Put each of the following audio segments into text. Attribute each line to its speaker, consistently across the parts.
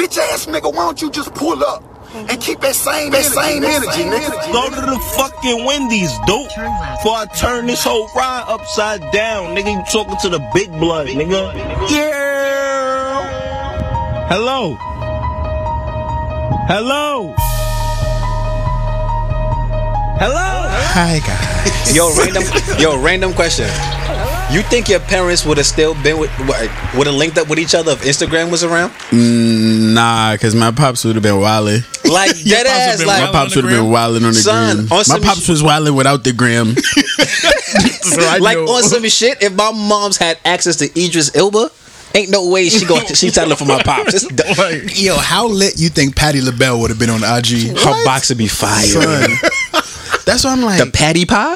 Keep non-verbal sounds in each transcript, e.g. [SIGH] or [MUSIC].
Speaker 1: ass nigga, why don't you just pull up and keep that same that same energy, nigga?
Speaker 2: Go to the fucking Wendy's, dude. Before I turn this whole ride upside down, nigga. You talking to the big blood, nigga? Yeah. Hello. Hello. Hello.
Speaker 3: Hi guys.
Speaker 4: Yo, random. yo, random question. You think your parents would have still been with, would have linked up with each other if Instagram was around?
Speaker 3: Nah, cause my pops would have been wildin'.
Speaker 4: Like
Speaker 5: [LAUGHS] Your
Speaker 4: dead
Speaker 5: pops would've
Speaker 4: ass.
Speaker 5: been
Speaker 3: My
Speaker 4: Like
Speaker 5: wildin'.
Speaker 3: pops
Speaker 5: on
Speaker 3: would
Speaker 5: the
Speaker 3: have been
Speaker 5: gram?
Speaker 3: wildin' on the
Speaker 4: Son,
Speaker 3: gram.
Speaker 4: on
Speaker 3: My
Speaker 4: some
Speaker 3: pops
Speaker 4: sh-
Speaker 3: was wildin' without the gram. so I
Speaker 4: like
Speaker 3: know.
Speaker 5: [LAUGHS]
Speaker 4: on some shit. If my mom's had access to Idris Ilba, ain't no way she go she settling for my
Speaker 5: [LAUGHS]
Speaker 4: pops. It's d-
Speaker 5: Like,
Speaker 3: [LAUGHS] Yo, how lit you think Patty LaBelle would have been on IG?
Speaker 4: her box would be fire.
Speaker 3: Son. [LAUGHS] That's what I'm like.
Speaker 4: The patty
Speaker 3: [LAUGHS]
Speaker 4: pie.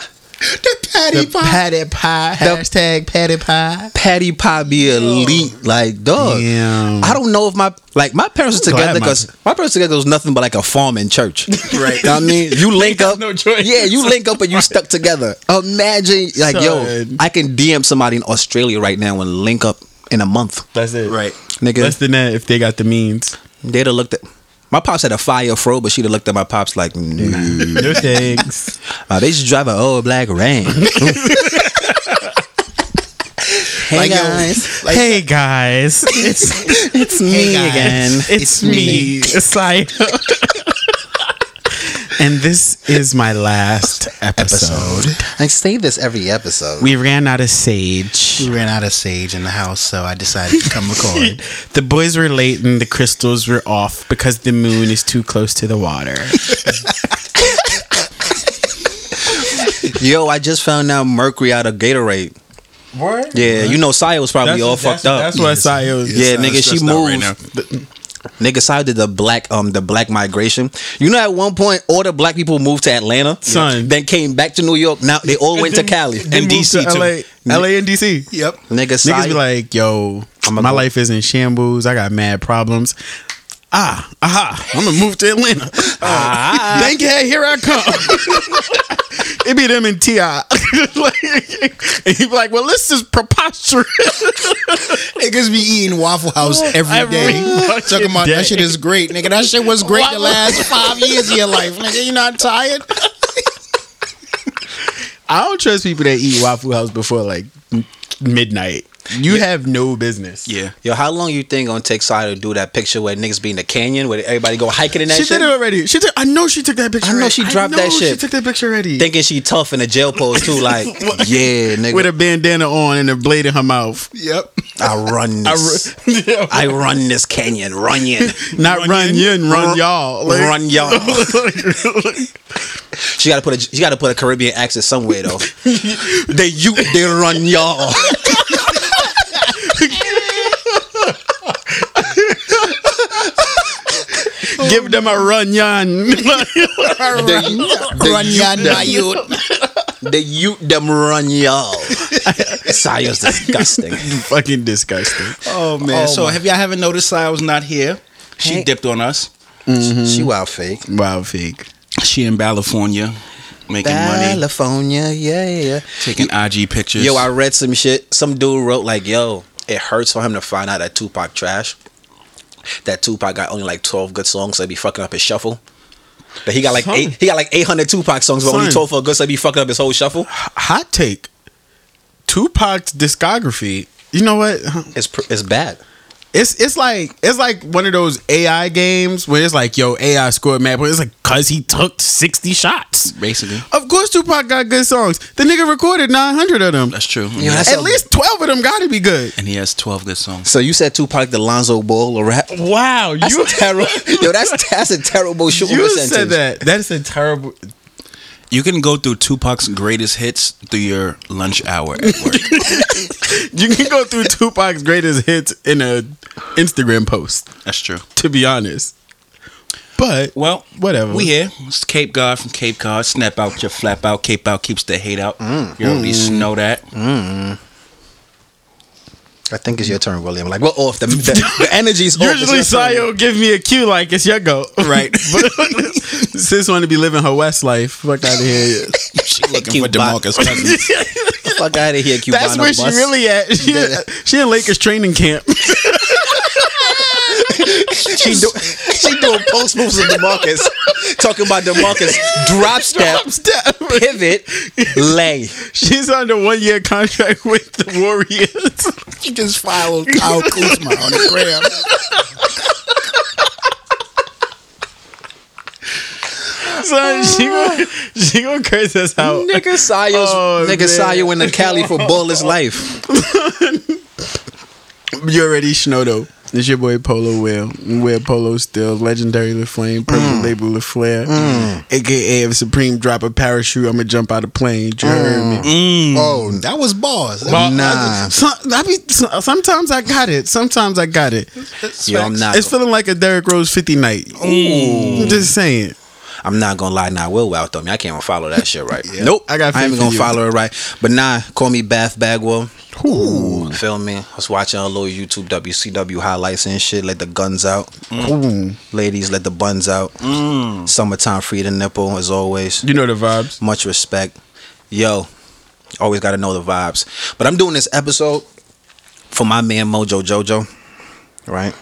Speaker 3: patty pie. Patty pie. Hashtag patty pie.
Speaker 4: patty pie be elite. Like, dog.
Speaker 3: Damn.
Speaker 4: I don't know if my like my parents are
Speaker 3: Glad
Speaker 4: together
Speaker 3: my-
Speaker 4: because my, parents together was nothing but like a farm and
Speaker 3: [LAUGHS]
Speaker 4: church. Right. I mean, you link up.
Speaker 5: no choice.
Speaker 4: Yeah, you link up and you stuck together. Imagine like, yo,
Speaker 3: Son.
Speaker 4: I can DM somebody in Australia right now and link up in a month.
Speaker 5: that's it.
Speaker 3: Right.
Speaker 4: Nigga.
Speaker 3: Less than that if they got the [LAUGHS] means.
Speaker 4: They'd have looked at my pops had a fire fro, but she'd have looked at my pops like, nah.
Speaker 3: [LAUGHS] No thanks.
Speaker 4: Uh, they just drive an old black ram.
Speaker 3: [LAUGHS]
Speaker 4: hey
Speaker 3: Like, yo,
Speaker 4: guys,
Speaker 3: like-
Speaker 5: hey guys, it's
Speaker 4: it's me
Speaker 3: guys.
Speaker 4: again.
Speaker 5: it's me, Slido.
Speaker 3: [LAUGHS] and this is my last episode.
Speaker 4: I say this every episode.
Speaker 5: We ran out of sage.
Speaker 3: We ran out of sage in the house, so I decided to come record. [LAUGHS] the boys were late and the crystals were off because the moon is too close to the water.
Speaker 4: Yo, I just found out Mercury out of Gatorade.
Speaker 5: What?
Speaker 4: Yeah, you know Saya was probably all fucked up.
Speaker 3: That's what I was. uh,
Speaker 4: Yeah, nigga, she moved. Nigga, Saya did the black um the black migration. You know, at one point, all the black people moved to Atlanta,
Speaker 3: Son.
Speaker 4: Then came back to New York. Now they all went to Cali and DC too.
Speaker 3: LA, LA and DC. Yep.
Speaker 4: Nigga,
Speaker 3: Niggas
Speaker 4: Saya,
Speaker 3: be like, yo,
Speaker 4: I'ma
Speaker 3: my
Speaker 4: go-
Speaker 3: life is in shambles. I got mad problems. Ah, aha, I'm gonna move to Atlanta. Ah, thank you, here I come. it be them and T.I. [LAUGHS] like, and you be like, well, this is preposterous.
Speaker 6: Niggas be eating Waffle House every
Speaker 5: Every
Speaker 6: day.
Speaker 5: fucking
Speaker 6: Talking about
Speaker 5: day.
Speaker 6: that shit is great, nigga. That shit was great the last five years of your life, nigga. You not tired?
Speaker 3: I don't trust people that eat Waffle House before like m- midnight. You have no business.
Speaker 6: Yeah.
Speaker 4: yo, how long you think gonna take Saya to do that picture where niggas be in the canyon where everybody go hiking in that
Speaker 3: She
Speaker 4: shit?
Speaker 3: did it already. She took. I know she took that picture.
Speaker 4: I know
Speaker 3: already.
Speaker 4: she dropped that
Speaker 3: She
Speaker 4: shit.
Speaker 3: took that picture already.
Speaker 4: Thinking she tough in a jail pose too,
Speaker 3: [LAUGHS]
Speaker 4: like yeah, nigga.
Speaker 3: with a bandana on and a blade in her mouth.
Speaker 6: Yep.
Speaker 4: I run this.
Speaker 3: [LAUGHS] Yeah.
Speaker 4: I run this canyon, runyon.
Speaker 3: Not run you and run [LAUGHS] y'all. Like,
Speaker 4: Run y'all. she gotta put a she gotta put a Caribbean accent somewhere
Speaker 3: [LAUGHS]
Speaker 4: though. they you they run y'all.
Speaker 3: [LAUGHS] Give them a [LAUGHS] run
Speaker 6: [LAUGHS]
Speaker 3: yon.
Speaker 4: They, they
Speaker 6: Run
Speaker 4: you-
Speaker 6: your
Speaker 4: them-
Speaker 6: youth.
Speaker 4: they you them run [LAUGHS] y'all. Saya's disgusting. [LAUGHS]
Speaker 3: [LAUGHS] Fucking disgusting.
Speaker 6: Oh man. so have y'all haven't noticed I was not here? She dipped on us.
Speaker 4: Mm-hmm. She wild fake.
Speaker 3: Wow, fake.
Speaker 6: She in California, making money,
Speaker 4: California, yeah, yeah, yeah.
Speaker 6: taking IG pictures.
Speaker 4: Yo, I read some shit. Some dude wrote like, "Yo, it hurts for him to find out that Tupac trash. That Tupac got only like twelve good songs, so he be fucking up his shuffle. That he got like
Speaker 3: Son.
Speaker 4: eight, he got like eight hundred Tupac songs, but only
Speaker 3: Son.
Speaker 4: twelve for good, so he be fucking up his whole shuffle.
Speaker 3: Hot take. Tupac's discography. You know what?
Speaker 4: It's pr- it's bad.
Speaker 3: It's it's like it's like one of those AI games where it's like, yo, AI scored mad points. It's like cause he took sixty shots.
Speaker 6: basically.
Speaker 3: Of course, Tupac got good songs. The nigga recorded nine hundred of them.
Speaker 6: That's true.
Speaker 4: Yo, that's
Speaker 3: At
Speaker 4: a-
Speaker 3: least twelve of them got to be good.
Speaker 6: and he has twelve good songs.
Speaker 4: So you said Tupac the Lonzo Ball or rap?
Speaker 5: Wow,
Speaker 4: That's
Speaker 5: you
Speaker 4: terrible. [LAUGHS] Yo, that's that's a terrible short
Speaker 3: You
Speaker 4: sentence.
Speaker 3: said that. That is a terrible.
Speaker 6: You can go through Tupac's greatest hits through your lunch hour at
Speaker 4: [LAUGHS]
Speaker 6: work.
Speaker 3: [LAUGHS] You can go through Tupac's greatest hits in a Instagram post.
Speaker 6: That's true.
Speaker 3: To be honest, but
Speaker 6: Well,
Speaker 3: Whatever.
Speaker 6: We here. It's Cape God from Cape God. Snap out your flap out. Cape out keeps the hate out.
Speaker 4: Mm.
Speaker 6: You already know that.
Speaker 4: I think it's your turn, William. Like we're off. The, the, [LAUGHS] the energy's off. It's
Speaker 3: usually
Speaker 4: your turn.
Speaker 3: Sayo give me a cue like it's your go. [LAUGHS] Right.
Speaker 4: [LAUGHS]
Speaker 3: but sis want to be living her West life. Fuck out of [LAUGHS] here.
Speaker 6: She looking for
Speaker 4: Cute bot.
Speaker 6: Demarcus Cousins.
Speaker 4: Fuck out of here, Cubano.
Speaker 3: That's where she
Speaker 4: bus.
Speaker 3: [LAUGHS] really at. She, she in Lakers training camp.
Speaker 4: she do, she doing post moves with Demarcus, talking about Demarcus drop step,
Speaker 3: Step.
Speaker 4: pivot, lay.
Speaker 3: She's on a one year contract [LAUGHS] with the Warriors.
Speaker 1: You just follow Kyle Kuzma on the gram.
Speaker 3: [LAUGHS] Son, [LAUGHS] she gonna, she gonna curse us out.
Speaker 4: Nigga Sayo's
Speaker 3: Oh,
Speaker 4: nigga
Speaker 3: man.
Speaker 4: Sayo in the Cali for ball is life.
Speaker 3: You already Schnodo. It's your boy Polo Will. Will Polo still legendary LaFlame, purple
Speaker 4: Mm.
Speaker 3: label LaFlair, aka if Supreme drop a parachute, I'ma jump out of plane. You heard me?
Speaker 4: Mm.
Speaker 1: Oh, that was bars. That was-
Speaker 4: Nah,
Speaker 3: So, I be, so- sometimes I got it. Sometimes I got it.
Speaker 4: yo, I'm not.
Speaker 3: It's feeling like a Derrick Rose 50 night. I'm just saying.
Speaker 4: I'm not gonna lie. Nah, Will out though. I can't even follow that shit right. Nope,
Speaker 3: I got
Speaker 4: I ain't even
Speaker 3: faith
Speaker 4: gonna
Speaker 3: in you.
Speaker 4: follow it right. But nah, call me Bath Bagwell. Ooh. Feel me? I was watching a little YouTube WCW highlights and shit. Let the guns out,
Speaker 3: Mm.
Speaker 4: ladies. Let the buns out. Summertime free the nipple as always.
Speaker 3: You know the vibes.
Speaker 4: Much respect. Yo, always got to know the vibes. But I'm doing this episode for my man Mojo Jojo, right?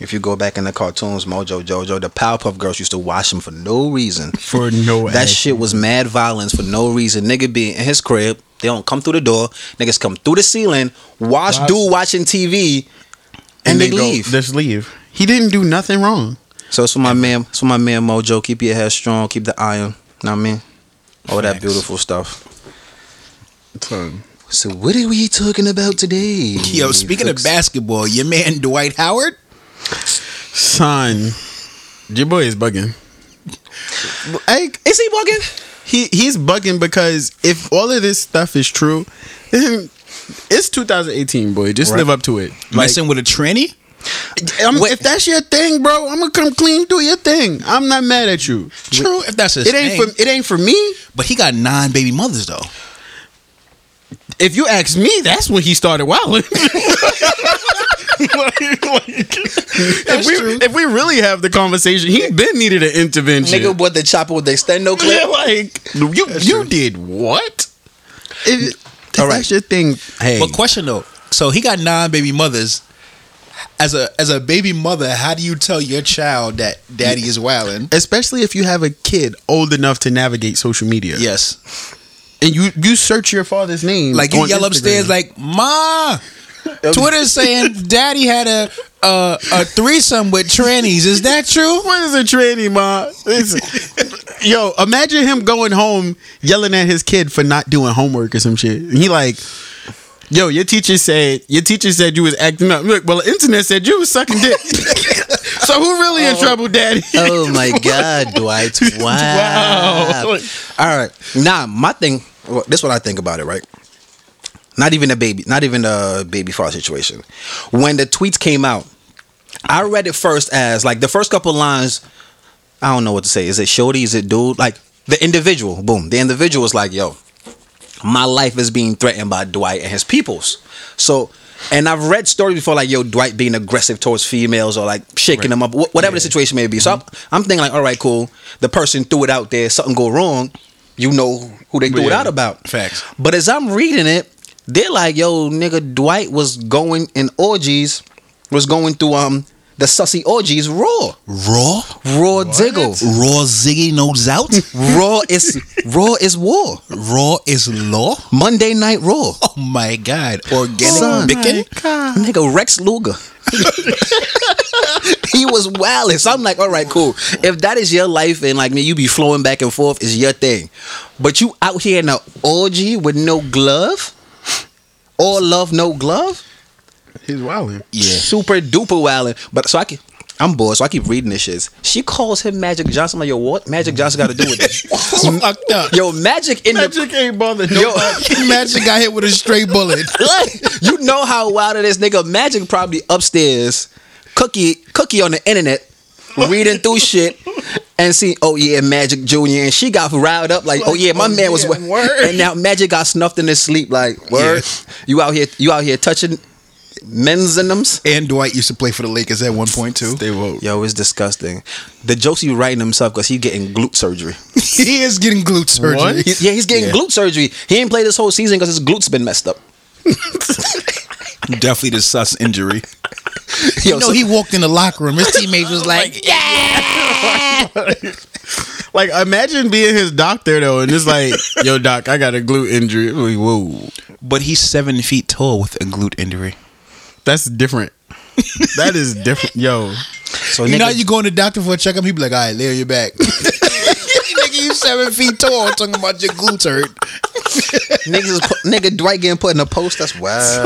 Speaker 4: If you go back in the cartoons, Mojo Jojo, the Powerpuff Girls used to watch him for no reason.
Speaker 3: For no
Speaker 4: That shit was mad violence for no reason. Nigga be in his crib. They don't come through the door. Niggas come through the ceiling, watch dude watching TV, and, they
Speaker 3: then go-
Speaker 4: leave.
Speaker 3: just leave. He didn't do nothing wrong.
Speaker 4: So it's for my man, it's for my man Mojo. Keep your head strong, keep the iron. Know what I mean? All that beautiful stuff. So what are we talking about today?
Speaker 1: [LAUGHS] Yo, speaking of basketball, your man Dwight Howard.
Speaker 3: Son, your boy is bugging. Hey,
Speaker 4: is he bugging?
Speaker 3: he he's bugging because if all of this stuff is true, [LAUGHS] then it's 2018, boy. Just live up to it. Like,
Speaker 1: messing with a tranny?
Speaker 3: I'm-
Speaker 4: Wait.
Speaker 3: if that's your thing, bro, I'm gonna come clean. Do your thing. I'm not mad at you.
Speaker 1: True, if that's his
Speaker 3: It ain't for it ain't for me.
Speaker 1: but he got nine baby mothers though.
Speaker 3: If you ask me, that's when he started [LAUGHS] wilding. if, we, if we really have the conversation, he been needed an intervention.
Speaker 4: Nigga what the chopper with the extendo clip.
Speaker 3: Yeah, like you you did what? If, if
Speaker 4: All right.
Speaker 3: that's your thing, hey,
Speaker 1: But question though, so he got nine baby mothers. As a as a baby mother, how do you tell your child that daddy is wilding?
Speaker 3: especially if you have a kid old enough to navigate social media,
Speaker 1: Yes,
Speaker 3: and you you search your father's name,
Speaker 1: like you
Speaker 3: on
Speaker 1: yell
Speaker 3: Instagram.
Speaker 1: upstairs like ma. Twitter's saying daddy had a uh, a threesome with trannies. Is that true?
Speaker 3: [LAUGHS] What is a tranny, ma? Listen. Yo, imagine him going home yelling at his kid for not doing homework or some shit. And he like, yo, your teacher said your teacher said you was acting up. Look, well, the internet said you was sucking dick. [LAUGHS] so who really in trouble, daddy?
Speaker 4: [LAUGHS]
Speaker 1: Uh,
Speaker 3: [LAUGHS]
Speaker 4: Oh my god, [LAUGHS] Dwight. Wow.
Speaker 3: Wow.
Speaker 4: All right. Nah, my thing well, this is what I think about it, right? Not even a baby, not even a baby father situation. When the tweets came out, I read it first as like the first couple lines. I don't know what to say. Is it shorty? Is it dude? Like the individual. Boom. The individual is like, yo, my life is being threatened by Dwight and his peoples. So, and I've read stories before like, yo, Dwight being aggressive towards females or like shaking them up, wh- whatever the situation may be. So I'm, I'm thinking like, all right, cool. The person threw it out there. Something go wrong. You know who they threw it
Speaker 3: Yeah.
Speaker 4: out about.
Speaker 1: Facts.
Speaker 4: But as I'm reading it, they're like, yo, nigga, Dwight was going in orgies, was going through um the sussy orgies raw.
Speaker 1: Raw,
Speaker 4: Raw diggle.
Speaker 1: raw ziggy knows out.
Speaker 4: raw is raw is war.
Speaker 1: Raw is law.
Speaker 4: Monday night raw.
Speaker 1: [LAUGHS] Oh my god, organic
Speaker 4: Son. Oh
Speaker 1: bacon.
Speaker 4: Nigga Rex Luger. [LAUGHS] he was wild. So I'm like, all right, cool. If that is your life and like me, you be flowing back and forth, is your thing. But you out here in an orgy with no glove? All love, no glove?
Speaker 3: He's wilding.
Speaker 4: super duper wildin'. But so I keep, I'm bored, so I keep reading this shit. She calls him Magic Johnson. I'm like, yo, what Magic Johnson got to do
Speaker 1: [LAUGHS]
Speaker 4: with this? [LAUGHS]
Speaker 1: Fucked up.
Speaker 4: yo, Magic in
Speaker 3: Magic ain't bothered.
Speaker 4: the yo. [LAUGHS]
Speaker 1: Magic got hit with a straight bullet.
Speaker 4: like, you know how wild it is, nigga. Magic probably upstairs, cookie, cookie on the internet, reading through shit, and see, oh yeah, Magic Junior, and she got riled up like, oh yeah, my man was, wa- and now Magic got snuffed in his sleep like, word, you out here, you out here touching men's in thems.
Speaker 1: And Dwight used to play for the Lakers at one point too.
Speaker 3: They woke.
Speaker 4: Yo, it's disgusting. The jokes he writing himself because he getting glute surgery.
Speaker 1: [LAUGHS] He is getting glute surgery. [LAUGHS]
Speaker 3: What?
Speaker 4: He's- yeah, he's getting glute surgery. He ain't played this whole season because his glutes been messed up.
Speaker 6: Definitely the sus injury.
Speaker 4: Yo,
Speaker 1: you know,
Speaker 4: so-
Speaker 1: he walked in the locker room. His teammates was
Speaker 3: [LAUGHS]
Speaker 1: like, "Yeah,
Speaker 3: Like, imagine being his doctor though, and it's like, yo, doc, I got a glute injury. Like, whoa,
Speaker 6: But he's seven feet tall with a glute injury.
Speaker 3: that's different. that is different, yo.
Speaker 4: So
Speaker 1: you know,
Speaker 4: nigga,
Speaker 1: you going to the doctor for a checkup. He be like, "All right, lay on your back." [LAUGHS] Nigga, you seven feet tall, talking about your glutes hurt.
Speaker 4: niggas is put, nigga Dwight getting put in a post. That's wow.
Speaker 1: [LAUGHS]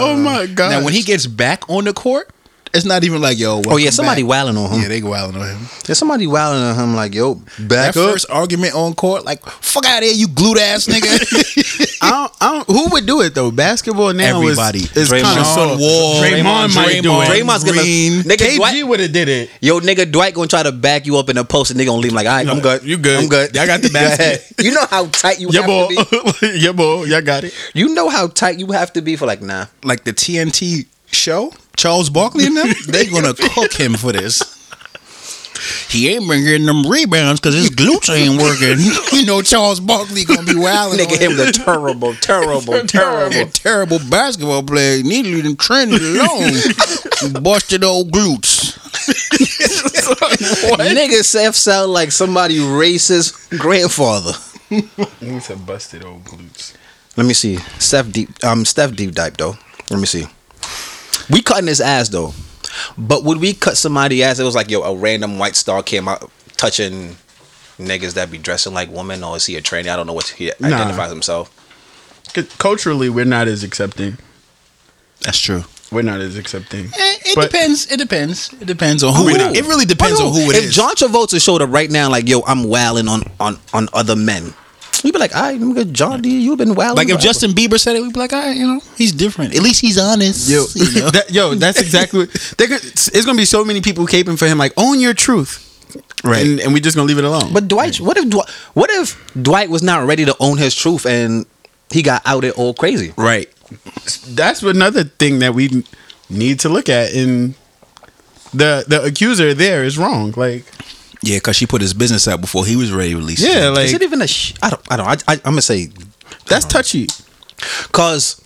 Speaker 3: oh my god.
Speaker 1: Now, when he gets back on the court, it's not even like, "Yo,
Speaker 4: Oh yeah, somebody wilding on him.
Speaker 1: Yeah, they wilding on him.
Speaker 4: There's somebody wilding on him like, yo,
Speaker 1: That
Speaker 4: back up.
Speaker 1: first argument on court, like, "Fuck out of here, you glute ass nigga."
Speaker 3: [LAUGHS] I don't, I don't, who would do it though? Basketball now
Speaker 1: Everybody.
Speaker 3: is, is
Speaker 6: Draymond
Speaker 3: kind of
Speaker 1: John
Speaker 3: soft.
Speaker 1: Wall,
Speaker 3: Draymond might do it.
Speaker 4: Draymond's gonna
Speaker 1: Green.
Speaker 4: nigga Dwight,
Speaker 3: would have did it.
Speaker 4: yo nigga Dwight gonna try to back you up in the post and they gonna leave him like, all right, I'm good.
Speaker 3: you good.
Speaker 4: I'm good.
Speaker 3: I
Speaker 4: [LAUGHS]
Speaker 3: got the
Speaker 4: Go ahead.
Speaker 3: basket.
Speaker 4: you know how tight you
Speaker 3: Yeah,
Speaker 4: have
Speaker 3: boy.
Speaker 4: to
Speaker 3: [LAUGHS] yeah, boy. Y'all got it.
Speaker 4: be. You know how tight you have to be for
Speaker 1: [LAUGHS]
Speaker 4: like, nah.
Speaker 1: like the TNT show, Charles Barkley and them, they gonna cook him for this. He ain't been getting them rebounds because his glutes ain't working. [LAUGHS] you know Charles Barkley gonna be wild.
Speaker 4: Nigga him the terrible,
Speaker 1: [LAUGHS]
Speaker 4: terrible,
Speaker 1: a
Speaker 4: terrible.
Speaker 1: terrible basketball player. He Needed them trend alone. Busted old glutes.
Speaker 4: Nigga Seth sound like somebody racist grandfather.
Speaker 3: It's a busted old glutes.
Speaker 4: Let me see. Steph deep um Steph deep dive though. Let me see. We cutting his ass though. But would we cut somebody ass? It was like, yo, a random white star came out touching niggas that be dressing like women, or is he a tranny? I don't know what he identifies himself.
Speaker 3: Culturally, we're not as accepting.
Speaker 6: That's true. Eh,
Speaker 3: We're not as accepting.
Speaker 1: Eh, It,
Speaker 3: But-
Speaker 1: depends. It depends. It depends on who it is. It really depends on who it
Speaker 4: if
Speaker 1: is.
Speaker 4: John Travolta showed up right now, like, yo, I'm wailing on on on other men, we'd be like, all right, nigga, John D, you've been wailing.
Speaker 1: like if
Speaker 4: forever."
Speaker 1: Justin Bieber said it, we'd be like, all right, you know, he's different. At least he's honest.
Speaker 3: Yo,
Speaker 1: you know?
Speaker 3: that, yo, that's exactly what. They're, gonna- it's going to be so many people caping for him, like, own your truth. Right. And, and we just going to leave it alone.
Speaker 4: But Dwight, what if Dwight, what if Dwight was not ready to own his truth and he got outed all crazy?
Speaker 3: right. That's another thing that we need to look at. And the the accuser there is wrong. Like,
Speaker 1: yeah, because she put his business out before he was ready to release.
Speaker 3: yeah, like,
Speaker 4: is it even a? Sh- I don't. I don't. I, I, I'm gonna say
Speaker 3: that's touchy.
Speaker 4: Cause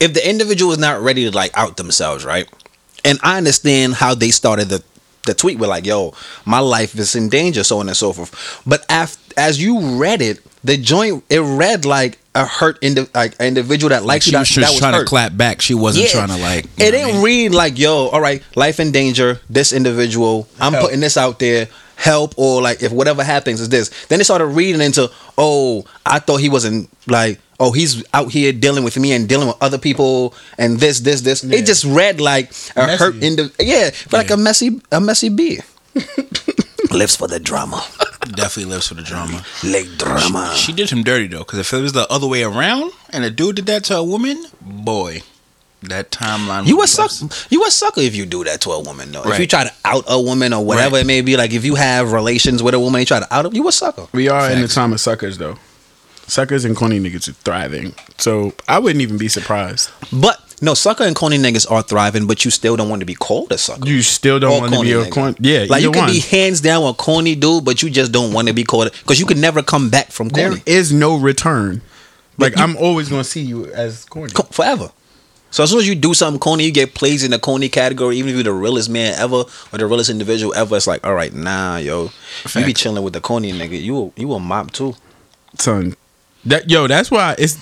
Speaker 4: if the individual is not ready to like out themselves, right? And I understand how they started the the tweet with like, "Yo, my life is in danger," so on and so forth. But af- as you read it, the joint it read like a hurt indi- like an individual that likes
Speaker 1: she
Speaker 4: you that,
Speaker 1: was
Speaker 4: that
Speaker 1: just
Speaker 4: was
Speaker 1: trying
Speaker 4: hurt.
Speaker 1: to clap back. She wasn't
Speaker 4: Yeah.
Speaker 1: trying to like. you
Speaker 4: It
Speaker 1: know what I
Speaker 4: didn't
Speaker 1: mean?
Speaker 4: read like, yo, all right, life in danger. This individual, I'm putting this out there. Help or like if whatever happens is this. Then they started reading into, oh, I thought he wasn't like, oh, he's out here dealing with me and dealing with other people and this, this, this.
Speaker 3: Yeah.
Speaker 4: It just read like a
Speaker 3: Messy.
Speaker 4: hurt indi- yeah, but like a messy, a
Speaker 1: [LAUGHS]
Speaker 4: messy bee. Lives for the drama,
Speaker 6: Definitely lives for the drama.
Speaker 4: late drama.
Speaker 6: She did him dirty though, because if it was the other way around and a dude did that to a woman, boy, that timeline.
Speaker 4: You a
Speaker 6: would be
Speaker 4: suck.
Speaker 6: busted.
Speaker 4: You a sucker if you do that to a woman, though. If you
Speaker 6: Right.
Speaker 4: try to out a woman or whatever
Speaker 6: Right.
Speaker 4: it may be, like if you have relations with a woman, you try to out them. You a sucker.
Speaker 3: We are in the
Speaker 6: Facts.
Speaker 3: time of suckers, though. Suckers and corny niggas are thriving. So I wouldn't even be surprised.
Speaker 4: But no, sucker and corny niggas are thriving, but you still don't want to be called a sucker.
Speaker 3: You still don't
Speaker 4: Or
Speaker 3: want to be a
Speaker 4: nigga.
Speaker 3: corny. Yeah,
Speaker 4: like you
Speaker 3: either
Speaker 4: can
Speaker 3: one.
Speaker 4: be hands down a corny dude, but you just don't want to be called because you can never come back from
Speaker 3: There
Speaker 4: corny
Speaker 3: is no return. Like
Speaker 4: you-
Speaker 3: I'm always gonna see you as corny.
Speaker 4: Co- forever. So as soon as you do something corny, you get placed in the corny category, even if you're the realest man ever or the realest individual ever. It's like, all right, nah, yo, you be chilling with the corny nigga. You a- you a mop too.
Speaker 3: Son, that yo, that's why it's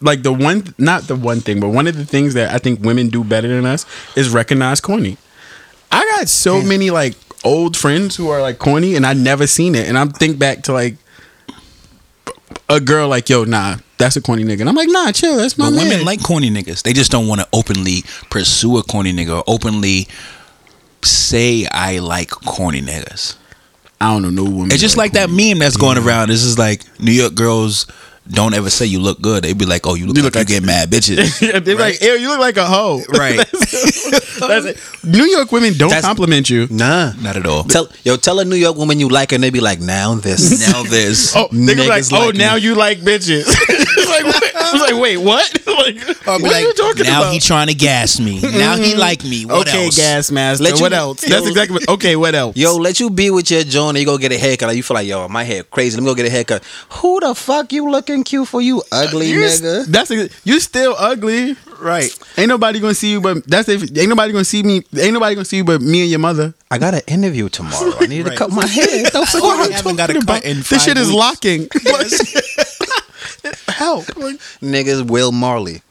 Speaker 3: like the one, not the one thing, but one of the things that I think women do better than us is recognize corny. I got so many like old friends who are like corny, and I never seen it. And I'm think back to like a girl like, yo, nah, that's a corny nigga. And I'm like, nah, chill, that's my
Speaker 1: But
Speaker 3: man.
Speaker 1: women like corny niggas. They just don't want to openly pursue a corny nigga or openly say I like corny niggas.
Speaker 3: I don't know, no woman.
Speaker 1: It's just like that meme that's going around. This is like New York girls don't ever say you look good. They be like, oh, you look,
Speaker 3: You
Speaker 1: like,
Speaker 3: look
Speaker 1: you get mad bitches.
Speaker 3: [LAUGHS] Yeah, they're like, ew, you look like a hoe.
Speaker 1: Right.
Speaker 3: [LAUGHS] That's it. New York women don't
Speaker 4: That's-
Speaker 3: compliment you.
Speaker 4: Nah.
Speaker 1: Not at all.
Speaker 4: Tell yo, tell a New York woman
Speaker 3: [LAUGHS]
Speaker 4: you like her, and they be like, now this.
Speaker 1: Now this.
Speaker 3: Oh, they gonna be like,
Speaker 4: Niggas
Speaker 3: oh,
Speaker 4: like
Speaker 3: now
Speaker 4: me.
Speaker 3: you like bitches. [LAUGHS] like, what? I was like, wait, what? [LAUGHS] like,
Speaker 1: I'll be
Speaker 3: [LAUGHS] what
Speaker 1: like,
Speaker 3: are you talking
Speaker 1: now
Speaker 3: about?
Speaker 1: he trying to gas me. Now
Speaker 3: [LAUGHS]
Speaker 1: he like me. What
Speaker 3: okay,
Speaker 1: else?
Speaker 3: gas master.
Speaker 4: Let you-
Speaker 3: what else? That's
Speaker 4: yo.
Speaker 3: exactly. What, okay, what else?
Speaker 4: Yo, let you be with your joint and you go get a haircut. Like you feel like, yo, my hair crazy. Let me go get a haircut. Who the fuck you looking cute for, you ugly
Speaker 3: you
Speaker 4: nigga?
Speaker 3: that's ex- you still ugly.
Speaker 1: Right.
Speaker 3: Ain't nobody gonna see you, but that's if ain't nobody gonna see me. Ain't nobody gonna see you, but me and your mother.
Speaker 4: I got an interview tomorrow. I need to
Speaker 1: Right.
Speaker 4: cut my hair.
Speaker 3: [LAUGHS]
Speaker 4: The
Speaker 1: I
Speaker 4: fuck?
Speaker 1: haven't got a cut in
Speaker 3: this shit is
Speaker 1: locked.
Speaker 3: locking. [LAUGHS] Help! Like, [LAUGHS]
Speaker 4: Niggas Will Marley.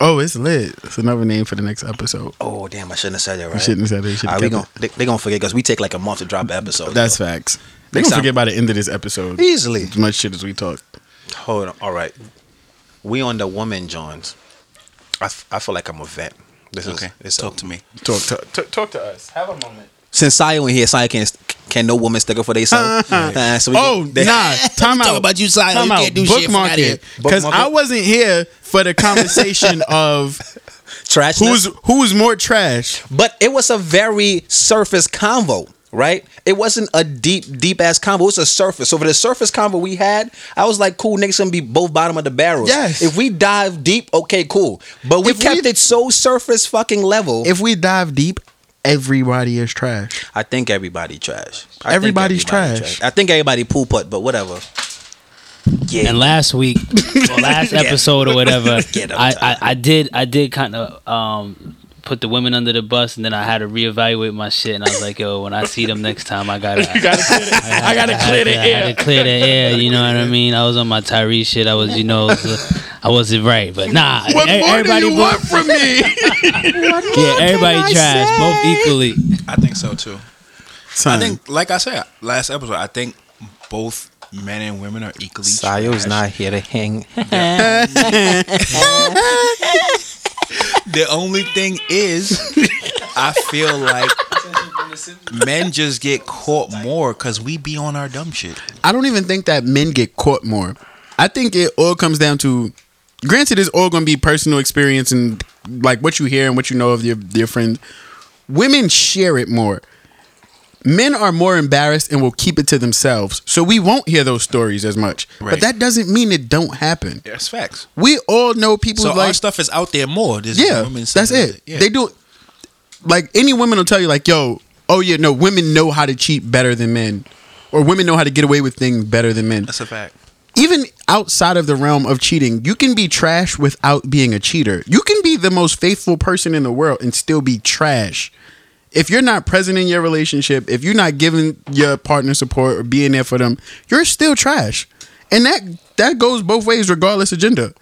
Speaker 3: oh, it's lit. It's another name for the next episode.
Speaker 4: Oh damn! I shouldn't have said that. Right?
Speaker 3: shouldn't have said that. You should've
Speaker 4: Ah, we
Speaker 3: kept
Speaker 4: gon- they, they gonna forget because we take like a month to drop the episode.
Speaker 3: That's facts. They
Speaker 4: Next
Speaker 3: gonna
Speaker 4: time-
Speaker 3: forget by the end of this episode.
Speaker 4: Easily.
Speaker 3: as much shit as we talk.
Speaker 4: Hold on. All right. We on the woman Johns. I, f- I feel like I'm a vet. This
Speaker 6: Okay,
Speaker 4: is it's
Speaker 6: talk to me.
Speaker 3: Talk, talk, talk, talk to us. Have a moment.
Speaker 4: Since Saya in here, Saya can't can no woman stick up for
Speaker 3: [LAUGHS]
Speaker 4: themselves. Uh, so we
Speaker 3: Oh [LAUGHS]
Speaker 4: they-
Speaker 3: nah, time out.
Speaker 1: Talk about you, Zion.
Speaker 3: Time
Speaker 1: You
Speaker 3: out.
Speaker 1: can't do shit.
Speaker 3: Bookmark
Speaker 1: Fuck outta
Speaker 3: it
Speaker 4: here.
Speaker 3: because
Speaker 4: Bookmark
Speaker 3: I
Speaker 4: it.
Speaker 3: wasn't here for the [LAUGHS] conversation of
Speaker 4: trash.
Speaker 3: who's who's more trash.
Speaker 4: but it was a very surface convo, right? It wasn't a deep deep ass convo. It was a surface. So for the surface convo we had, I was like, cool. Niggas gonna be both bottom of the barrel.
Speaker 3: Yes.
Speaker 4: If we dive deep, okay, cool. But we
Speaker 3: If we-
Speaker 4: kept it so surface fucking level.
Speaker 3: If we dive deep, everybody is trash.
Speaker 4: I think everybody trash. I think
Speaker 3: Everybody's
Speaker 4: everybody
Speaker 3: trash.
Speaker 4: I think everybody poo putt, but whatever. Yeah.
Speaker 7: And last week, or last episode or whatever,
Speaker 4: Get up,
Speaker 7: I,
Speaker 4: Tyler.
Speaker 7: I, I did I did kind of um, put the women under the bus, and then I had to reevaluate my shit. And I was like, yo, when I see them next time, I gotta I gotta clear the air. I gotta clear the air. You know what I mean? I was on my Tyree shit. I was, you know, I wasn't right, but nah.
Speaker 3: What
Speaker 7: e-
Speaker 3: more
Speaker 7: everybody
Speaker 3: do you
Speaker 7: bo-
Speaker 3: want from me?
Speaker 7: Yeah, everybody trash, both equally.
Speaker 6: I think so too. I
Speaker 3: Son,
Speaker 6: think, like I said last episode, I think both men and women are equally.
Speaker 4: Sayo's
Speaker 6: trash.
Speaker 4: not here to hang.
Speaker 6: [LAUGHS] The only thing is, I feel like men just get caught more because we be on our dumb shit.
Speaker 3: I don't even think that men get caught more. I think it all comes down to. Granted, it's all going to be personal experience and like what you hear and what you know of your your friends. Women share it more. Men are more embarrassed and will keep it to themselves, so we won't hear those stories as much. But
Speaker 6: Right.
Speaker 3: that doesn't mean it don't happen.
Speaker 6: That's facts.
Speaker 3: We all know people
Speaker 6: So our
Speaker 3: like
Speaker 6: stuff is out there more. This
Speaker 3: yeah,
Speaker 6: women's
Speaker 3: that's
Speaker 6: stuff.
Speaker 3: it. They do like any women will tell you like, yo, oh yeah, no, women know how to cheat better than men, or women know how to get away with things better than men.
Speaker 6: That's a fact.
Speaker 3: Even outside of the realm of cheating, you can be trash without being a cheater. You can be the most faithful person in the world and still be trash. If you're not present in your relationship, if you're not giving your partner support or being there for them, you're still trash. And that that goes both ways regardless of gender.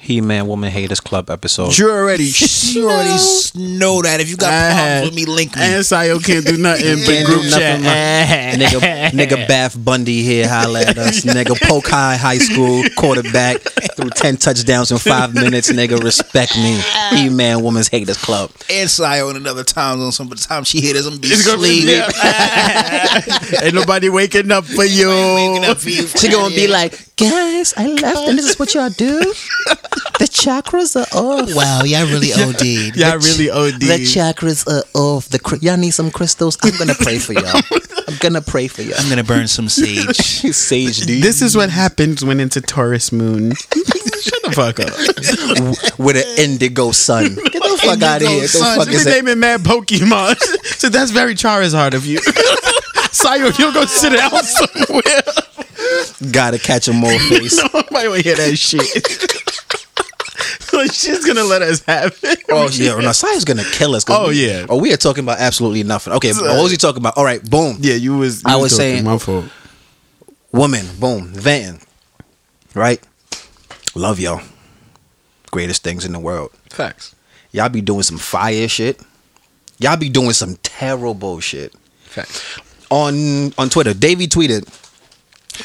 Speaker 4: He Man Woman Haters Club episode.
Speaker 3: You're already
Speaker 1: You already s- know that. If you got
Speaker 3: I
Speaker 1: problems
Speaker 3: had-
Speaker 1: with me, link me.
Speaker 3: Uh-huh. And Sayo can't do nothing
Speaker 4: [LAUGHS]
Speaker 3: but
Speaker 4: Can't do
Speaker 3: group
Speaker 4: nothing
Speaker 3: chat.
Speaker 4: wrong. [LAUGHS] nigga, nigga Bath Bundy here holla at us. nigga Polk High High School quarterback threw 10 touchdowns in five minutes. Nigga, respect me. He Man Woman's Haters Club.
Speaker 1: and Sio in another time zone. Some of the time she hit us, I'm be
Speaker 3: It's gonna be-
Speaker 1: sleep.
Speaker 3: yeah. Ain't nobody waking up for you.
Speaker 4: She gonna be like,
Speaker 8: guys, I left, and this is what y'all do. The chakras are off.
Speaker 1: wow, y'all really OD'd.
Speaker 3: Y'all really OD.
Speaker 8: The chakras are off. The cr- y'all need some crystals. I'm gonna pray for y'all. I'm gonna pray for y'all.
Speaker 1: I'm gonna burn [LAUGHS] some sage.
Speaker 4: Sage D.
Speaker 3: This is what happens when it's a Taurus moon.
Speaker 4: [LAUGHS]
Speaker 3: Shut the fuck up.
Speaker 4: with an indigo sun. Get the fuck out of here. What The fuck
Speaker 3: You
Speaker 4: is
Speaker 3: be
Speaker 4: that?
Speaker 3: naming
Speaker 4: [LAUGHS]
Speaker 3: mad Pokemon. so that's very Charizard of you. [LAUGHS] Sayo, you'll go sit
Speaker 4: [LAUGHS]
Speaker 3: down somewhere.
Speaker 4: Gotta catch a more face.
Speaker 3: Nobody will hear that shit. [LAUGHS] like, she's gonna let us have it.
Speaker 4: Oh yeah, no, Saya's gonna kill us. 'cause
Speaker 3: Oh,
Speaker 4: we-
Speaker 3: yeah.
Speaker 4: Oh, we are talking about absolutely nothing. Okay, what was he talking about? All right, boom.
Speaker 3: [LAUGHS] Yeah, you was. You
Speaker 4: I was
Speaker 3: talking.
Speaker 4: saying-
Speaker 3: my fault.
Speaker 4: Woman, boom, venting. Right? Love y'all. Greatest things in the world.
Speaker 6: Facts.
Speaker 4: Y'all be doing some fire shit. Y'all be doing some terrible shit.
Speaker 6: Facts.
Speaker 4: On on Twitter, Davey tweeted,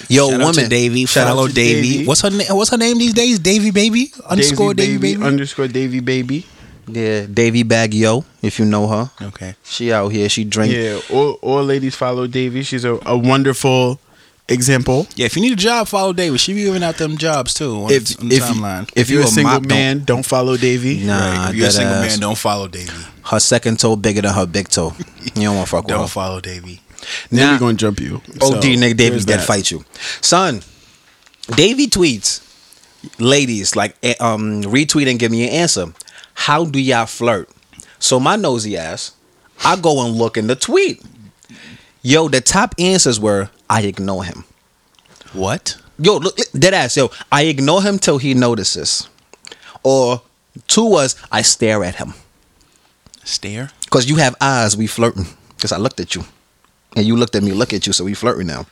Speaker 4: "Yo,
Speaker 1: Shout out
Speaker 4: woman,
Speaker 1: to Davy.
Speaker 4: Shout out
Speaker 1: Follow
Speaker 3: to
Speaker 1: Davy.
Speaker 3: Davy.
Speaker 1: What's her name? What's her name these days? Davy Baby underscore Davy Baby.
Speaker 3: underscore Davy baby.
Speaker 4: yeah, Davey Bag Yo, if you know her.
Speaker 1: okay.
Speaker 4: She out here, she drink.
Speaker 3: Yeah, all, all ladies follow Davy. She's a, a wonderful example.
Speaker 1: Yeah, if you need a job, follow Davy. She be giving out them jobs too on,
Speaker 4: If-
Speaker 1: the, on the
Speaker 4: if-
Speaker 1: timeline.
Speaker 4: if
Speaker 3: If you're a,
Speaker 4: you a
Speaker 3: single
Speaker 4: mop, don't-
Speaker 3: man, don't, follow Davy.
Speaker 4: Nah,
Speaker 6: Right. If you're a
Speaker 4: dead
Speaker 6: single
Speaker 4: ass.
Speaker 6: man, don't follow Davy.
Speaker 4: Her second toe bigger than her big toe. You don't want to fuck with
Speaker 6: Don't
Speaker 4: her.
Speaker 6: follow Davy.
Speaker 3: Then
Speaker 4: Nah.
Speaker 3: we gonna jump you.
Speaker 4: OD nigga Davies
Speaker 3: that
Speaker 4: that fight you. Son, Davy tweets, ladies, like eh, um, retweet and give me an answer. How do y'all flirt? So my nosy ass, I go and look in the tweet. Yo, the top answers were I ignore him.
Speaker 6: What?
Speaker 4: Yo, look, look, dead ass. Yo, I ignore him till he notices. Or two was I stare at him.
Speaker 6: Stare.
Speaker 4: Cause you have eyes, we flirting. Cause I looked at you, and you looked at me, look at you, so we flirting now.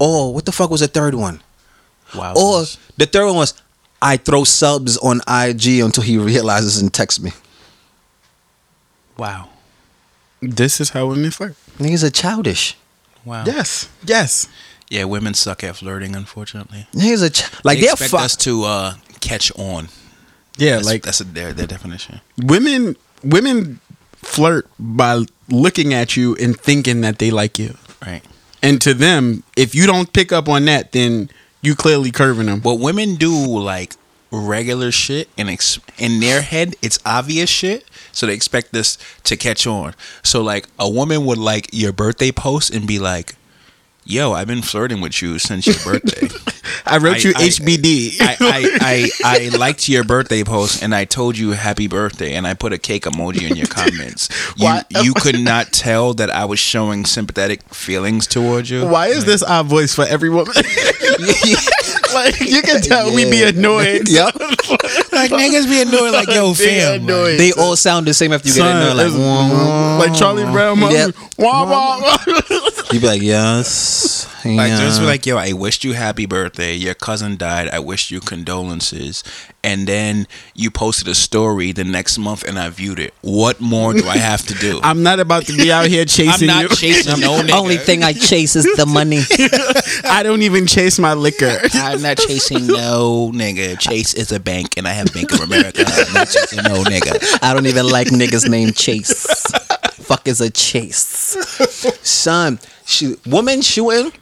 Speaker 4: Oh, what the fuck was the third one?
Speaker 6: Wow.
Speaker 4: Or the third one was I throw subs on IG until he realizes and texts me.
Speaker 6: wow.
Speaker 3: This is how women flirt.
Speaker 4: Niggas are childish. Oh.
Speaker 6: Wow.
Speaker 3: Yes. Yes.
Speaker 6: Yeah, women suck at flirting, unfortunately.
Speaker 4: Niggas are ch- like
Speaker 6: they
Speaker 4: they are
Speaker 6: expect
Speaker 4: fuck. [LAUGHS]
Speaker 6: us to uh, catch on.
Speaker 3: Yeah,
Speaker 6: That's,
Speaker 3: like
Speaker 6: that's their their definition.
Speaker 3: women women flirt by looking at you and thinking that they like you.
Speaker 6: Right.
Speaker 3: And to them, if you don't pick up on that, then you clearly curving them.
Speaker 6: But women do like regular shit, and ex- in their head, it's obvious shit. So they expect this to catch on. So like a woman would like your birthday post and be like, "Yo, I've been flirting with you since your
Speaker 3: [LAUGHS]
Speaker 6: birthday.
Speaker 3: I wrote
Speaker 6: I-
Speaker 3: you
Speaker 6: I-
Speaker 3: HBD.
Speaker 6: I, I, I I liked your birthday post, and I told you happy birthday, and I put a cake emoji in your
Speaker 3: [LAUGHS]
Speaker 6: comments. You,
Speaker 3: Why-
Speaker 6: you could not tell that I was showing sympathetic feelings towards you.
Speaker 3: [LAUGHS] Why is this our voice for every woman? [LAUGHS] like
Speaker 4: [LAUGHS]
Speaker 3: you can tell we be annoyed.
Speaker 4: Yep,
Speaker 6: Like niggas be annoyed, [LAUGHS] like yo,
Speaker 3: They
Speaker 6: fam. like,
Speaker 3: annoyed.
Speaker 4: they all sound the same after you get in there.
Speaker 3: Son,
Speaker 4: Like
Speaker 3: it's-
Speaker 6: "Mm."
Speaker 3: like Charlie Brown, mama.
Speaker 4: Yep.
Speaker 3: Wah, wah, wah.
Speaker 4: you be like [LAUGHS] yes,
Speaker 6: Like
Speaker 4: yeah.
Speaker 6: just be like, yo, I wished you happy birthday. Your cousin died. I wish you condolences. And then you posted a story the next month, and I viewed it. What more do I have to [LAUGHS] do?
Speaker 3: I'm not about to be out [LAUGHS] here
Speaker 6: I'm
Speaker 3: chasing you.
Speaker 6: not
Speaker 4: [LAUGHS]
Speaker 6: chasing no nigga.
Speaker 8: Only thing I chase is the money.
Speaker 3: I don't even chase my [LAUGHS] liquor.
Speaker 6: I'm not chasing no nigga. Chase is a bank, and I have Bank of America. [LAUGHS] I'm not chasing no
Speaker 4: [LAUGHS]
Speaker 6: nigga.
Speaker 8: [LAUGHS] I don't even like niggas named Chase. Fuck is a Chase.
Speaker 4: son, shoot, woman shooting.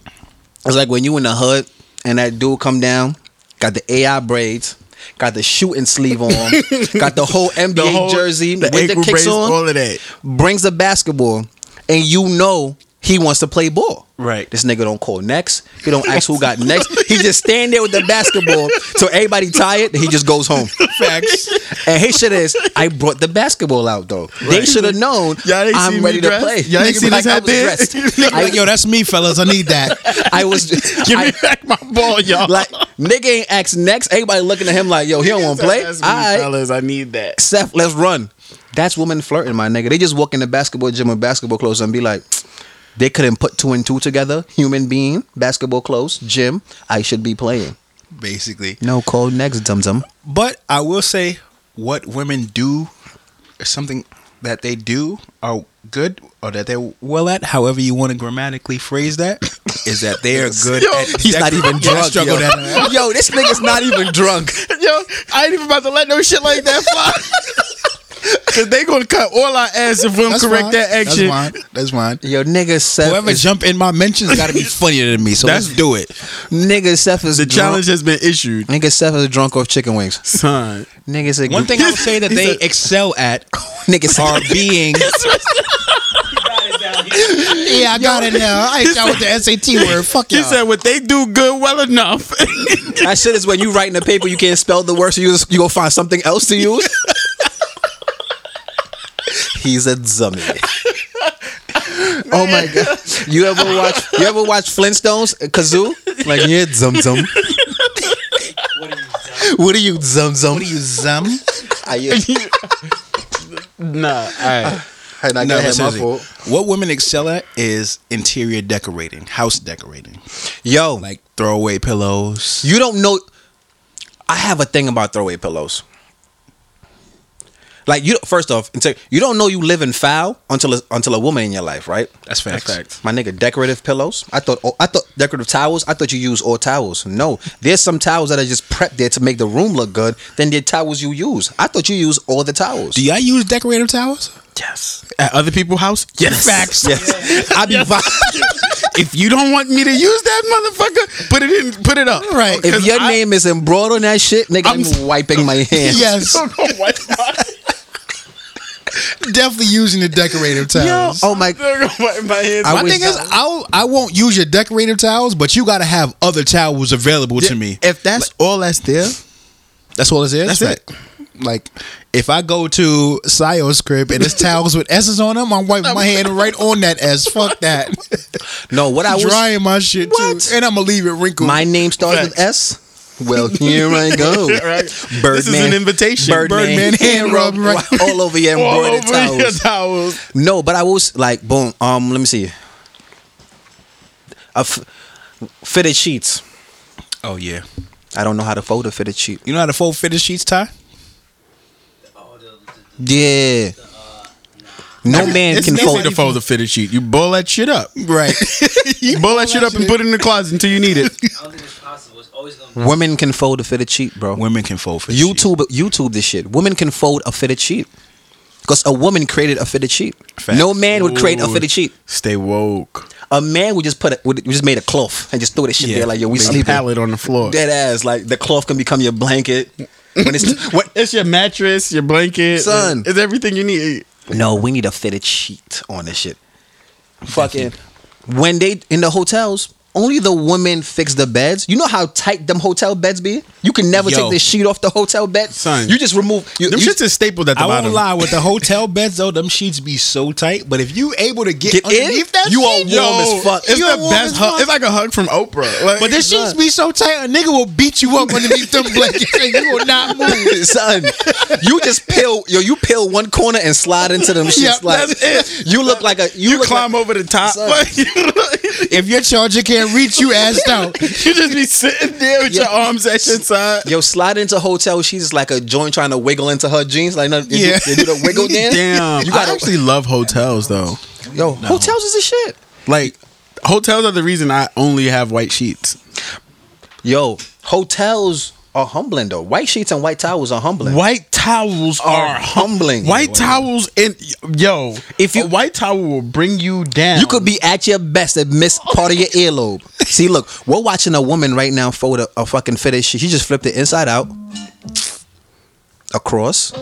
Speaker 4: It's like when you in the hood and that dude come down, got the AI braids, got the shooting sleeve
Speaker 3: [LAUGHS]
Speaker 4: on, got the whole NBA
Speaker 3: The whole-
Speaker 4: jersey with the
Speaker 3: ankle
Speaker 4: kicks
Speaker 3: brace,
Speaker 4: on,
Speaker 3: all of that.
Speaker 4: brings a basketball, and you know he wants to play ball.
Speaker 6: Right.
Speaker 4: This nigga don't call next. He don't ask who
Speaker 3: [LAUGHS]
Speaker 4: got next. He just stand there with the basketball till everybody tired. And he just goes
Speaker 3: [LAUGHS]
Speaker 4: home.
Speaker 6: Facts.
Speaker 4: And his shit is, I brought the basketball out though. They should have known
Speaker 3: Y'all ain't
Speaker 4: I'm
Speaker 3: seen
Speaker 4: ready
Speaker 3: me
Speaker 4: to
Speaker 3: dressed?
Speaker 4: play.
Speaker 3: Y'all ain't
Speaker 4: Nigga
Speaker 3: seen
Speaker 4: be like, I
Speaker 3: this hat [LAUGHS]
Speaker 4: was
Speaker 3: there?
Speaker 4: dressed. I-
Speaker 1: Like, yo, that's me, fellas. I need that.
Speaker 4: I was
Speaker 3: [LAUGHS] Give
Speaker 4: I,
Speaker 3: me back my ball, [LAUGHS]
Speaker 4: [LAUGHS]
Speaker 3: y'all.
Speaker 4: like nigga ain't asked next. Everybody looking at him like, yo, he don't want to play. All
Speaker 3: That's me,
Speaker 4: right,
Speaker 3: fellas. I need that.
Speaker 4: Seth, let's run. That's women flirting, my nigga. They just walk in the basketball gym with basketball clothes and be like, they couldn't put two and two together. Human being, basketball clothes, gym. I should be playing.
Speaker 6: Basically.
Speaker 4: No call next, dum dum.
Speaker 6: But I will say what women do or something that they do are good or that they're well at, however you want to grammatically phrase that, is that they
Speaker 3: [LAUGHS]
Speaker 6: are good at
Speaker 4: He's not even
Speaker 6: Yeah, I
Speaker 4: drunk.
Speaker 6: struggled at that.
Speaker 4: Yo. yo, this nigga's not even drunk.
Speaker 3: Yo, I ain't even about to let no shit like that fly. Cause they gonna cut all our ass if we don't
Speaker 1: That's
Speaker 3: correct
Speaker 1: fine.
Speaker 3: that action.
Speaker 1: That's fine. That's fine.
Speaker 4: Yo, nigga Seth
Speaker 1: Whoever
Speaker 4: is,
Speaker 1: jump in my mentions got to be funnier than me. So let's do it.
Speaker 4: nigga Seth is
Speaker 3: The
Speaker 4: drunk.
Speaker 3: challenge has been
Speaker 1: [LAUGHS]
Speaker 3: issued,
Speaker 4: Nigga Seth is drunk off chicken wings.
Speaker 3: son.
Speaker 4: Nigga said
Speaker 6: One thing I would say that they
Speaker 3: said-
Speaker 6: excel
Speaker 4: [LAUGHS]
Speaker 6: at
Speaker 4: Oh, Nigga said
Speaker 6: are being
Speaker 4: [LAUGHS]
Speaker 1: Yeah, I got it now. I ain't got with the SAT word. Fuck
Speaker 3: He
Speaker 1: you.
Speaker 3: said what they do good
Speaker 1: [LAUGHS]
Speaker 3: well enough.
Speaker 4: That shit is when you write in a paper, you can't spell the word, so you just, you go find something else to use. [LAUGHS] He's
Speaker 1: [LAUGHS]
Speaker 4: a dummy. oh my god! You ever watch? You ever watch Flintstones?
Speaker 1: [LAUGHS]
Speaker 4: Kazoo? Like yeah, zum zum. What are you zum zum? What are you zum? I,
Speaker 3: nah, all right.
Speaker 4: and I gotta
Speaker 6: No, but
Speaker 4: have my
Speaker 6: seriously,
Speaker 4: fault.
Speaker 6: What women excel at is interior decorating, house decorating,
Speaker 4: Yo,
Speaker 6: like throwaway pillows.
Speaker 4: You don't know. I have a thing about throwaway pillows. Like you, first off, it's like, you don't know you live in foul until a, until a woman in your life, right?
Speaker 6: That's facts.
Speaker 4: My nigga, decorative pillows. I thought oh, I thought decorative towels. I thought you use all towels. No, there's some towels that are just prepped there to make the room look good. Then the towels you use. I thought you use all the towels.
Speaker 1: Do y'all use decorative towels?
Speaker 3: Yes. At other people's house? Yes.
Speaker 1: [LAUGHS]
Speaker 4: [LAUGHS]
Speaker 1: Facts.
Speaker 4: yes, I be vi-
Speaker 3: [LAUGHS] If you don't want me to use that motherfucker, put it in. Put it up.
Speaker 1: Right.
Speaker 4: If your
Speaker 1: [LAUGHS]
Speaker 3: I-
Speaker 4: name is embroidered on
Speaker 3: [LAUGHS]
Speaker 4: that shit, nigga, I'm,
Speaker 1: [LAUGHS]
Speaker 3: I'm-
Speaker 4: wiping my hands.
Speaker 1: Yes.
Speaker 3: Don't know why.
Speaker 1: definitely using the decorative towels.
Speaker 8: Oh my!
Speaker 3: my, my hands.
Speaker 1: My
Speaker 8: wish
Speaker 1: thing is,
Speaker 8: that-
Speaker 1: I'll, I won't use your decorative towels, but you got to have other towels available to me.
Speaker 3: If that's all that's there,
Speaker 1: That's all it is.
Speaker 3: That's it.
Speaker 1: it. Like, if I go to Sayo's crib
Speaker 4: [LAUGHS]
Speaker 1: and it's towels with S's on them, I'm wiping my hand right on that S. Fuck
Speaker 4: [LAUGHS]
Speaker 1: that.
Speaker 4: No, what I was
Speaker 1: Drying my shit
Speaker 4: What?
Speaker 1: too, and I'm gonna leave it wrinkled.
Speaker 4: My name starts with S. Well, here I
Speaker 3: [LAUGHS]
Speaker 4: go. Birdman.
Speaker 3: This is an invitation.
Speaker 4: Birdman, [LAUGHS]
Speaker 1: Birdman hand rub, right?
Speaker 4: all over your
Speaker 3: all
Speaker 4: embroidered
Speaker 3: over
Speaker 4: towels.
Speaker 3: [LAUGHS] your towels.
Speaker 4: No, but I was like, boom. Um, let me see. A f- fitted sheets.
Speaker 6: Oh yeah.
Speaker 4: I don't know how to fold a fitted sheet.
Speaker 6: You know how to fold fitted sheets, Ty?
Speaker 4: Yeah. No man
Speaker 3: It's
Speaker 4: can
Speaker 3: easy
Speaker 4: fold.
Speaker 3: to fold a fitted sheet. You boil that shit up.
Speaker 1: right. [LAUGHS]
Speaker 3: You boil that shit up and put it in the closet until you need it.
Speaker 7: I don't think it's possible. It's always gonna
Speaker 3: Mm.
Speaker 4: Women can fold a fitted sheet, bro.
Speaker 6: Women can fold fitted sheets.
Speaker 4: YouTube, YouTube this shit. Women can fold a fitted sheet because a woman created a fitted sheet. [LAUGHS] No man would create a
Speaker 3: Ooh.
Speaker 4: fitted sheet.
Speaker 3: Stay woke.
Speaker 4: A man would just put a, would, just made a cloth and just throw that shit there like yo, we
Speaker 3: A
Speaker 4: sleeping.
Speaker 3: pallet on the floor.
Speaker 4: Dead ass, like the cloth can become your blanket. When
Speaker 3: [LAUGHS]
Speaker 4: it's what?
Speaker 3: It's your mattress, your blanket,
Speaker 4: Son.
Speaker 3: It's everything you need.
Speaker 4: No, we need a fitted sheet on this shit. Fucking when they in the hotels, only the women fix the beds. You know how tight them hotel beds be. You can never
Speaker 6: Yo.
Speaker 4: take the sheet off the hotel bed.
Speaker 3: Son.
Speaker 4: You just remove. You,
Speaker 3: Them
Speaker 4: you-
Speaker 3: shit's is stapled at the
Speaker 6: I
Speaker 3: bottom.
Speaker 6: won't lie, with the [LAUGHS] hotel beds though, them sheets be so tight. But if you able to get,
Speaker 4: Get in?
Speaker 6: underneath that,
Speaker 4: You
Speaker 6: shit,
Speaker 4: are warm as fuck.
Speaker 3: It's
Speaker 4: You
Speaker 3: the
Speaker 4: warm
Speaker 3: best
Speaker 4: as
Speaker 3: hug.
Speaker 4: fuck.
Speaker 3: It's like a hug from Oprah. Like,
Speaker 1: But the sheets be so tight, a nigga will beat you up underneath
Speaker 3: [LAUGHS]
Speaker 1: them blankets, and you will not move.
Speaker 4: son. You just peel yo, you peel one corner and slide into them shits.
Speaker 3: Yeah,
Speaker 4: like
Speaker 3: that's it.
Speaker 4: you look like a you,
Speaker 3: you
Speaker 4: look
Speaker 3: climb
Speaker 4: like,
Speaker 3: over the top.
Speaker 4: Son.
Speaker 3: Like, [LAUGHS] you
Speaker 1: If your charger can't reach you,
Speaker 3: [LAUGHS]
Speaker 1: assed out.
Speaker 3: just be sitting there with your
Speaker 4: Yeah.
Speaker 3: arms at your side.
Speaker 4: Yo, slide into hotel. She's just like a joint trying to wiggle into her jeans. Like, no, they,
Speaker 1: Yeah.
Speaker 4: do, they do the wiggle dance.
Speaker 3: [LAUGHS] Damn,
Speaker 4: you
Speaker 3: I
Speaker 4: got
Speaker 3: actually love hotels though.
Speaker 4: yo. Hotels is a shit.
Speaker 3: Like hotels are the reason I only have white sheets.
Speaker 4: Yo, hotels are humbling though. White sheets and white towels are humbling.
Speaker 3: White towels
Speaker 4: Are humbling.
Speaker 3: White towels and yo,
Speaker 4: If you-
Speaker 3: a white towel will bring you down.
Speaker 4: You could be at your best and miss part of your earlobe. See, look, we're watching a woman right now fold a, a fucking fitted sheet. She just flipped it inside out, across.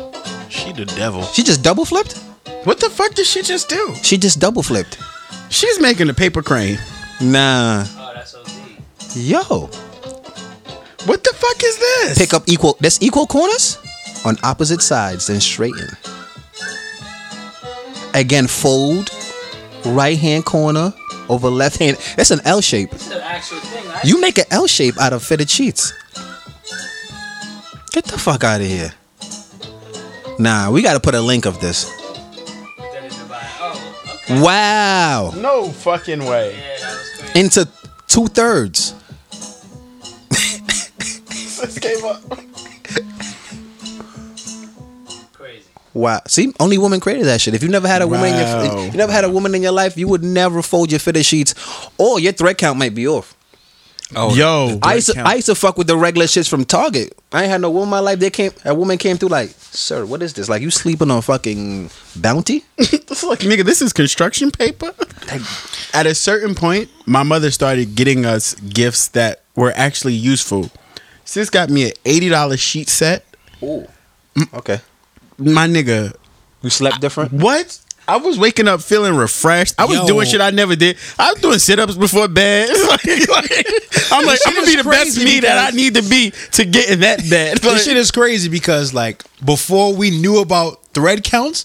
Speaker 6: she the devil.
Speaker 4: She just double flipped.
Speaker 3: What the fuck did she just do?
Speaker 4: She just double flipped.
Speaker 3: She's making a paper crane.
Speaker 4: Nah,
Speaker 7: Oh, that's OD.
Speaker 4: yo,
Speaker 3: What the fuck is this?
Speaker 4: pick up equal. That's equal corners on opposite sides, then straighten. Again, fold right hand corner over left hand. That's an L shape.
Speaker 7: It's an actual thing. I
Speaker 4: You make an L shape out of fitted sheets. Get the fuck out of here. Nah, we gotta put a link of this.
Speaker 7: that is divine. Oh, okay.
Speaker 4: Wow.
Speaker 3: No fucking way.
Speaker 7: Yeah, that was crazy.
Speaker 4: Into two thirds.
Speaker 7: crazy.
Speaker 4: Wow. See, only women created that shit. If you never had a woman in your
Speaker 3: Wow.
Speaker 4: if you never had a woman in your life, you would never fold your fitted sheets or your thread count might be off.
Speaker 6: Oh,
Speaker 3: Yo,
Speaker 4: I used, to, I used to fuck with the regular shits from Target. I ain't had no woman in my life. They came a woman came through like, sir, what is this? Like you sleeping on fucking bounty?
Speaker 3: [LAUGHS] It's like, nigga, this is construction paper. At a certain point, my mother started getting us gifts that were actually useful. Sis got me an eighty dollars sheet set.
Speaker 4: okay.
Speaker 3: My nigga,
Speaker 4: You slept different?
Speaker 3: what? I was waking up feeling refreshed. I was
Speaker 1: Yo.
Speaker 3: doing shit I never did. I was doing sit ups before bed. [LAUGHS]
Speaker 1: [LAUGHS]
Speaker 3: Like, like, I'm like, I'm gonna be the best me that I need to be to get in that bed. Like,
Speaker 1: this shit is crazy because like before we knew about thread counts,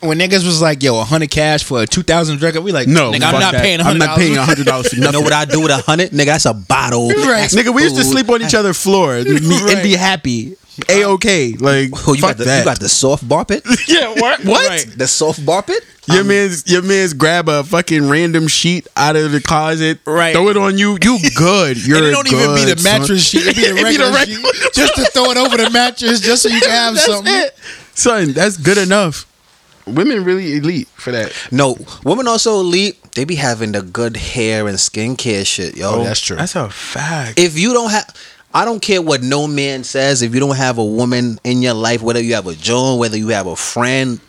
Speaker 1: when niggas was like, "Yo, hundred cash for a two thousand thread count," we like,
Speaker 3: no,
Speaker 1: nigga,
Speaker 3: fuck
Speaker 1: I'm not
Speaker 3: that.
Speaker 1: paying. $100.
Speaker 3: I'm not paying hundred
Speaker 1: [LAUGHS]
Speaker 3: dollars for
Speaker 4: You [LAUGHS]
Speaker 3: nothing.
Speaker 4: know what I do with a hundred? Nigga, that's a bottle.
Speaker 1: Right.
Speaker 4: That's
Speaker 3: Nigga, we used to
Speaker 4: food.
Speaker 3: sleep on each
Speaker 1: [LAUGHS]
Speaker 3: other's floor and be, and be happy. A okay. Like,
Speaker 4: Oh, you
Speaker 3: fuck
Speaker 4: got the
Speaker 3: that.
Speaker 4: you got the soft barpet?
Speaker 3: [LAUGHS] yeah, what? What?
Speaker 4: The soft barpet?
Speaker 3: Your
Speaker 1: Um,
Speaker 3: man's your man's grab a fucking random sheet out of the closet, right? Throw it on you. You good.
Speaker 1: [LAUGHS]
Speaker 3: You're
Speaker 1: And it don't even be
Speaker 3: good,
Speaker 1: the
Speaker 3: son.
Speaker 1: mattress sheet.
Speaker 3: [LAUGHS]
Speaker 1: It be
Speaker 3: It
Speaker 1: the
Speaker 3: be the
Speaker 1: regular,
Speaker 3: regular- [LAUGHS]
Speaker 1: sheet, just to throw it over the mattress, just so you can have
Speaker 3: That's
Speaker 1: something.
Speaker 3: it, son. That's good enough. Women really elite for that.
Speaker 4: No, women also elite. They be having the good hair and skincare shit, yo.
Speaker 1: true.
Speaker 3: Oh, That's a fact.
Speaker 4: if you don't have I don't care what no man says, if you don't have a woman in your life, whether you have a joint, whether you have a friend,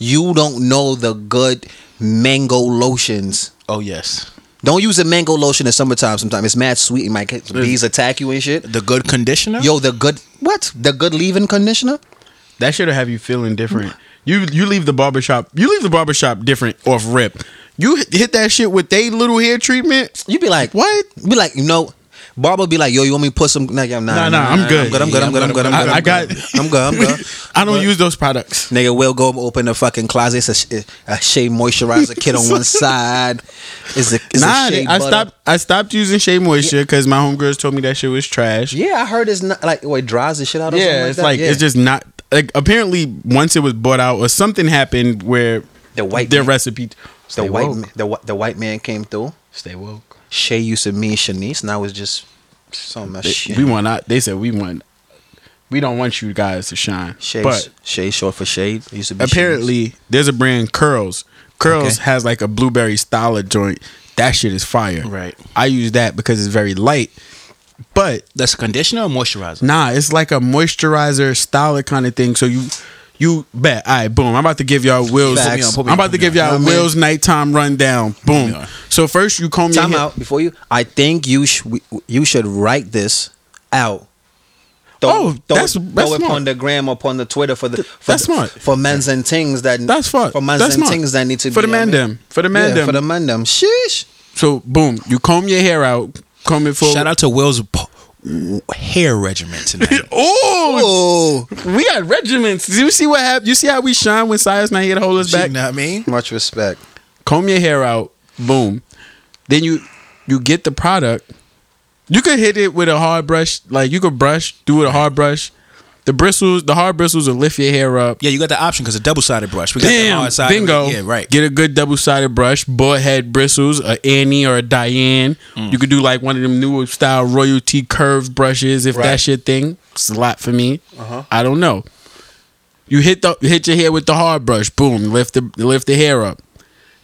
Speaker 4: you don't know the good mango lotions.
Speaker 6: oh yes,
Speaker 4: Don't use a mango lotion in summertime sometimes. It's mad sweet and might bees attack you and shit.
Speaker 6: the good conditioner.
Speaker 4: Yo, the good what? The good leave-in conditioner?
Speaker 3: That should have you feeling different. You you leave the barbershop. You leave the barbershop different off rip. You hit- hit that shit with they little hair treatment.
Speaker 4: You be like,
Speaker 3: What?
Speaker 4: Be like, you know, Barber be like, yo, you want me to put some? Nah, yeah, nah,
Speaker 3: Nah, nah, I'm good.
Speaker 4: I'm good. I'm good. I'm good. I'm good. I'm
Speaker 3: I-
Speaker 4: good.
Speaker 3: I
Speaker 4: I'm
Speaker 3: got-
Speaker 4: good. [LAUGHS] I'm good. I'm
Speaker 3: [LAUGHS]
Speaker 4: good.
Speaker 3: I don't use those products.
Speaker 4: Nigga will go open the fucking closet. It's a, sh- a shea moisturizer kit
Speaker 3: [LAUGHS]
Speaker 4: on one side. It's a, it's
Speaker 3: Nah,
Speaker 4: a shea
Speaker 3: I
Speaker 4: butter.
Speaker 3: stopped. I stopped using shea moisture because my homegirls told me that shit was trash.
Speaker 4: Yeah, I heard it's not like what dries the shit out. Or something
Speaker 3: Yeah,
Speaker 4: like
Speaker 3: it's
Speaker 4: that.
Speaker 3: like
Speaker 4: yeah.
Speaker 3: it's just not like apparently once it was bought out or something happened where
Speaker 4: The white
Speaker 3: their
Speaker 4: man-
Speaker 3: recipe
Speaker 4: the
Speaker 3: Stay
Speaker 4: white
Speaker 3: woke.
Speaker 4: ma- the whi- the white man came through.
Speaker 3: Stay woke.
Speaker 4: Shay used to mean Shanice. Now it's just so much
Speaker 3: They-
Speaker 4: shit.
Speaker 3: We want not. They said we want. We don't want you guys to shine.
Speaker 4: Shay,
Speaker 3: but
Speaker 4: Shay short for shade. It used to be
Speaker 3: apparently, there's a brand Curls. Curls
Speaker 4: Okay.
Speaker 3: has like a blueberry styler joint. That shit is fire.
Speaker 6: Right.
Speaker 3: I use that because it's very light. But
Speaker 6: That's a conditioner or moisturizer?
Speaker 3: Nah, it's like a moisturizer styler kind of thing. So you you bet. All right, boom. I'm about to give y'all Will's.
Speaker 4: Facts. Put me on, put
Speaker 6: me
Speaker 3: I'm
Speaker 6: on,
Speaker 3: about
Speaker 6: put
Speaker 3: to
Speaker 6: me
Speaker 3: give
Speaker 6: on.
Speaker 3: y'all
Speaker 4: Nah, man.
Speaker 3: Will's nighttime rundown. Boom.
Speaker 6: on.
Speaker 3: So first you comb
Speaker 4: Shanice. Time
Speaker 3: your hair.
Speaker 4: out before you. I think you sh- we- you should write this out.
Speaker 3: Oh, that's-
Speaker 4: throw
Speaker 3: that's
Speaker 4: it
Speaker 3: smart.
Speaker 4: upon the gram, upon the Twitter for the for
Speaker 3: that's
Speaker 4: the-
Speaker 3: smart.
Speaker 4: for men's and things that
Speaker 3: That's fun.
Speaker 4: for men's
Speaker 3: That's
Speaker 4: and
Speaker 3: smart.
Speaker 4: things that need to
Speaker 3: for
Speaker 4: be
Speaker 3: the
Speaker 4: on
Speaker 3: man
Speaker 4: there.
Speaker 3: them. For the man
Speaker 4: Yeah,
Speaker 3: them.
Speaker 4: for the man them. Sheesh.
Speaker 3: so boom, you comb your hair out. Comb it for.
Speaker 6: Shout out to Will's po- w- hair regimen [LAUGHS] tonight.
Speaker 3: Oh,
Speaker 4: Oh,
Speaker 3: we got regiments. Do you see what happened? You see how we shine when Silas not here to hold us back?
Speaker 6: you know what I mean?
Speaker 4: much respect.
Speaker 3: comb your hair out, boom. Then you you get the product. You could hit it with a hard brush, like you could brush, do it a hard brush. The bristles, the hard bristles will lift your hair up.
Speaker 6: Yeah, you got the option because a double sided brush. We got the
Speaker 3: Damn,
Speaker 6: hard side.
Speaker 3: bingo.
Speaker 6: Yeah, right.
Speaker 3: Get a good double sided brush, boar head bristles, a Annie or a Diane.
Speaker 6: Mm.
Speaker 3: You could do like one of them newer style royalty curved brushes if that's your thing. It's a lot for me.
Speaker 6: Uh-huh.
Speaker 3: I don't know. You hit the hit your hair with the hard brush, boom, lift the lift the hair up.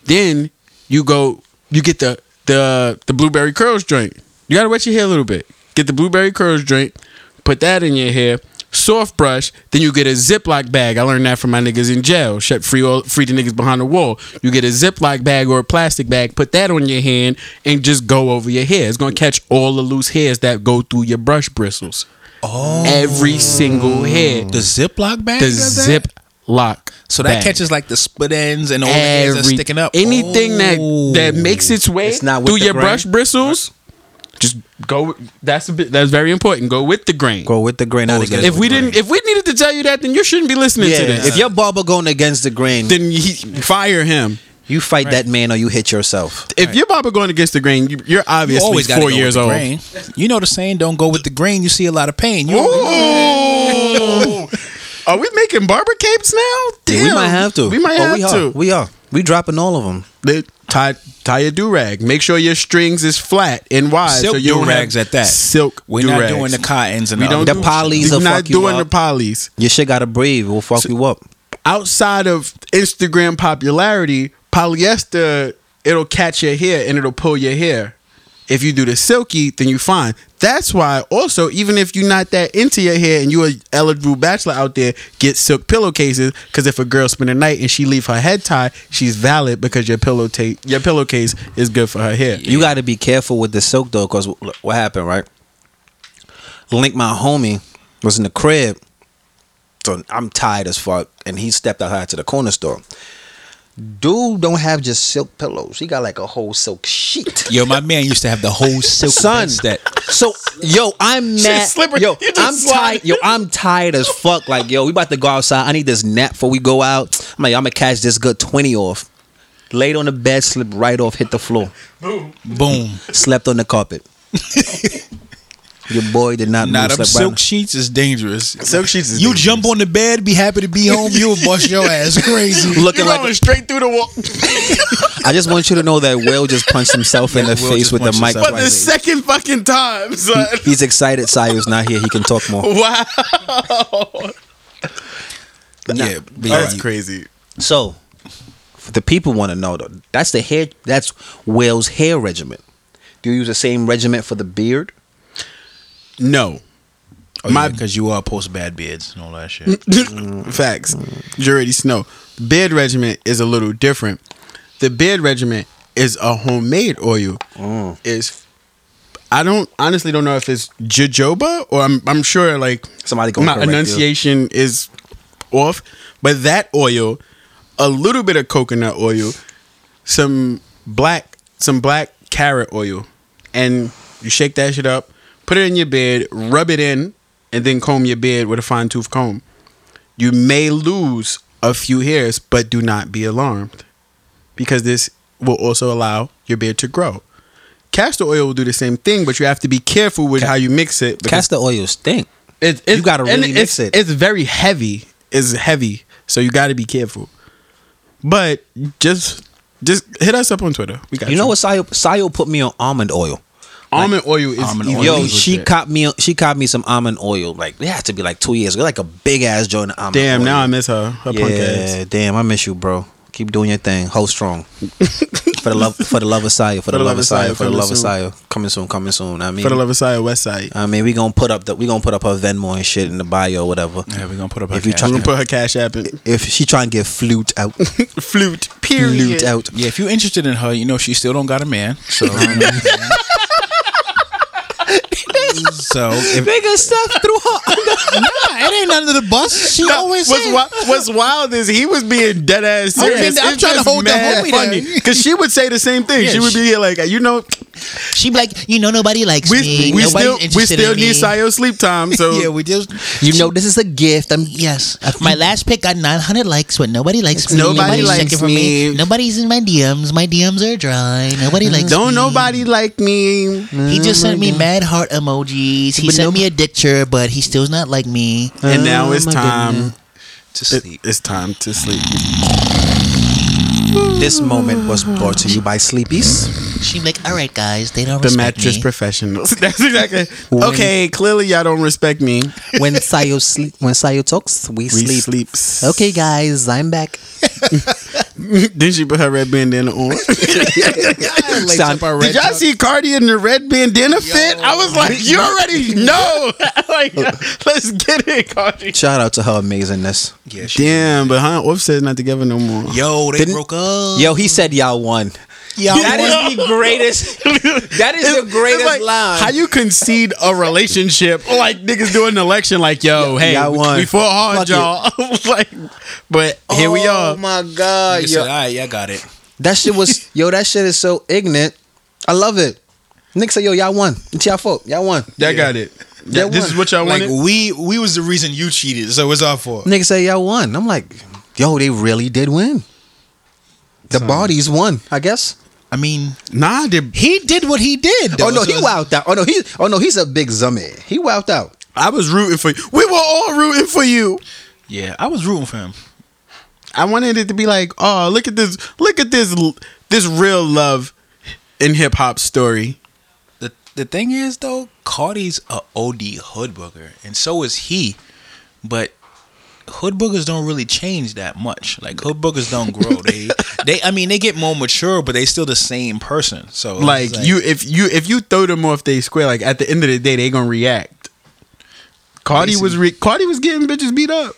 Speaker 3: Then you go, you get the the the blueberry curls joint. You gotta wet your hair a little bit. Get the blueberry curls joint, put that in your hair. Soft brush, then you get a Ziploc bag. I learned that from my niggas in jail. Shut free all free the niggas behind the wall. You get a Ziploc bag or a plastic bag, put that on your hand, and just go over your hair. It's gonna catch all the loose hairs that go through your brush bristles. Oh, every single hair.
Speaker 6: The Ziploc bag.
Speaker 3: The
Speaker 6: does that?
Speaker 3: zip lock.
Speaker 6: So that catches like the split ends and all the hairs that's sticking up.
Speaker 3: Anything
Speaker 6: Oh.
Speaker 3: that that makes its way
Speaker 4: It's not with
Speaker 3: through
Speaker 4: the
Speaker 3: your
Speaker 4: grain.
Speaker 3: brush bristles, just go. That's a bit. That's very important. Go with the grain.
Speaker 4: Go with the grain. Out against
Speaker 3: if
Speaker 4: the
Speaker 3: we
Speaker 4: grain.
Speaker 3: didn't, if we needed to tell you that, then you shouldn't be listening to
Speaker 4: yeah,
Speaker 3: this.
Speaker 4: if your barber going against the grain,
Speaker 3: then he, fire him.
Speaker 4: you fight that man or you hit yourself.
Speaker 3: If your barber going against the grain, you, you're
Speaker 6: You
Speaker 3: obviously
Speaker 6: always got
Speaker 3: four years old.
Speaker 6: Grain. You know the saying, don't go with the grain. You see a lot of pain. You
Speaker 4: [LAUGHS]
Speaker 3: Ooh. Are we making barber capes now? Damn.
Speaker 4: We might have to.
Speaker 3: We might
Speaker 4: Oh,
Speaker 3: have
Speaker 4: we Are.
Speaker 3: to.
Speaker 4: We are. We dropping all of them.
Speaker 3: They tie tie your do rag. Make sure your strings is flat and wide.
Speaker 6: silk
Speaker 3: so you don't have
Speaker 6: durags at that.
Speaker 3: Silk.
Speaker 6: We're not
Speaker 3: do-rags.
Speaker 6: doing the cottons and
Speaker 3: We
Speaker 6: the
Speaker 3: don't
Speaker 6: other-
Speaker 4: The polys
Speaker 3: We're
Speaker 4: will
Speaker 3: not
Speaker 4: fuck you
Speaker 3: doing
Speaker 4: up.
Speaker 3: the polys.
Speaker 4: Your shit gotta breathe. We'll fuck you up.
Speaker 3: Outside of Instagram popularity, polyester it'll catch your hair and it'll pull your hair. If you do the silky, then you fine. That's why also even if you're not that into your hair and you're a eligible bachelor out there, get silk pillowcases. Because if a girl spend a night and she leave her head tie, she's valid because your pillow ta- your pillowcase is good for her hair.
Speaker 4: You got to be careful with the silk though, because what happened, right? Link, my homie, was in the crib, so I'm tired as fuck, and he stepped outside to the corner store. Dude, don't have just silk pillows. He got like a whole silk
Speaker 3: [LAUGHS]
Speaker 4: sheet.
Speaker 6: Yo, my man used to have the whole silk
Speaker 4: Son,
Speaker 6: that
Speaker 4: so yo, I'm mad.
Speaker 3: slippery.
Speaker 4: Yo,
Speaker 3: You just
Speaker 4: I'm
Speaker 3: slide.
Speaker 4: tired. Yo, I'm tired as fuck. Like yo, we about to go outside. I need this nap before we go out. I'm like, I'm gonna catch this good twenty off. Laid on the bed, slipped right off, hit the floor
Speaker 6: boom.
Speaker 4: slept on the
Speaker 6: [LAUGHS]
Speaker 4: carpet. Your boy did not
Speaker 6: Nah,
Speaker 4: move.
Speaker 6: them
Speaker 4: Slept right
Speaker 6: silk sheets is dangerous.
Speaker 3: Silk sheets is
Speaker 6: You jump on the bed, be happy to be home. You'll bust your ass
Speaker 3: [LAUGHS]
Speaker 6: crazy.
Speaker 4: Looking like
Speaker 3: straight through the wall.
Speaker 6: [LAUGHS]
Speaker 4: I just want you to know that Will just punched himself in the
Speaker 6: Will
Speaker 4: face
Speaker 6: just
Speaker 4: with the
Speaker 6: punched
Speaker 4: mic.
Speaker 6: himself.
Speaker 3: But the
Speaker 4: Twice.
Speaker 3: second fucking time, son.
Speaker 4: He's excited. Sayo's not here. He can talk
Speaker 6: Oh,
Speaker 4: more.
Speaker 3: Wow.
Speaker 6: yeah, but yeah,
Speaker 3: Oh, That's
Speaker 6: you-
Speaker 3: crazy.
Speaker 4: So, the people want to know though. That's the hair. That's Will's hair regimen. Do you use the same regiment for the beard?
Speaker 3: No.
Speaker 6: Oh,
Speaker 3: My-
Speaker 6: yeah, because you are post bad beards and all that
Speaker 4: Mm.
Speaker 3: [LAUGHS]
Speaker 6: shit.
Speaker 3: Facts. You already know. Beard regiment is a little different. The beard regiment is a homemade oil.
Speaker 4: Mm.
Speaker 3: Is I don't honestly don't know if it's jojoba or I'm I'm sure like
Speaker 4: Somebody gonna
Speaker 3: my
Speaker 4: correct you.
Speaker 3: enunciation is off. But that oil, a little bit of coconut oil, some black some black carrot oil, and you shake that shit up, put it in your beard, rub it in, and then comb your beard with a fine tooth comb. You may lose a few hairs, but do not be alarmed because this will also allow your beard to grow. Castor oil will do the same thing, but you have to be careful with how you mix it. because
Speaker 4: Castor oil stink.
Speaker 3: it, it's-
Speaker 4: you gotta
Speaker 3: and
Speaker 4: really mix
Speaker 3: it's-
Speaker 4: it.
Speaker 3: It's very heavy. It's heavy, so you got to be careful. But just just hit us up on Twitter. We got
Speaker 4: You know what Sayo, Sayo put me on almond oil.
Speaker 3: Almond oil is
Speaker 6: Almond oil.
Speaker 4: Yo,
Speaker 6: is
Speaker 4: she
Speaker 6: legit.
Speaker 4: caught me. She caught me some almond oil. Like it had to be like two years ago. Like a big ass joint of almond.
Speaker 3: Damn,
Speaker 4: oil.
Speaker 3: now I miss her. Her punk ass.
Speaker 4: yeah, damn, I miss you, bro. Keep doing your thing. Hold
Speaker 3: [LAUGHS]
Speaker 4: strong. for the love, for the love of Sayo, for, the love of Sayo, for the
Speaker 3: coming
Speaker 4: love of
Speaker 3: soon.
Speaker 4: Sayo. Coming soon, coming soon. I mean,
Speaker 3: For the love of Side West Side.
Speaker 4: I mean, we gonna put up the we gonna put up her Venmo and shit in the bio or whatever.
Speaker 6: Yeah, we're gonna put up
Speaker 4: If
Speaker 6: our
Speaker 4: you
Speaker 6: cash
Speaker 4: try-
Speaker 3: I'm
Speaker 6: app.
Speaker 3: gonna put her cash app in. [LAUGHS]
Speaker 4: If she try and get flute out,
Speaker 3: Flute.
Speaker 4: flute
Speaker 3: [LAUGHS] Period.
Speaker 4: out.
Speaker 6: yeah, if you're interested in her, you know she still don't got a man. So,
Speaker 4: [LAUGHS]
Speaker 6: so if,
Speaker 4: Nigga stuff through her.
Speaker 1: Nah, it ain't under the bus. She always
Speaker 3: What's,
Speaker 1: say-
Speaker 3: wi- what's wild is he was being dead ass
Speaker 1: I'm
Speaker 3: serious.
Speaker 1: being- I'm trying to hold the homie down.
Speaker 3: because she would say the same thing. she would be here like, you know,
Speaker 1: She be like, you know, nobody likes
Speaker 3: we,
Speaker 1: me.
Speaker 3: we
Speaker 1: Nobody's
Speaker 3: still we
Speaker 1: interested
Speaker 3: still
Speaker 1: in
Speaker 3: need
Speaker 1: me.
Speaker 3: Sayo sleep time. So
Speaker 1: [LAUGHS] Yeah, we just.
Speaker 8: You know this is a gift. I'm
Speaker 1: Yes, my last pick got 900 likes, but nobody likes me.
Speaker 3: Nobody
Speaker 1: Nobody's
Speaker 3: likes
Speaker 1: checking for me.
Speaker 3: me.
Speaker 1: Nobody's in my DMs. My DMs are dry. Nobody likes.
Speaker 3: don't
Speaker 1: me.
Speaker 3: nobody Mm-hmm. like me.
Speaker 1: He just sent me mad heart emojis. He sent me a picture, but he still's not like me.
Speaker 3: And
Speaker 1: Oh
Speaker 3: now it's time.
Speaker 6: to
Speaker 3: it-
Speaker 6: sleep,
Speaker 3: it's time to sleep.
Speaker 4: This moment was brought to you by Sleepies.
Speaker 1: She be like, all right, guys, they don't
Speaker 3: The
Speaker 1: respect
Speaker 3: mattress
Speaker 1: me.
Speaker 3: professionals. [LAUGHS] That's exactly. Okay, clearly y'all don't respect me.
Speaker 8: when Sayo sleep when Sayo talks, we,
Speaker 3: We
Speaker 8: sleep.
Speaker 3: sleeps.
Speaker 8: Okay guys, I'm back.
Speaker 3: Then she put her red bandana [LAUGHS] on.
Speaker 4: Sound-
Speaker 3: Did y'all see Cardi in the red bandana fit? I was like, you already know. [LAUGHS] like, let's get it, Cardi.
Speaker 4: shout out to her amazingness.
Speaker 6: yeah, she,
Speaker 3: Damn, but huh? Offset's not together no more.
Speaker 6: yo, "Oh, they
Speaker 4: Didn't-
Speaker 6: broke up.
Speaker 4: Yo, he said y'all won.
Speaker 1: Yeah,
Speaker 4: That
Speaker 3: [LAUGHS]
Speaker 4: is the greatest. That is the
Speaker 3: It's
Speaker 4: greatest
Speaker 3: like,
Speaker 4: line.
Speaker 3: How you concede a relationship? Like niggas doing an election, like yo, hey,
Speaker 4: y'all
Speaker 3: we,
Speaker 4: won.
Speaker 3: we fought
Speaker 4: Fuck
Speaker 3: hard, y'all. [LAUGHS] like, but here we
Speaker 4: Oh
Speaker 3: are.
Speaker 4: my god,
Speaker 6: Nigga
Speaker 4: yo.
Speaker 6: said, all right, yeah, I got it.
Speaker 4: That shit was yo. That shit is so ignorant. I love it. Nick said, "Yo, y'all won. It's y'all fault. Y'all won."
Speaker 3: Y'all got it.
Speaker 4: Y'all
Speaker 3: this
Speaker 4: won.
Speaker 3: is what y'all
Speaker 6: Like
Speaker 3: wanted.
Speaker 6: we, we was the reason you cheated, so it's our fault.
Speaker 4: Nick said, "Y'all won." I'm like, "Yo, they really did win." The bodies won, I guess.
Speaker 6: I mean,
Speaker 3: Nah, they-
Speaker 1: he did what he did.
Speaker 4: oh
Speaker 1: though,
Speaker 4: no,
Speaker 1: so
Speaker 4: he
Speaker 1: it's-
Speaker 4: wowed out. Oh no, he. Oh no, he's a big zombie. He wowed out.
Speaker 3: I was rooting for you. We were all rooting for you.
Speaker 6: yeah, I was rooting for him.
Speaker 3: I wanted it to be like, oh, look at this, look at this, l- this real love in hip hop story.
Speaker 6: the the thing is though, Cardi's a OD hoodbooger, and so is he. But hoodboogers don't really change that much. Like hoodboogers don't
Speaker 3: [LAUGHS]
Speaker 6: grow. they they I mean they get more mature, but they still the same person. So it's
Speaker 3: Like, you, if you, if you throw them off they square, like at the end of the day, they gonna react. Cardi was re- Cardi was getting bitches beat up.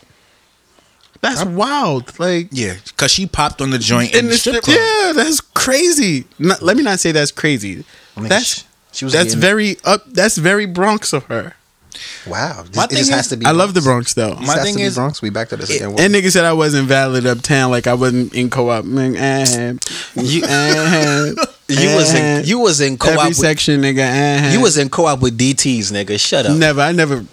Speaker 3: That's wild. Like
Speaker 6: yeah, because she popped on the joint in,
Speaker 3: in the strip, yeah, that's crazy. Not, let me not say that's crazy. that's
Speaker 4: She was.
Speaker 3: that's
Speaker 4: getting-
Speaker 3: very up. That's very Bronx of her.
Speaker 4: wow. This,
Speaker 6: My
Speaker 4: it just
Speaker 6: thing
Speaker 4: has
Speaker 6: is-
Speaker 4: to be.
Speaker 3: I love the Bronx though.
Speaker 4: My
Speaker 6: My
Speaker 4: has
Speaker 6: thing
Speaker 4: to
Speaker 6: is-
Speaker 4: be Bronx. We back to this again.
Speaker 3: And nigga said I wasn't valid uptown, like I wasn't in co-op. Man, eh,
Speaker 4: you,
Speaker 3: eh,
Speaker 4: you was
Speaker 3: eh.
Speaker 4: in. You was in [LAUGHS] co-op.
Speaker 3: every
Speaker 4: with-
Speaker 3: section, nigga. eh, eh.
Speaker 4: you was in co-op with DTS, nigga. Shut up.
Speaker 3: never. I never.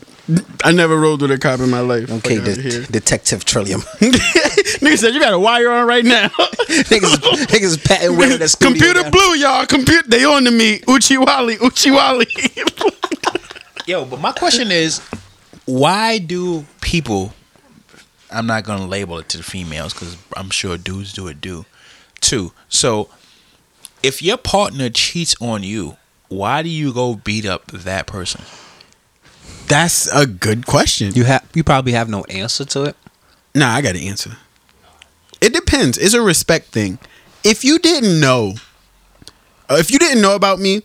Speaker 3: I never rolled with a cop in my life.
Speaker 4: Okay,
Speaker 3: Fuck outta
Speaker 4: det-
Speaker 3: here. [LAUGHS]
Speaker 4: Detective Trillium. [LAUGHS]
Speaker 3: nigga said you got a wire on right now.
Speaker 4: niggas, niggas patting women in the studio.
Speaker 3: [LAUGHS] Computer blue, y'all. Computer, they on to me. Uchiwali, Uchiwali. [LAUGHS]
Speaker 6: Yo, but my question is, why do people? I'm not gonna label it to the females because I'm sure dudes do it do, too. So, if your partner cheats on you, why do you go beat up that person?
Speaker 3: That's a good question.
Speaker 4: You have you probably have no answer to it.
Speaker 3: Nah, I got to answer. It depends. It's a respect thing. If you didn't know, uh, if you didn't know about me,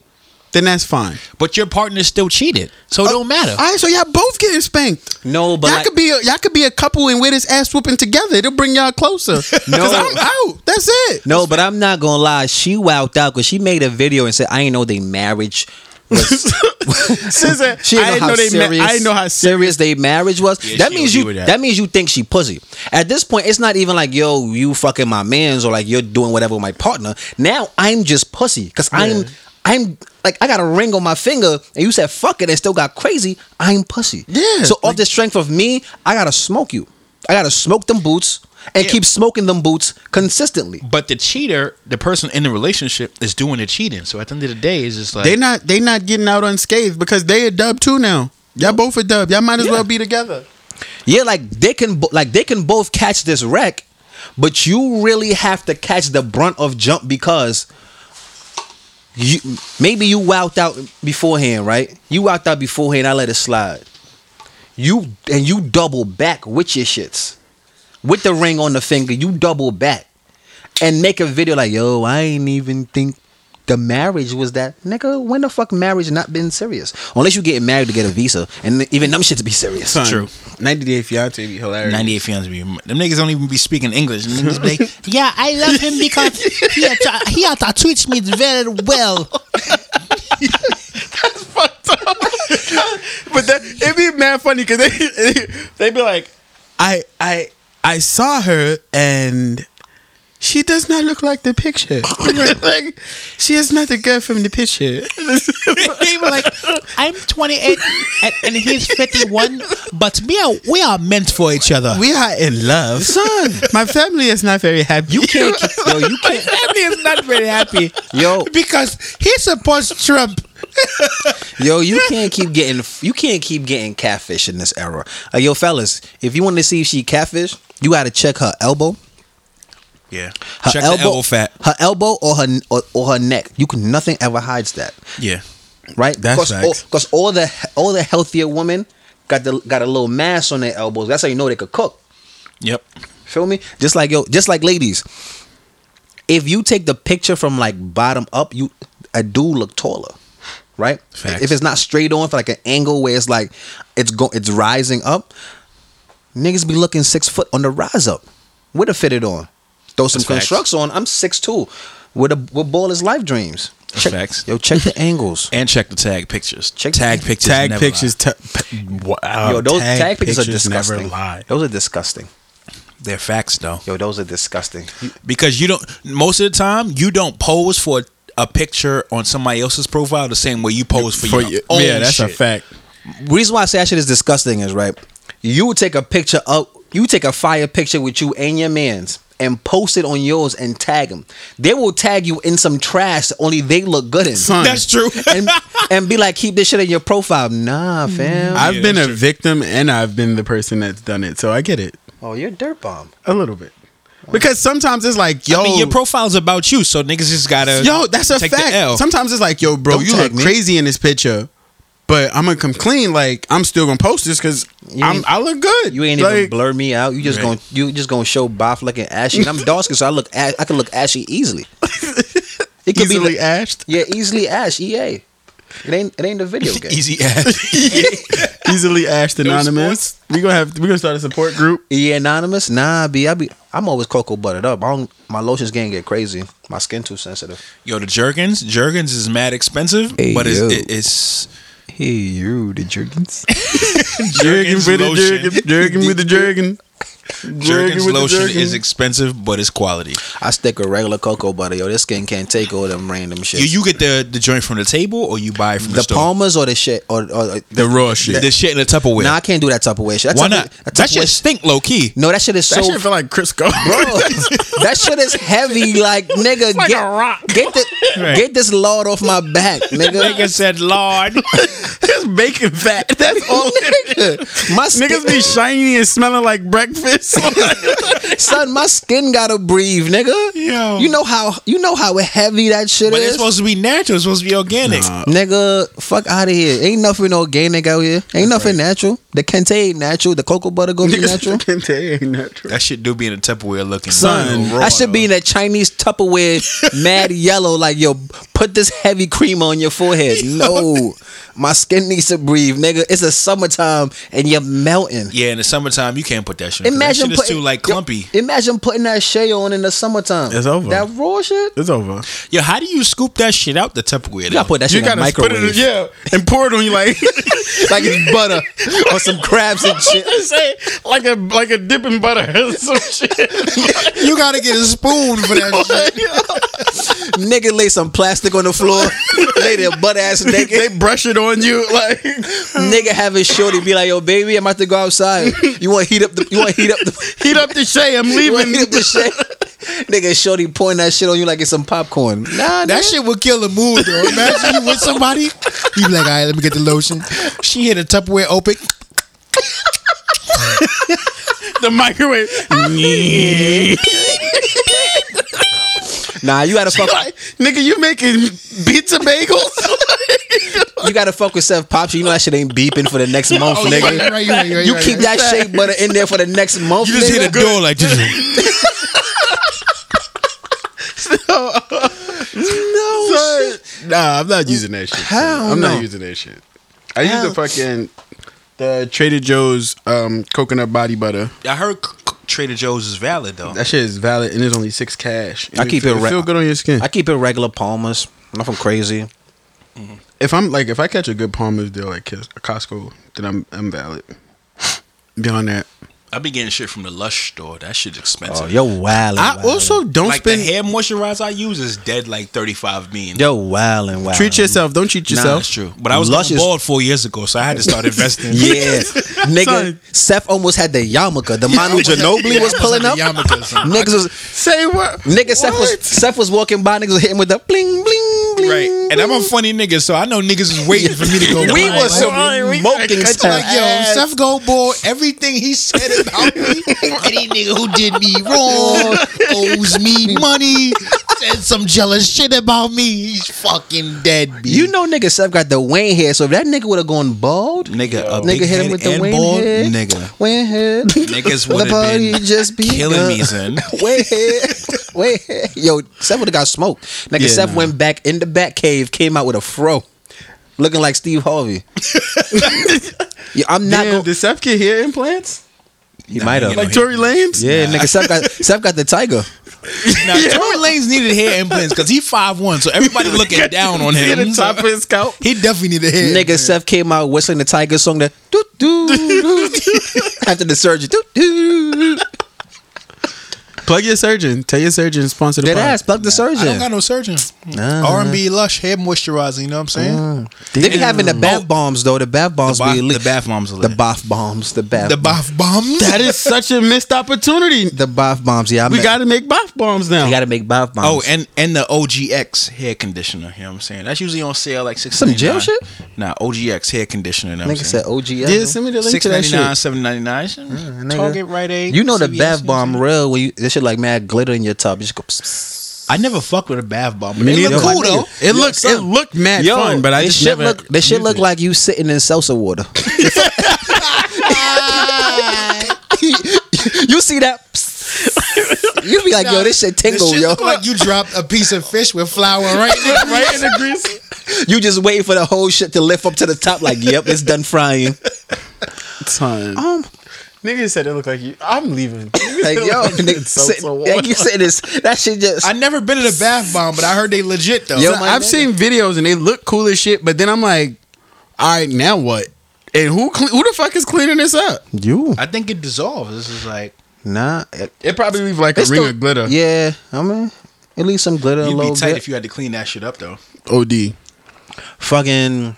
Speaker 3: then that's fine.
Speaker 6: But your partner still cheated, so it don't matter.
Speaker 3: All right, so y'all both getting spanked.
Speaker 4: No, but
Speaker 3: y'all
Speaker 4: like-
Speaker 3: could be a, y'all could be a couple and wear this ass whooping together. It'll bring y'all closer. no, I'm out. That's it.
Speaker 4: No, but I'm not gonna lie. She wowed out because she made a video and said, "I ain't know they marriage
Speaker 3: [LAUGHS]
Speaker 4: was
Speaker 3: She said,
Speaker 4: she
Speaker 3: I
Speaker 4: didn't know, how
Speaker 3: didn't know they ma-
Speaker 4: serious.
Speaker 3: I didn't know how serious.
Speaker 4: serious their marriage was. that
Speaker 6: she
Speaker 4: means
Speaker 6: OD
Speaker 4: you.
Speaker 6: with
Speaker 4: That.
Speaker 6: that.
Speaker 4: means you think she pussy. At this point, it's not even like yo, you fucking my man's or like you're doing whatever with my partner. Now I'm just pussy because I'm. I'm like I got a ring on my finger, and you said fuck it, and still got crazy. I'm pussy.
Speaker 1: Yeah,
Speaker 4: So off the strength of me, I gotta smoke you. I gotta smoke them boots and keep smoking them boots consistently.
Speaker 6: But the cheater, the person in the relationship, is doing the cheating. So at the end of the day, it's just like
Speaker 3: They not they not getting out unscathed because they a dub too now. Y'all both a dub. Y'all might as well be together.
Speaker 4: Yeah, like they can bo- like they can both catch this wreck, but you really have to catch the brunt of jump because you maybe you wowed out beforehand, right? You wowed out beforehand. I let it slide. You and you double back with your shits, with the ring on the finger. You double back and make a video like, yo, I ain't even think. The marriage was that nigga. When the fuck marriage not been serious? Unless you getting married to get a visa, and even them shit to be serious.
Speaker 6: True.
Speaker 3: Ninety Day Fiance be hilarious.
Speaker 6: 98 fiance be them niggas don't even be speaking [LAUGHS] English. And niggas be like, yeah, I love him because
Speaker 3: [LAUGHS]
Speaker 6: he had to, he had to teach me very well.
Speaker 3: But that it'd be mad funny because they they be like, I I I saw her and she does not look like the picture. [LAUGHS] like she is not the girl from the picture. [LAUGHS]
Speaker 1: They were like, I'm 28 and, and he's 51, but me, are- we are meant for each other.
Speaker 3: We are in love, son. My family is not very happy. You can't.
Speaker 4: Yo,
Speaker 3: [LAUGHS]
Speaker 4: you can't.
Speaker 1: Family is not very happy
Speaker 4: Yo,
Speaker 1: because he supports Trump.
Speaker 4: yo, you can't keep getting you can't keep getting catfish in this era. Uh, yo, fellas, if you want to see if she catfish, you got to check her elbow,
Speaker 6: Yeah.
Speaker 4: her
Speaker 6: Check the elbow fat.
Speaker 4: her elbow or her or, or her neck. You can nothing ever hides that,
Speaker 6: Yeah.
Speaker 4: right?
Speaker 3: That's
Speaker 4: Cause, all,
Speaker 3: facts.
Speaker 4: 'cause all the all the healthier women got the got a little mass on their elbows. That's how you know they could cook.
Speaker 6: Yep.
Speaker 4: Feel me? Just like yo, just like ladies. If you take the picture from like bottom up, you a dude look taller, right?
Speaker 6: Facts.
Speaker 4: If it's not straight on for like an angle where it's like it's go it's rising up, niggas be looking six foot on the rise up. With a fitted on, throw some
Speaker 6: That's facts.
Speaker 4: constructs on. I'm six two. With a with ball is life dreams. Check,
Speaker 6: facts.
Speaker 4: Yo, check the
Speaker 6: [LAUGHS]
Speaker 4: angles.
Speaker 6: And check the tag pictures.
Speaker 4: Check-
Speaker 6: tag pictures.
Speaker 3: Tag
Speaker 6: never
Speaker 3: pictures. T- p- wow.
Speaker 4: Yo, those tag, pictures, are disgusting.
Speaker 3: Never lie.
Speaker 4: Those are disgusting.
Speaker 6: Lie. They're facts though.
Speaker 4: Yo, those are disgusting.
Speaker 6: Because you don't most of the time you don't pose for a picture on somebody else's profile the same way you pose for,
Speaker 3: For
Speaker 6: your
Speaker 3: you-
Speaker 6: own
Speaker 3: yeah, that's a
Speaker 6: shit.
Speaker 3: fact.
Speaker 4: reason why I say that shit is disgusting is right. You would take a picture up, you would take a fire picture with you and your man's and post it on yours and tag them. They will tag you in some trash that only they look good in.
Speaker 3: Son,
Speaker 6: [LAUGHS] That's true.
Speaker 4: [LAUGHS]
Speaker 6: [LAUGHS]
Speaker 4: And, and be like, keep this shit in your profile. Nah,
Speaker 3: Mm-hmm. [LAUGHS]
Speaker 4: fam.
Speaker 3: I've been a victim and I've been the person that's done it, so I get it
Speaker 4: oh, you're a dirt bomb.
Speaker 3: a little bit. Because sometimes it's like, yo,
Speaker 6: I mean, your profile's about you, so niggas just gotta
Speaker 3: yo, that's a
Speaker 6: take the L.
Speaker 3: fact. Sometimes it's like, yo, bro,
Speaker 4: Don't
Speaker 3: you
Speaker 4: tag
Speaker 3: look
Speaker 4: me.
Speaker 3: crazy in this picture, but I'm gonna come clean. Like I'm still gonna post this because I'm
Speaker 4: ain't-
Speaker 3: I look good.
Speaker 4: You ain't
Speaker 3: like,
Speaker 4: even blur me out. You just
Speaker 6: Right.
Speaker 4: gonna you just gonna show boff looking ashy. And I'm dark skin, so I look ash, I can look ashy
Speaker 3: [LAUGHS]
Speaker 4: easily. It could
Speaker 3: easily
Speaker 4: be the-
Speaker 3: ashed,
Speaker 4: yeah, easily ash. EA. It ain't it ain't a video game.
Speaker 6: [LAUGHS] easy
Speaker 3: [LAUGHS] [LAUGHS]
Speaker 6: ass.
Speaker 3: easily ashed anonymous. We gonna have we gonna start a support group.
Speaker 4: Yeah, E anonymous. Nah, B. I be. I'm always cocoa buttered up. I don't. My lotions can't get crazy. My skin too sensitive.
Speaker 6: [LAUGHS] Yo, the Jergens, Jergens is mad expensive,
Speaker 4: Hey,
Speaker 6: but it's,
Speaker 4: yo.
Speaker 6: it, it's
Speaker 4: Hey, you the Jergens.
Speaker 3: Jerkin with the
Speaker 6: lotion.
Speaker 3: jerkin, jerkin [LAUGHS] with the jerkin.
Speaker 6: Jergens
Speaker 3: with the
Speaker 6: lotion
Speaker 3: jerkin.
Speaker 6: is expensive, but it's quality.
Speaker 4: I stick with regular cocoa butter. Yo, this skin can't take all them random shit.
Speaker 6: You, you get the, the joint from the table or you buy it from the,
Speaker 4: the
Speaker 6: store?
Speaker 4: Palmers or the shit or, or
Speaker 3: the raw shit.
Speaker 6: the shit in the Tupperware.
Speaker 4: Nah, I can't do that type of way. Shit. That
Speaker 6: Why
Speaker 4: type of- That,
Speaker 6: not? That
Speaker 4: type of way-
Speaker 6: shit stink low key.
Speaker 4: No, that shit is
Speaker 3: that
Speaker 4: so.
Speaker 3: shit feel like Crisco.
Speaker 4: Bro, [LAUGHS] that shit is heavy, like nigga. get, Get, the, get this lard off my back, [LAUGHS] nigga.
Speaker 6: said, Lord.
Speaker 3: That's bacon fat.
Speaker 4: [LAUGHS]
Speaker 3: That's all.
Speaker 4: oh, Nigga, my skin,
Speaker 3: Niggas [LAUGHS] be shiny and smelling like breakfast.
Speaker 4: son, my skin gotta breathe, nigga.
Speaker 6: [LAUGHS] Yo.
Speaker 4: You know how you know how heavy that shit
Speaker 6: But
Speaker 4: is.
Speaker 6: it's supposed to be natural. It's supposed to be organic.
Speaker 4: Nigga, fuck out of here. Ain't nothing organic out here. Ain't nothing natural. The kente ain't natural. The cocoa butter gonna be [LAUGHS]
Speaker 3: [LAUGHS]
Speaker 4: natural.
Speaker 3: Kente ain't natural.
Speaker 6: That shit do be in the Tupperware looking.
Speaker 3: Son,
Speaker 6: raw,
Speaker 4: I should be in that Chinese Tupperware,
Speaker 3: [LAUGHS]
Speaker 4: mad yellow. Like yo, put this heavy cream on your forehead. No, my skin needs to breathe, nigga. It's a summertime and you're melting.
Speaker 6: though. Yeah, in the summertime, you can't put that shit.
Speaker 4: It
Speaker 6: 'cause
Speaker 4: Imagine
Speaker 6: shit is
Speaker 4: putting,
Speaker 6: too, like,
Speaker 4: yo,
Speaker 6: clumpy.
Speaker 4: imagine putting that shea on in the summertime.
Speaker 3: It's over.
Speaker 4: That raw shit. [LAUGHS]
Speaker 3: It's over.
Speaker 6: Yo, how do you scoop that shit out the Tupperware?
Speaker 4: You gotta
Speaker 6: though?
Speaker 4: put that shit
Speaker 3: You
Speaker 4: in the
Speaker 3: gotta put
Speaker 4: microwave.
Speaker 3: it, yeah, and pour it on you
Speaker 6: [LAUGHS]
Speaker 3: like
Speaker 4: like it's butter or some crabs
Speaker 3: [LAUGHS]
Speaker 4: and shit.
Speaker 3: say, like a like a dipping butter or some shit.
Speaker 1: You gotta get a spoon for
Speaker 3: [LAUGHS]
Speaker 1: that shit.
Speaker 4: Nigga lay some plastic on the floor,
Speaker 3: [LAUGHS]
Speaker 4: lay their butt ass naked.
Speaker 3: they brush it on you like
Speaker 4: Nigga have his shorty be like, "Yo, baby, I'm about to go outside. You want to heat up the? You want to heat up the?
Speaker 3: heat up the shay. I'm
Speaker 4: You want
Speaker 3: leaving.
Speaker 4: to heat up the shit?" [LAUGHS] Nigga, shorty pouring that shit on you like it's some popcorn. Nah,
Speaker 1: That
Speaker 4: nigga.
Speaker 1: shit would kill a mood though. Imagine you with somebody, you be like, all right, let me get the lotion. She hit a Tupperware open.
Speaker 3: the microwave.
Speaker 4: Nah, you gotta
Speaker 3: [LAUGHS]
Speaker 1: Mm.
Speaker 4: fuck.
Speaker 3: Nigga, you making pizza bagels? [LAUGHS]
Speaker 4: You gotta fuck with Seth Pops. You know that shit ain't beeping for the next
Speaker 3: oh,
Speaker 4: month, nigga.
Speaker 1: Oh, Right, right, right, right,
Speaker 4: You
Speaker 1: right,
Speaker 4: keep
Speaker 1: right.
Speaker 4: that shea butter in there for the next month,
Speaker 6: You just
Speaker 4: nigga.
Speaker 6: hit a door like this.
Speaker 3: [LAUGHS]
Speaker 4: Oh,
Speaker 3: nah, I'm not using that shit.
Speaker 4: Hell
Speaker 3: I'm
Speaker 4: no.
Speaker 3: not using that shit. I use the fucking the Trader Joe's um, coconut body butter.
Speaker 6: I heard C- C- Trader Joe's is valid though.
Speaker 3: That shit is valid and it's only six cash. And
Speaker 4: I keep
Speaker 3: feel,
Speaker 4: it re-
Speaker 3: feel good on your skin.
Speaker 4: I keep it regular Palmers. Nothing crazy.
Speaker 3: if I'm like if I catch a good Palmer's deal at Kis- Costco, then I'm I'm valid. Beyond that,
Speaker 6: I be getting shit from the Lush store. That shit's expensive.
Speaker 4: Oh, yo, wildin'.
Speaker 3: I also don't
Speaker 6: like
Speaker 3: spend.
Speaker 6: the hair moisturizer I use is dead like thirty five mean.
Speaker 4: yo, wildin', wildin'.
Speaker 3: treat yourself. Don't treat
Speaker 6: Nah,
Speaker 3: yourself.
Speaker 6: that's true. But I was
Speaker 4: Lush
Speaker 6: Lush
Speaker 4: is-
Speaker 6: bald four years ago, so I had
Speaker 1: [LAUGHS]
Speaker 6: to start investing.
Speaker 4: Yeah, nigga. Seth almost had the yarmulke. The Manu Ginobili was pulling up. Niggas was
Speaker 3: Say what?
Speaker 4: nigga. Seth was Seth was walking by. Niggas was hitting with the bling bling bling.
Speaker 6: Right. And I'm a funny nigga, so I know niggas is waiting for me to
Speaker 1: [LAUGHS]
Speaker 6: go.
Speaker 4: [LAUGHS] we
Speaker 6: blind.
Speaker 4: was smoking
Speaker 1: It's like,
Speaker 4: stuff.
Speaker 1: yo, Seth Goldboy, everything he said about me, [LAUGHS] any nigga who did me wrong, owes me money, said some jealous shit about me, he's fucking dead, B.
Speaker 4: You know, nigga. Seth got the Wayne hair. So if that nigga would have gone bald,
Speaker 6: nigga, a
Speaker 4: nigga
Speaker 6: big
Speaker 4: hit him
Speaker 6: head
Speaker 4: with the
Speaker 6: and
Speaker 4: Wayne
Speaker 6: bald
Speaker 4: hair. [LAUGHS]
Speaker 6: nigga.
Speaker 4: Wayne hair. [LAUGHS]
Speaker 6: Niggas
Speaker 4: The
Speaker 6: would have
Speaker 4: party
Speaker 6: been
Speaker 4: just be
Speaker 6: killing me, son.
Speaker 4: [LAUGHS] Wayne hair. [LAUGHS] Wayne hair. Yo, Seth would have got smoked. Nigga, Seth went back in the back cave, came out with a fro, looking like Steve Harvey. yeah, I'm not.
Speaker 3: Damn,
Speaker 4: gonna,
Speaker 3: did Seth get hair implants?
Speaker 4: he might have.
Speaker 3: Like Tory Lanez?
Speaker 4: Yeah, nigga, Seth got Seth got the tiger.
Speaker 6: Now, Tory Lanez needed hair implants because he 5'1", so [LAUGHS] everybody looking
Speaker 3: [LAUGHS]
Speaker 6: down on
Speaker 3: Get
Speaker 6: him.
Speaker 3: the top of his scalp.
Speaker 1: he definitely need a head.
Speaker 4: Nigga, Seth came out whistling the tiger song that doo doo doo after the surgery. Doo doo.
Speaker 3: Plug your surgeon. Tell your surgeon to sponsor the
Speaker 4: Dead
Speaker 3: pod.
Speaker 4: ass, plug the
Speaker 1: I don't got
Speaker 4: surgeon.
Speaker 1: no surgeon. R&B Lush hair moisturizer, you know what I'm saying?
Speaker 4: They be having the bath bombs though. Mm. The bath bombs
Speaker 6: Bath-
Speaker 4: be elite.
Speaker 6: the bath bombs are
Speaker 4: The
Speaker 6: lit.
Speaker 4: bath bombs. The bath.
Speaker 1: The bath bombs.
Speaker 3: That is such a missed opportunity.
Speaker 4: The bath bombs. Yeah, I
Speaker 3: We
Speaker 4: meant-
Speaker 3: got to make bath bombs now.
Speaker 4: You got to make bath bombs.
Speaker 6: Oh, and and the OGX hair conditioner. You know what I'm saying? That's usually on sale like six.
Speaker 4: Some gel shit?
Speaker 6: Nah, OGX hair conditioner. You know what I'm
Speaker 4: nigga said
Speaker 6: saying?
Speaker 4: OG.
Speaker 3: yeah, send me the link
Speaker 6: Six
Speaker 3: to that
Speaker 6: ninety nine,
Speaker 3: shit.
Speaker 6: seven ninety nine.
Speaker 4: Mm, nigga.
Speaker 6: Target Rite Aid.
Speaker 4: You know the
Speaker 6: CVS,
Speaker 4: bath
Speaker 6: you
Speaker 4: bomb real when you this shit like mad glitter in your tub. You just go. pss, pss.
Speaker 6: I never fucked with a bath bomb. but
Speaker 3: Me
Speaker 6: They
Speaker 3: neither.
Speaker 6: look
Speaker 3: Yo,
Speaker 6: cool though.
Speaker 3: It looks it looked mad fun, but I
Speaker 4: this
Speaker 3: just
Speaker 4: shit
Speaker 3: never.
Speaker 4: look. This shit look like you sitting in salsa water. you see that? Pss. you be like, yo, this shit tingle,
Speaker 1: This shit
Speaker 4: yo.
Speaker 1: look like you dropped a piece of fish with flour right there.
Speaker 3: right in the grease.
Speaker 4: you just waiting for the whole shit to lift up to the top. Like, yep, it's done frying.
Speaker 3: Ton. Um, nigga said it looked like you. I'm leaving. [LAUGHS]
Speaker 4: Like, yo, nigga, sit, like you sitting this. That shit just.
Speaker 1: I never been in a bath bomb, but I heard they legit though.
Speaker 4: Yo, my
Speaker 3: I've
Speaker 4: nigga.
Speaker 3: seen videos and they look cool as shit, but then I'm like, all right, now what? And who cle- who the fuck is cleaning this up?
Speaker 4: you
Speaker 6: I think it dissolves. This is like
Speaker 4: nah. It,
Speaker 3: It probably leave like a
Speaker 4: It's
Speaker 3: ring
Speaker 4: still-
Speaker 3: of glitter.
Speaker 4: Yeah, I mean, at least some glitter a
Speaker 6: you'd be
Speaker 4: little
Speaker 6: tight
Speaker 4: bit.
Speaker 6: if you had to clean that shit up though.
Speaker 3: Od.
Speaker 4: Fucking,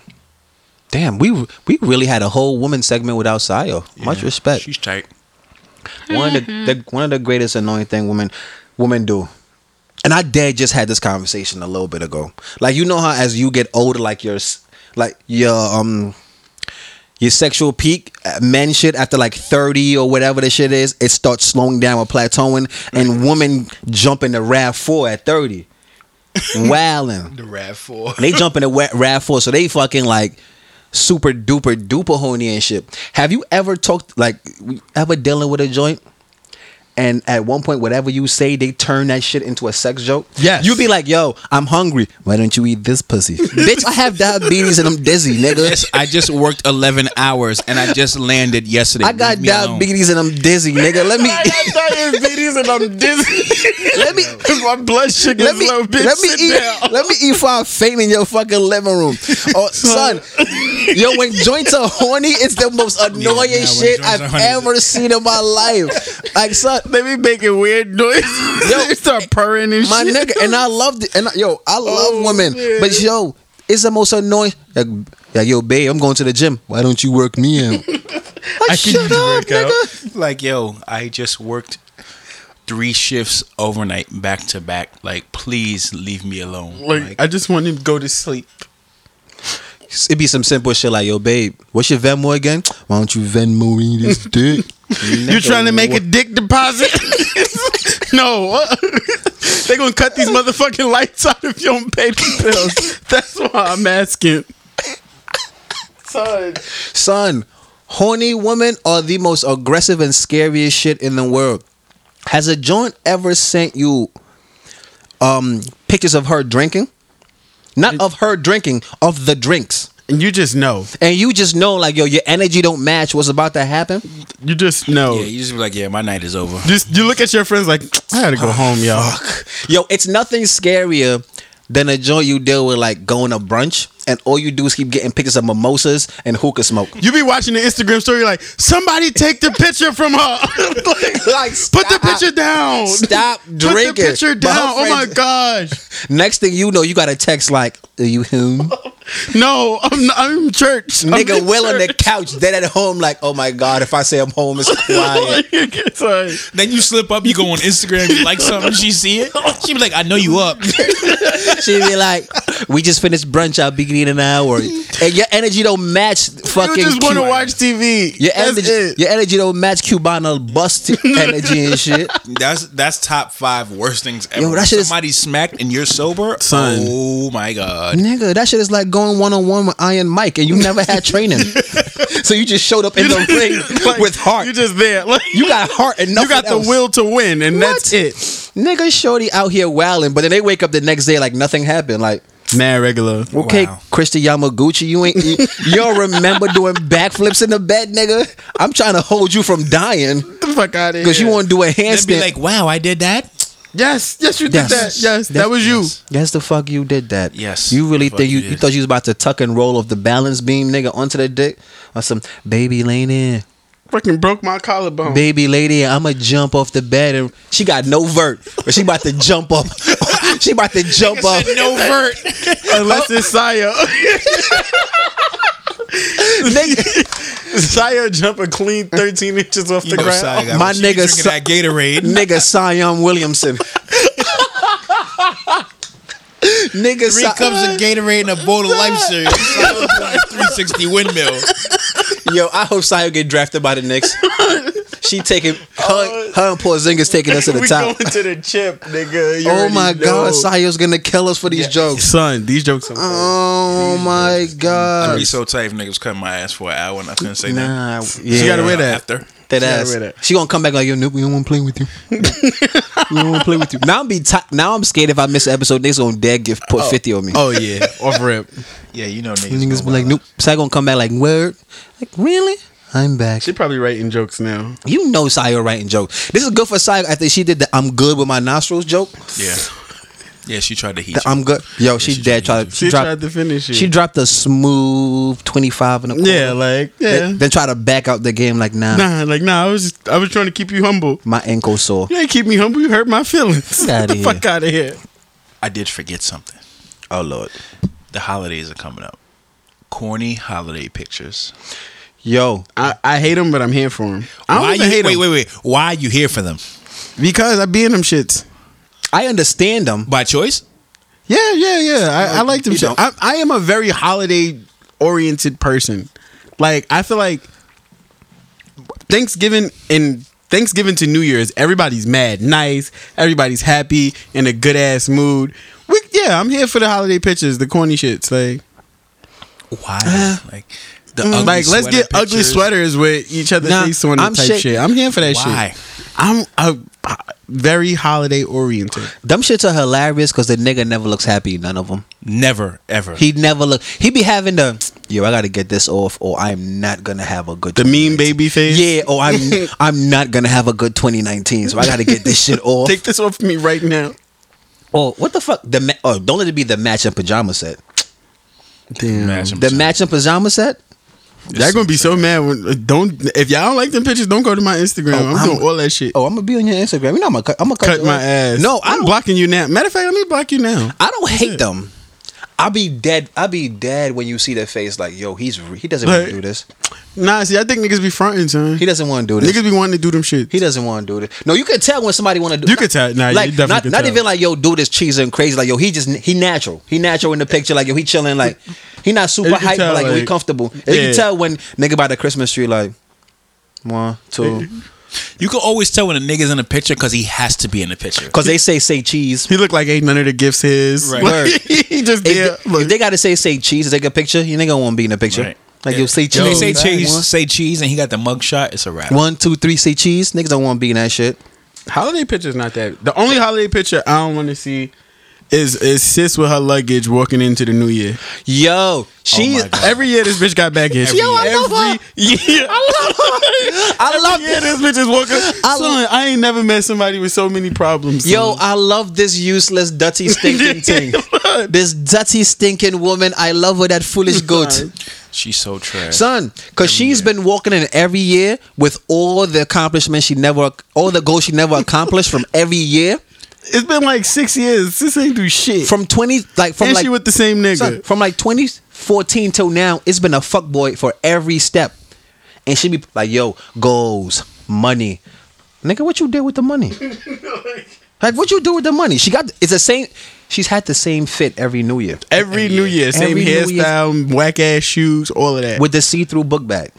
Speaker 4: damn, we we really had a whole woman segment without Sayo. Much respect.
Speaker 6: She's tight.
Speaker 4: [LAUGHS] one of the, the one of the greatest annoying thing women women do. And I dad just had this conversation a little bit ago. Like you know how as you get older, like your s- like your um your sexual peak, uh, men shit after like thirty or whatever the shit is, it starts slowing down or plateauing, and women jump into Rav Four at thirty, wilding.
Speaker 6: The Rav Four.
Speaker 4: [LAUGHS] They jump in the wet rav four, so they fucking like super duper duper horny and shit. Have you ever talked like ever dealing with a joint And at one point, whatever you say, they turn that shit into a sex joke.
Speaker 3: Yes.
Speaker 4: You'd be like, yo, I'm hungry. Why don't you eat this pussy? Bitch, I have diabetes and I'm dizzy, nigga.
Speaker 6: I just worked 11 hours and I just landed yesterday.
Speaker 4: I got
Speaker 6: Leave me alone.
Speaker 4: diabetes and I'm dizzy, nigga.
Speaker 3: [LAUGHS]
Speaker 4: Let me
Speaker 3: diabetes and I'm dizzy.
Speaker 4: [LAUGHS] let
Speaker 3: [LAUGHS]
Speaker 4: me
Speaker 3: My blood sugar
Speaker 4: let me,
Speaker 3: low, bitch.
Speaker 4: let me
Speaker 3: Sit
Speaker 4: eat.
Speaker 3: down.
Speaker 4: Let me eat before I faint in your fucking living
Speaker 3: [LAUGHS]
Speaker 4: room. Oh, son, yo, when joints are horny, it's the most annoying
Speaker 1: yeah, when
Speaker 4: shit
Speaker 1: joints are
Speaker 4: I've
Speaker 1: horny.
Speaker 4: ever seen in my life. Like, son,
Speaker 3: They be making weird noises. [LAUGHS] they start purring and
Speaker 4: my
Speaker 3: shit.
Speaker 4: nigga, and I loved it. And I, yo, I love
Speaker 3: Oh,
Speaker 4: women,
Speaker 3: man.
Speaker 4: but yo, it's the most annoying. Like, like, yo, babe, I'm going to the gym. Why don't you work me out?
Speaker 5: I shut up, nigga.
Speaker 6: Like, yo, I just worked three shifts overnight back to back. Like, please leave me alone.
Speaker 3: Like, I just want him to go to sleep.
Speaker 4: It'd be some simple shit like, yo, babe, what's your Venmo again? Why don't you Venmo me this dick?
Speaker 3: You trying to make a dick [LAUGHS] deposit? no. uh, [LAUGHS] they gonna cut these motherfucking lights out if you don't pay the bills. That's why I'm asking. Son.
Speaker 4: Son, horny women are the most aggressive and scariest shit in the world. Has a joint ever sent you um pictures of her drinking? Not of her drinking, of the drinks.
Speaker 3: And you just know.
Speaker 4: And you just know like yo, your energy don't match what's about to happen.
Speaker 3: You just know.
Speaker 6: yeah, you just be like, yeah, my night is over.
Speaker 3: Just you look at your friends like I gotta go
Speaker 4: Ah,
Speaker 3: home, y'all.
Speaker 4: Yo, it's nothing scarier than a joint you deal with like going to brunch and all you do is keep getting pictures of mimosas and hookah smoke. [LAUGHS]
Speaker 3: You be watching the Instagram story like somebody take the picture from her. [LAUGHS] like,
Speaker 4: Like,
Speaker 3: put the
Speaker 4: stop.
Speaker 3: picture down.
Speaker 4: Stop
Speaker 3: Put the
Speaker 4: drinking.
Speaker 3: picture
Speaker 4: But her
Speaker 3: down. Oh my
Speaker 4: friends-
Speaker 3: gosh.
Speaker 4: Next thing you know, you got a text like, "Are you home?"
Speaker 3: No, I'm not, I'm in church. [LAUGHS] I'm
Speaker 4: [LAUGHS] Nigga,
Speaker 3: in
Speaker 4: well on the
Speaker 3: church.
Speaker 4: couch, dead at home, like, oh my god, if I say I'm home,
Speaker 3: [LAUGHS]
Speaker 4: it's
Speaker 3: Oh
Speaker 4: quiet.
Speaker 3: Sorry.
Speaker 6: Then you slip up, you go on Instagram, you like something, she see it. [LAUGHS] She be like, I know you up.
Speaker 4: she be like, we just finished brunch, I'll be in an
Speaker 3: [LAUGHS]
Speaker 4: hour. And your energy don't match fucking.
Speaker 3: you just want to
Speaker 4: Cu-
Speaker 3: watch TV.
Speaker 4: Your
Speaker 3: That's
Speaker 4: energy,
Speaker 3: it.
Speaker 4: your energy don't match Cubana bust
Speaker 3: [LAUGHS]
Speaker 4: energy and shit.
Speaker 6: That's that's top five worst things ever.
Speaker 4: Yo, that shit is-
Speaker 6: Somebody smacked and you're sober.
Speaker 3: Son.
Speaker 6: Oh my god.
Speaker 4: Nigga, that shit is like going one on one with Iron Mike, and you never [LAUGHS] had training, so you just showed up in the [LAUGHS] ring
Speaker 3: Like,
Speaker 4: with heart.
Speaker 3: You just there. [LAUGHS] Like,
Speaker 4: You got heart and
Speaker 3: you
Speaker 4: nothing
Speaker 3: got the
Speaker 4: else.
Speaker 3: will to win, and that's it.
Speaker 4: Nigga, shorty out here wilding, but then they wake up the next day like nothing happened. Like,
Speaker 3: Mad regular.
Speaker 4: Okay, Christy Yamaguchi, you ain't you, you don't remember doing backflips in the bed, nigga. I'm trying to hold you from dying
Speaker 3: Get the fuck out of here.
Speaker 4: because you want to do a
Speaker 6: Then be
Speaker 4: handstand.
Speaker 6: like, wow, I did that.
Speaker 3: Yes, yes, you
Speaker 4: Yes.
Speaker 3: did that. Yes, that was you.
Speaker 4: yes, the fuck you did that.
Speaker 6: Yes,
Speaker 4: you really
Speaker 6: the
Speaker 4: think you,
Speaker 6: fuck you
Speaker 4: you
Speaker 6: did.
Speaker 4: thought you was about to tuck and roll off the balance beam, nigga, onto the dick or some baby lean in,
Speaker 3: Fucking broke my collarbone.
Speaker 4: baby lady. I'ma jump off the bed and she got no vert, but she about to jump up. [LAUGHS] she about to jump up.
Speaker 6: No vert.
Speaker 4: [LAUGHS]
Speaker 3: Unless it's Saya. [LAUGHS] Saya jump a clean 13 inches off the ground.
Speaker 4: My nigga
Speaker 6: drinking
Speaker 4: su-
Speaker 6: that Gatorade.
Speaker 4: [LAUGHS] nigga Sion
Speaker 6: [LAUGHS]
Speaker 4: Williamson. nigga Si-
Speaker 6: Three cups of Gatorade and a bowl of lime cereal. Three sixty windmill.
Speaker 4: Yo, I hope Sion get drafted by the Knicks. She taking her, her and Porzingis taking us to the
Speaker 3: we
Speaker 4: top.
Speaker 3: going to the chip, nigga. You
Speaker 4: Oh my
Speaker 3: already know.
Speaker 4: God, Sion's gonna kill us for these jokes.
Speaker 3: Son, these jokes are.
Speaker 4: Oh my
Speaker 6: I'd
Speaker 4: God.
Speaker 6: be so tight if niggas cut my ass for an hour and I couldn't say nothing.
Speaker 4: Nah,
Speaker 3: you
Speaker 4: yeah,
Speaker 3: gotta wear that.
Speaker 6: After.
Speaker 4: that
Speaker 3: gotta
Speaker 4: ass.
Speaker 3: wear that.
Speaker 4: She gonna come back like, yo, nope, we don't want to play with you. we don't want to play with you. Now I'm be ti now I'm scared if I miss an episode, niggas gonna dare give put fifty on me.
Speaker 3: Oh yeah, off rip.
Speaker 6: Yeah, you know niggas.
Speaker 4: niggas
Speaker 6: go
Speaker 4: be like,
Speaker 6: wild.
Speaker 4: nope. Sai gonna come back like, word, like really? I'm back.
Speaker 3: She probably writing jokes now.
Speaker 4: You know Saya writing jokes. This is good for Saya after she did the I'm good with my nostrils joke.
Speaker 6: Yeah. Yeah, she tried to heat
Speaker 4: The
Speaker 6: you.
Speaker 4: I'm good. Yo, she,
Speaker 6: she
Speaker 4: dead
Speaker 6: tried
Speaker 4: tried. She,
Speaker 3: She
Speaker 4: dropped,
Speaker 3: tried to finish it.
Speaker 4: she dropped a smooth twenty five in a quarter.
Speaker 3: yeah, like yeah.
Speaker 4: Then, then try to back out the game like nah.
Speaker 3: nah, like nah. I was just, I was trying to keep you humble.
Speaker 4: My ankle sore.
Speaker 3: You ain't keep me humble. You hurt my feelings.
Speaker 4: Get outta
Speaker 3: Get the
Speaker 4: here.
Speaker 3: fuck out of here.
Speaker 6: I did forget something.
Speaker 4: um, Oh lord.
Speaker 6: The holidays are coming up. Corny holiday pictures.
Speaker 4: Yo,
Speaker 3: I, I hate him, but I'm here for him. I don't
Speaker 6: Why
Speaker 3: even
Speaker 6: you,
Speaker 3: hate
Speaker 6: wait,
Speaker 3: him
Speaker 6: wait, wait. Why are you here for them?
Speaker 3: because I be in them shits.
Speaker 4: I understand them.
Speaker 6: By choice?
Speaker 3: Yeah, yeah, yeah. I, I like them
Speaker 4: you
Speaker 3: shit.
Speaker 4: don't.
Speaker 3: I, I am a very holiday oriented person. Like I feel like Thanksgiving and Thanksgiving to New Year's, everybody's mad, nice. Everybody's happy in a good ass mood. We, yeah, I'm here for the holiday pictures, the corny shits. Like,
Speaker 6: Why?
Speaker 4: Eh.
Speaker 6: like the ugly
Speaker 4: Mm.
Speaker 3: like let's
Speaker 6: sweater
Speaker 3: get ugly
Speaker 6: pictures.
Speaker 3: sweaters with each other's
Speaker 4: Nah,
Speaker 3: face on it
Speaker 4: I'm
Speaker 3: type
Speaker 4: shit-
Speaker 3: shit. I'm here for that
Speaker 6: Why?
Speaker 3: shit. I'm a, very holiday oriented.
Speaker 4: Them shits are hilarious because the nigga never looks happy. None of them.
Speaker 6: Never, ever.
Speaker 4: He never look. He be having the yo. I gotta get this off, or I'm not gonna have a good.
Speaker 3: The mean
Speaker 4: 2019."
Speaker 3: baby face.
Speaker 4: Yeah. Or
Speaker 3: [LAUGHS]
Speaker 4: I'm I'm not gonna have a good 2019. So I gotta get this
Speaker 3: [LAUGHS]
Speaker 4: shit off.
Speaker 3: Take this off me right now.
Speaker 4: Or what the fuck? The ma- oh, don't let it be the match and pajama set.
Speaker 3: Damn.
Speaker 6: Imagine
Speaker 4: The match and pajama set.
Speaker 3: Y'all gonna be so mad when uh, don't if y'all don't like them pictures, don't go to my Instagram.
Speaker 4: Oh,
Speaker 3: I'm,
Speaker 4: I'm-
Speaker 3: doing all that shit.
Speaker 4: Oh, I'm gonna be on your Instagram. You know, I'm gonna cut, I'm gonna cut,
Speaker 3: Cut
Speaker 4: you
Speaker 3: my
Speaker 4: off.
Speaker 3: ass.
Speaker 4: No, I
Speaker 3: I'm
Speaker 4: don't.
Speaker 3: blocking you now. Matter of fact, let me block you now.
Speaker 4: I don't hate them. I be dead. I be dead when you see their face. Like, yo, he's re- he doesn't want
Speaker 3: Like-
Speaker 4: to do this.
Speaker 3: Nah, see, I think niggas be fronting, son.
Speaker 4: He doesn't want to do this.
Speaker 3: Niggas be wanting to do them shit.
Speaker 4: He doesn't want to do this. No, you can tell when somebody want to do.
Speaker 3: You can tell. Nah, you
Speaker 4: like
Speaker 3: definitely
Speaker 4: not,
Speaker 3: can
Speaker 4: not
Speaker 3: tell.
Speaker 4: even like yo, do this cheese and crazy. Like yo, he just he natural. He natural in the picture. Like yo, he chilling. Like he not super
Speaker 3: You can
Speaker 4: hype,
Speaker 3: tell,
Speaker 4: but like, yo, he
Speaker 3: like-
Speaker 4: comfortable. And You
Speaker 3: Yeah.
Speaker 4: can tell when nigga by the Christmas tree. Like one,
Speaker 3: [LAUGHS]
Speaker 4: two,
Speaker 6: You can always tell when a nigga's in a picture because he has to be in the picture.
Speaker 4: because they say say cheese.
Speaker 3: He look like ain't none of the gifts his.
Speaker 6: Right.
Speaker 3: Like, [LAUGHS] he just
Speaker 4: If,
Speaker 3: yeah.
Speaker 4: they,
Speaker 3: look.
Speaker 4: if they gotta say say cheese to take a picture, you nigga won't be in the picture.
Speaker 6: Right.
Speaker 4: Like yo, say cheese.
Speaker 6: If they say cheese,
Speaker 4: One,
Speaker 6: say cheese, and he got the mug shot. It's a wrap.
Speaker 4: One, two, three, say cheese. Niggas don't want to be in that shit.
Speaker 3: holiday picture's not that. The only holiday picture I don't want to see is is sis with her luggage walking into the new year.
Speaker 6: Oh
Speaker 3: Oh
Speaker 4: Yo, she.
Speaker 3: Every year this bitch got baggage.
Speaker 4: Yo, I love her.
Speaker 3: year.
Speaker 4: I love
Speaker 3: Yeah, this bitch is walking.
Speaker 4: I
Speaker 3: I,
Speaker 4: lo-
Speaker 3: Son, I ain't never met somebody with so many problems.
Speaker 4: Yo,
Speaker 3: son.
Speaker 4: I love this useless,
Speaker 3: [LAUGHS]
Speaker 4: dirty, stinking thing. this dirty, stinking woman. I love her, that
Speaker 3: [LAUGHS]
Speaker 4: foolish goat.
Speaker 6: She's so trash.
Speaker 4: Son, because she's been walking in every year with all the accomplishments she never, all the goals she never accomplished from every year.
Speaker 3: it's been like six years. Sis ain't do shit.
Speaker 4: From 20, like, from
Speaker 3: and
Speaker 4: like,
Speaker 3: she with the same nigga.
Speaker 4: son, from like 2014 till now, it's been a fuckboy for every step. And she be like, yo, goals, money. Nigga, what you did with the money? like, what you do with the money? She got, it's the same, she's had the same fit every new year.
Speaker 3: every New Year, same
Speaker 4: Every New Year's-
Speaker 3: hairstyle, whack ass shoes, all of that.
Speaker 4: with the see-through book bag.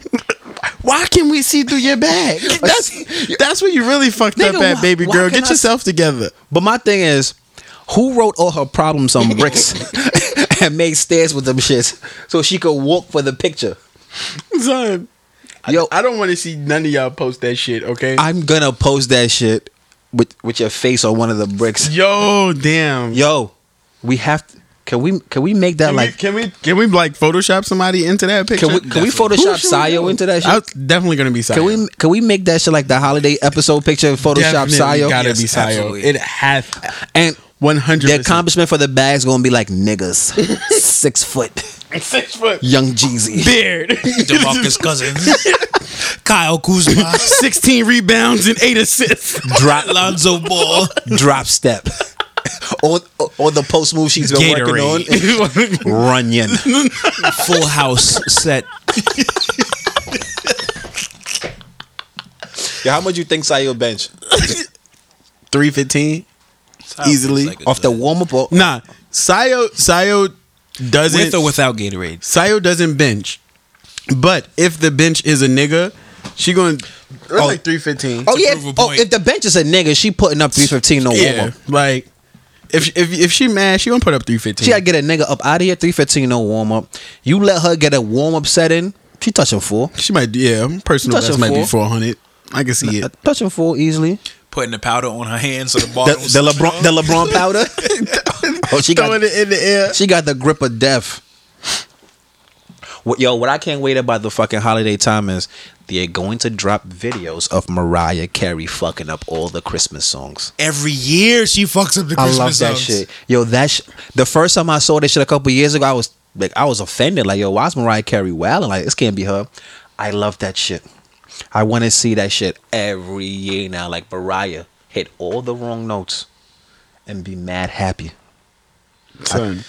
Speaker 3: Why can we see through your
Speaker 4: [LAUGHS]
Speaker 3: bag? That's that's where you really fucked up
Speaker 4: Nigga,
Speaker 3: at,
Speaker 4: why-
Speaker 3: baby
Speaker 4: why
Speaker 3: girl.
Speaker 4: can
Speaker 3: Get
Speaker 4: I-
Speaker 3: yourself together.
Speaker 4: But my thing is, who wrote all her problems on bricks [LAUGHS] and made stairs with them shits so she could walk for the picture?
Speaker 3: Son,
Speaker 4: Yo,
Speaker 3: I don't want to see none of y'all post that shit, okay?
Speaker 4: I, am gonna post that shit with with your face on one of the bricks.
Speaker 3: Yo, damn.
Speaker 4: Yo, we have to. Can we can we make that
Speaker 3: Can, we,
Speaker 4: like?
Speaker 3: can we can we like Photoshop somebody into that picture?
Speaker 4: Can we can we Photoshop Sayo into that shit?
Speaker 3: I was definitely gonna be Sayo.
Speaker 4: can we can we make that shit like the holiday episode picture in Photoshop
Speaker 3: Definitely
Speaker 4: Sayo?
Speaker 3: Gotta
Speaker 6: Yes,
Speaker 3: be Sayo.
Speaker 6: absolutely.
Speaker 3: It has
Speaker 4: And
Speaker 3: one hundred.
Speaker 4: the accomplishment for the bag's gonna be like
Speaker 3: [LAUGHS]
Speaker 4: niggas, six foot,
Speaker 3: six foot
Speaker 4: young Jeezy. [LAUGHS]
Speaker 3: beard,
Speaker 6: [LAUGHS] DeMarcus Cousins, Kyle Kuzma,
Speaker 3: sixteen rebounds and eight [LAUGHS] assists.
Speaker 6: Drop Lonzo Ball.
Speaker 4: drop step. or, or, or the post move she's been
Speaker 3: [LAUGHS]
Speaker 4: working on. Runyon.
Speaker 6: Full House set.
Speaker 4: Yeah, how much you think Sayo bench?
Speaker 3: Three fifteen easily
Speaker 4: Off the warm up or
Speaker 3: Nah, Sayo Sayo doesn't
Speaker 6: with or without Gatorade.
Speaker 3: Sayo doesn't bench, but if the bench is a nigga, she going oh, like three fifteen.
Speaker 4: Oh yeah.
Speaker 6: prove a
Speaker 4: Oh,
Speaker 6: point.
Speaker 4: if the bench is a nigga, she putting up three fifteen no warm
Speaker 3: yeah,
Speaker 4: up.
Speaker 3: like if if if she mad, she gonna put up three fifteen.
Speaker 4: She gotta get a nigga up out of here, three fifteen no warm up. You let her get a warm up set in, she touching four.
Speaker 3: She might yeah, personal
Speaker 4: Touch
Speaker 3: best
Speaker 4: a
Speaker 3: might be
Speaker 4: four.
Speaker 3: four hundred. I can see it.
Speaker 4: Touching four easily.
Speaker 6: Putting the powder on her hands so the ball
Speaker 4: The,
Speaker 6: don't
Speaker 4: the LeBron the LeBron powder.
Speaker 3: [LAUGHS]
Speaker 4: oh, she got
Speaker 3: Throwing it in the air.
Speaker 4: She got the grip of death. What, yo, what I can't wait about the fucking holiday time is they're going to drop videos of Mariah Carey fucking up all the Christmas songs.
Speaker 6: Every year she fucks up the
Speaker 4: I
Speaker 6: Christmas
Speaker 4: love that
Speaker 6: songs.
Speaker 4: shit. Yo, that sh- the first time I saw this shit a couple years ago, I was like, I was offended. Like, yo, why is Mariah Carey wilding? Like, this can't be her. I love that shit. I want to see that shit every year now. Like Mariah hit all the wrong notes and be mad happy.
Speaker 3: Son.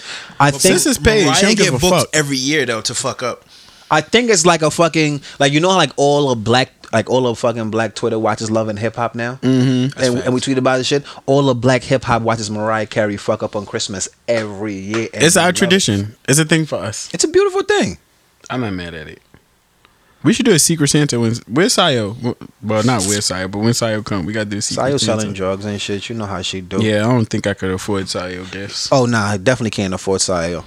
Speaker 4: I think
Speaker 3: Sis is paid.
Speaker 6: Mariah
Speaker 3: She don't
Speaker 6: get
Speaker 3: give a
Speaker 6: booked
Speaker 3: fuck.
Speaker 6: every year though to fuck up.
Speaker 4: I think it's like a fucking like you know how, like all of black like all of fucking black Twitter watches love and hip hop now, mm-hmm. and, and we tweet about this shit. All of black hip hop watches Mariah Carey fuck up on Christmas every year. and
Speaker 3: It's
Speaker 4: we
Speaker 3: our
Speaker 4: love it.
Speaker 3: tradition. It's a thing for us.
Speaker 4: It's a beautiful thing.
Speaker 3: I'm not mad at it. We should do a Secret Santa when where's Sayo? Well, not where's Sayo, but when Sayo come, we got to do a Secret
Speaker 4: Sayo
Speaker 3: Santa.
Speaker 4: selling drugs and shit. You know how she do.
Speaker 3: Yeah, I don't think I could afford Sayo gifts.
Speaker 4: Oh nah, I definitely Oh, can't afford Sayo.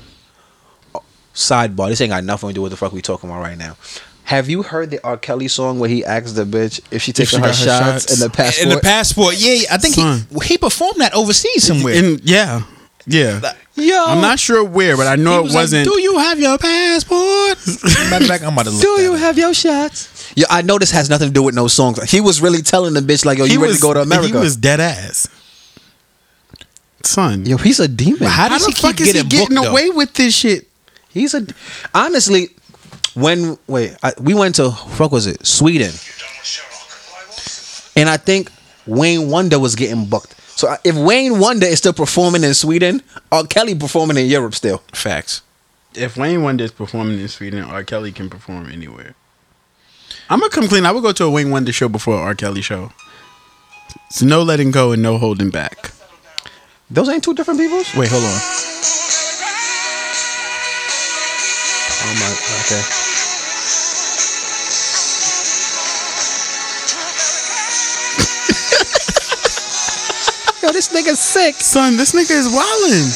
Speaker 4: Sidebar. This ain't got nothing to do with the fuck we talking about right now. Have you heard the R. Kelly song where he asks the bitch if she takes
Speaker 3: she
Speaker 4: her,
Speaker 3: got her
Speaker 4: shots,
Speaker 3: shots.
Speaker 4: in the passport?
Speaker 6: in the passport. Yeah, I think he,
Speaker 3: Son.
Speaker 6: he performed that overseas somewhere.
Speaker 3: And yeah, yeah.
Speaker 6: Yo,
Speaker 3: I'm not sure where, but I know
Speaker 6: He
Speaker 3: it
Speaker 6: was like,
Speaker 3: wasn't.
Speaker 6: Do you have your passport? [LAUGHS] Matter of fact, I'm about to look.
Speaker 4: do
Speaker 6: that
Speaker 4: you
Speaker 6: up.
Speaker 4: have your shots? Yeah, I know this has nothing to do with no songs. He was really telling the bitch like, "Yo, Oh, you ready to go to America?"
Speaker 3: He was dead ass. Son,
Speaker 4: Yo, he's a demon.
Speaker 6: How does
Speaker 3: how
Speaker 6: he
Speaker 3: the
Speaker 6: keep
Speaker 3: fuck is he
Speaker 6: getting booked?
Speaker 3: getting
Speaker 6: though?
Speaker 3: away with this shit?
Speaker 4: He's a honestly. When wait, I, we went to fuck was it Sweden, and I think Wayne Wonder was getting booked. So I- if Wayne Wonder is still performing in Sweden, or Kelly performing in Europe still,
Speaker 6: Facts.
Speaker 3: If Wayne Wonder is performing in Sweden, R. Kelly can perform anywhere. I'm gonna come clean. I would go to a Wayne Wonder show before a R. Kelly show. It's no letting go and no holding back.
Speaker 4: those ain't two different peoples.
Speaker 3: Wait, hold on.
Speaker 4: Oh my, okay. [LAUGHS] Yo, this nigga's sick.
Speaker 3: Son, this nigga is wildin'.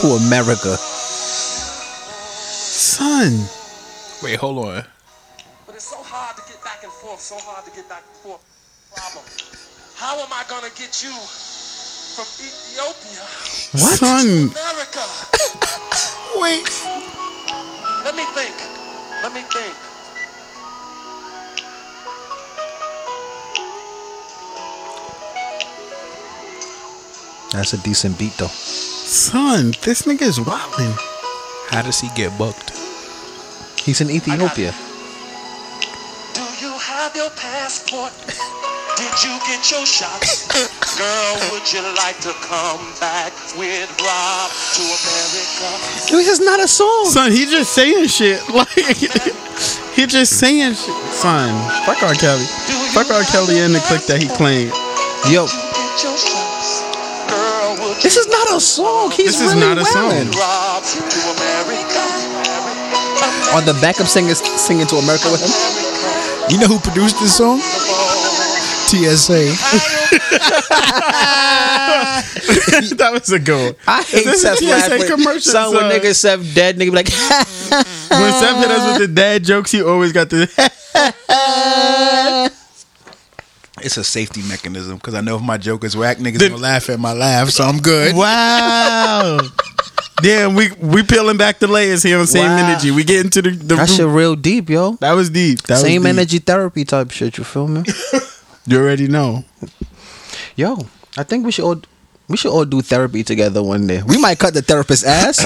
Speaker 4: To America.
Speaker 3: Son.
Speaker 6: Wait, hold on.
Speaker 9: But it's so hard to get back and forth, so hard to get back and forth. Problem. How am I gonna get you from Ethiopia
Speaker 3: What? Son.
Speaker 9: to America?
Speaker 3: Wait.
Speaker 9: Let me think. Let me think.
Speaker 4: That's a decent beat though.
Speaker 3: Son, this nigga is wildin'.
Speaker 6: How does he get booked?
Speaker 4: He's in Ethiopia.
Speaker 9: Do you have your passport? Did you get your shots? Girl, would you like to come back with Rob to America?
Speaker 4: This is not a song.
Speaker 3: Son, he just saying shit. [LAUGHS] Like he just saying shit. Son, fuck R. Kelly. Fuck R. Kelly and the click that he claimed.
Speaker 4: Yo,
Speaker 9: Get your shots. Girl, would you
Speaker 4: this is not a song. He's
Speaker 3: This is
Speaker 4: really
Speaker 3: not a song.
Speaker 4: wildin'.
Speaker 9: Rob to America?
Speaker 4: Are the backup singers singing to America with him?
Speaker 6: You know who produced this song? TSA.
Speaker 3: [LAUGHS] that was a good one.
Speaker 4: I hate
Speaker 3: [LAUGHS] This is
Speaker 4: Seth
Speaker 3: TSA
Speaker 4: Laughlin.
Speaker 3: commercial,
Speaker 4: Son, when
Speaker 3: son.
Speaker 4: niggas Seth dead, nigga be like, [LAUGHS]
Speaker 3: When Seth hit us with the dad jokes, he always got the [LAUGHS]
Speaker 6: It's a safety mechanism because I know if my joke is whack, niggas gonna laugh at my laugh, so I'm
Speaker 3: [LAUGHS]
Speaker 6: good.
Speaker 3: Wow. Damn, we we peeling back the layers here on same
Speaker 4: Wow.
Speaker 3: energy. We get into the, the
Speaker 4: that
Speaker 3: root.
Speaker 4: shit real deep, yo.
Speaker 3: That was deep. That
Speaker 4: Same
Speaker 3: was deep.
Speaker 4: energy therapy type shit. You feel me?
Speaker 3: You already know.
Speaker 4: yo, I think we should all we should all do therapy together one day. We might cut the therapist's
Speaker 3: [COUGHS]
Speaker 4: ass.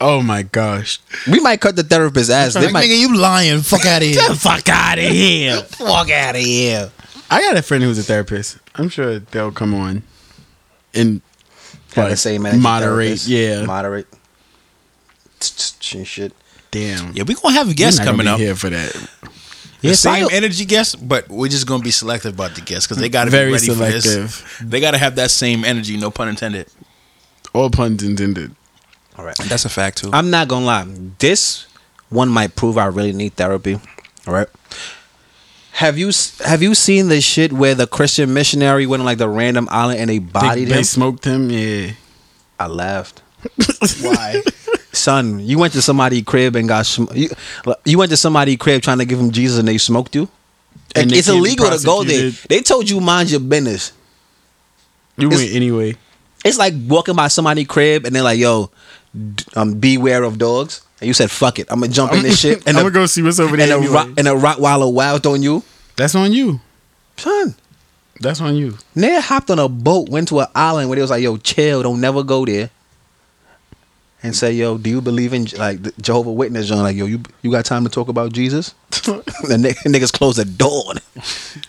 Speaker 3: Oh my gosh.
Speaker 4: we might cut the therapist's ass. They
Speaker 6: Like,
Speaker 4: might.
Speaker 6: nigga, you lying? Fuck
Speaker 3: [LAUGHS]
Speaker 6: out of here.
Speaker 3: Fuck out of here.
Speaker 6: Fuck out of here.
Speaker 3: I got a friend who's a therapist. I'm sure they'll come on and
Speaker 4: Have the
Speaker 3: like,
Speaker 4: same energy
Speaker 3: moderate.
Speaker 4: therapist.
Speaker 3: Yeah.
Speaker 4: moderate. Shit.
Speaker 3: Damn.
Speaker 6: Yeah, we gonna have guests
Speaker 3: We're not gonna
Speaker 6: coming
Speaker 3: be
Speaker 6: up.
Speaker 3: here for that.
Speaker 6: The same
Speaker 4: Sayo-
Speaker 6: energy guests, but we're just gonna be selective about the guests because they gotta
Speaker 3: Very
Speaker 6: be ready
Speaker 3: selective.
Speaker 6: for this. They gotta have that same energy, no pun intended.
Speaker 3: All puns intended.
Speaker 6: That's a fact too.
Speaker 4: I'm not gonna lie. This one might prove I really need therapy. All right. Have you have you seen the shit where the Christian missionary went on like the random island and they
Speaker 3: They,
Speaker 4: bodied
Speaker 3: they
Speaker 4: him?
Speaker 3: smoked him. Yeah.
Speaker 4: I laughed. [LAUGHS]
Speaker 6: Why?
Speaker 4: Son, you went to somebody's crib and got sm- you, you went to somebody's crib trying to give him Jesus and they smoked you.
Speaker 3: And they
Speaker 4: it's
Speaker 3: can't be
Speaker 4: illegal to go there.
Speaker 3: prosecuted.
Speaker 4: They told you mind your business.
Speaker 3: You
Speaker 4: It's-
Speaker 3: went anyway.
Speaker 4: It's like walking by somebody's crib and they're like, "Yo, d- um, beware of dogs." And you said, "Fuck it, I'm gonna jump in [LAUGHS] this
Speaker 3: [LAUGHS]
Speaker 4: shit." And
Speaker 3: I'm
Speaker 4: a-
Speaker 3: gonna go see what's over
Speaker 4: and
Speaker 3: there.
Speaker 4: a,
Speaker 3: anyway.
Speaker 4: rock, and a Rottweiler wowed on you.
Speaker 3: That's on you.
Speaker 4: Son,
Speaker 3: That's on you.
Speaker 4: Ned hopped on a boat, went to an island where they was like, "Yo, chill, don't never go there." And say, "Yo, do you believe in like the Jehovah Witness?" John, like, "Yo, you you got time to talk about Jesus?" [LAUGHS] the ni- niggas closed the door. on him.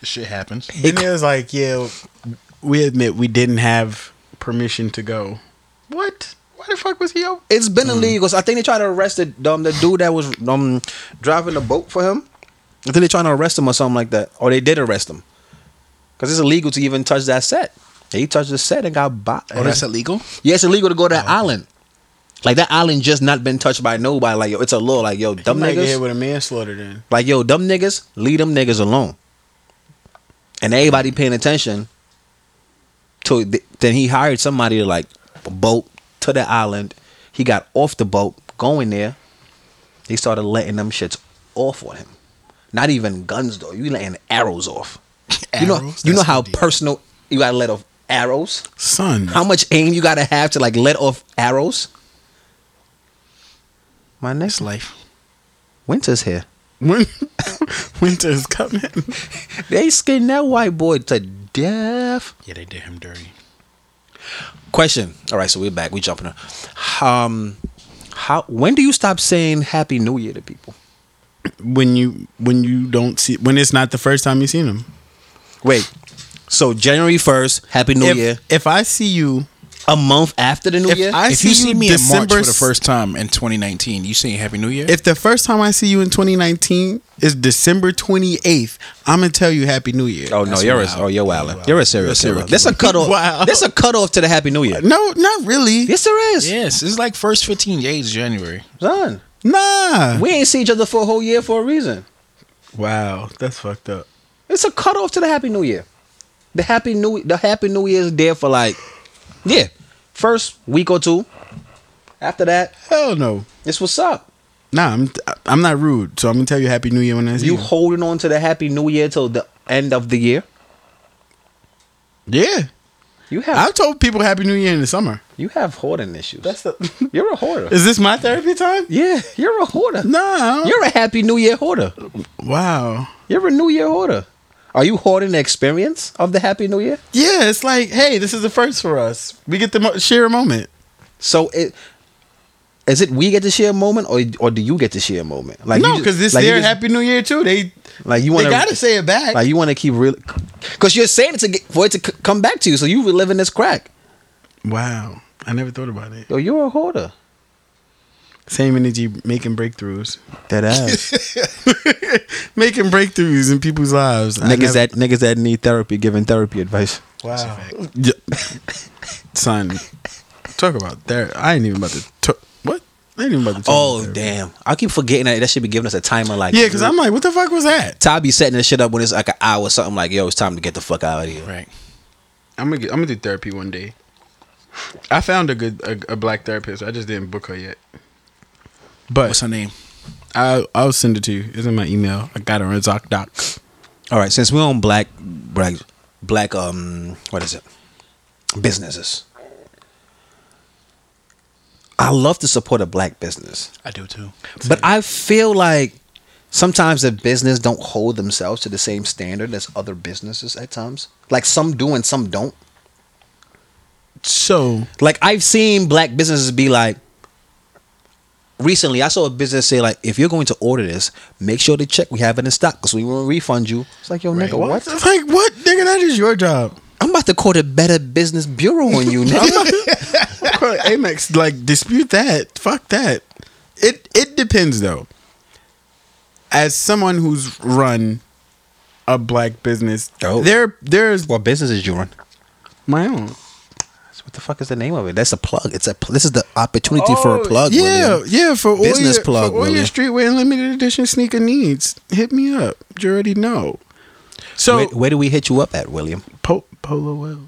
Speaker 6: Shit happens.
Speaker 3: And it was like, yeah, we admit we didn't have permission to go. What? Why the fuck was he over?
Speaker 4: It's been
Speaker 6: Mm.
Speaker 4: illegal. So I think they tried to arrest the um, the dude that was um driving the boat for him. I think they trying to arrest him or something like that, or they did arrest him because it's illegal to even touch that set. He touched the set and got bought.
Speaker 6: Oh, that's illegal.
Speaker 4: Yeah, it's illegal to go to that
Speaker 3: Oh.
Speaker 4: island. Like that island just not been touched by nobody. Like yo, it's a law. Like yo, dumb
Speaker 3: might get
Speaker 4: niggas.
Speaker 3: hit with a manslaughter then.
Speaker 4: like yo, dumb niggas. Leave them niggas alone. And everybody paying attention. To th- then he hired somebody to like boat to the island. He got off the boat, going there, They started letting them shits off on him. Not even guns though. You letting arrows off. [LAUGHS] You know,
Speaker 3: Arrows?
Speaker 4: you know
Speaker 3: That's
Speaker 4: how personal you gotta let off arrows.
Speaker 3: Son.
Speaker 4: How much aim you gotta have to like let off arrows? My next
Speaker 10: life.
Speaker 4: Winter's here.
Speaker 3: [LAUGHS] When [LAUGHS] winter's coming.
Speaker 4: They skinned that white boy to death.
Speaker 6: Yeah, they did him dirty.
Speaker 4: Question. All right, so we're back. We jumping. On. Um, how? When do you stop saying Happy New Year to people?
Speaker 3: When you when you don't see when it's not the first time you seen him.
Speaker 4: Wait. So January first, Happy New
Speaker 3: if,
Speaker 4: Year.
Speaker 3: If I see you
Speaker 4: A month after the New
Speaker 3: If
Speaker 4: Year.
Speaker 3: I
Speaker 6: if
Speaker 3: see
Speaker 6: you see me in
Speaker 3: December
Speaker 6: March for the first time in 2019, you saying Happy New Year?
Speaker 3: If the first time I see you in 2019 is December 28th, I'm gonna tell you Happy New Year.
Speaker 4: Oh no, you're a, oh you're wildin'. You're a serious killer. That's a [LAUGHS] cutoff.
Speaker 3: Wow.
Speaker 4: That's a cutoff to the Happy New Year.
Speaker 3: No, not really.
Speaker 4: Yes, there is.
Speaker 6: yes, it's like first 15 days of January.
Speaker 4: Son,
Speaker 3: Nah.
Speaker 4: we ain't see each other for a whole year for a reason.
Speaker 3: Wow, that's fucked up.
Speaker 4: It's a cutoff to the Happy New Year. The Happy New the Happy New Year is there for like, yeah, first week or two. After that,
Speaker 3: Hell no.
Speaker 4: it's what's up.
Speaker 3: Nah, I'm I'm not rude, so I'm gonna tell you Happy New Year when I see you.
Speaker 4: You holding on to the Happy New Year till the end of the year.
Speaker 3: yeah,
Speaker 4: You have
Speaker 3: I've told people Happy New Year in the summer.
Speaker 4: you have hoarding issues.
Speaker 3: That's the.
Speaker 4: [LAUGHS] you're a hoarder.
Speaker 3: Is this my therapy time?
Speaker 4: yeah, you're a hoarder.
Speaker 3: Nah.
Speaker 4: You're a Happy New Year hoarder.
Speaker 3: wow.
Speaker 4: You're a New Year hoarder. Are you hoarding the experience of the Happy New Year?
Speaker 3: Yeah, it's like, hey, this is the first for us. We get to mo- share a moment.
Speaker 4: So it is it we get to share a moment or or do you get to share a moment? Like
Speaker 3: no,
Speaker 4: you just-
Speaker 3: because this
Speaker 4: like you
Speaker 3: their
Speaker 4: just-
Speaker 3: Happy New Year too. They
Speaker 4: Like you
Speaker 3: they
Speaker 4: want
Speaker 3: gotta say it back.
Speaker 4: Like you want to keep real, because you're saying it to get, for it to c- come back to you. So you reliving this crack.
Speaker 3: wow, I never thought about it.
Speaker 4: Yo, you're a hoarder.
Speaker 3: Same energy making breakthroughs.
Speaker 4: That ass.
Speaker 3: making breakthroughs in people's lives. I
Speaker 4: niggas
Speaker 3: never-
Speaker 4: that niggas that need therapy, giving therapy advice.
Speaker 3: wow. Yeah.
Speaker 4: [LAUGHS]
Speaker 3: Son, talk about therapy. I ain't even about to talk. What? I ain't even about to talk.
Speaker 4: Oh
Speaker 3: about therapy.
Speaker 4: damn! I keep forgetting that that should be giving us a timer. Like
Speaker 3: Yeah, because I'm like, what the fuck was that?
Speaker 4: Ty be setting this shit up when it's like an hour or something. Like yo, it's time to get the fuck out of here.
Speaker 6: Right.
Speaker 3: I'm gonna get, I'm gonna do therapy one day. I found a good a, a black therapist. I just didn't book her yet. But
Speaker 6: What's her name?
Speaker 3: I I'll send it to you. It's in my email. I got it on ZocDoc.
Speaker 4: All right, since we're on black black black um what is it businesses. I love to support a black business.
Speaker 6: I do too.
Speaker 4: But I feel like sometimes the business don't hold themselves to the same standard as other businesses at times. Like some do and some don't.
Speaker 3: So
Speaker 4: Like I've seen black businesses be like recently I saw a business say like if you're going to order this, make sure to check we have it in stock because we will refund you. It's like yo nigga, what?
Speaker 3: It's like what, nigga? That is your job.
Speaker 4: I'm about to call the better business bureau on you nigga.
Speaker 3: Bro, Amex, like dispute that. Fuck that. It it depends though. As someone who's run a black business,
Speaker 4: [LAUGHS] Oh.
Speaker 3: there there's
Speaker 4: what business is you run?
Speaker 3: my own.
Speaker 4: What the fuck is the name of it? That's a plug. It's a pl- this is the opportunity for a plug.
Speaker 3: yeah,
Speaker 4: William.
Speaker 3: yeah. For all
Speaker 4: Business
Speaker 3: your,
Speaker 4: plug,
Speaker 3: for all your
Speaker 4: William.
Speaker 3: streetwear and limited edition sneaker needs, hit me up. You already know. So
Speaker 4: Where, where do we hit you up at, William?
Speaker 3: po- Polo Will,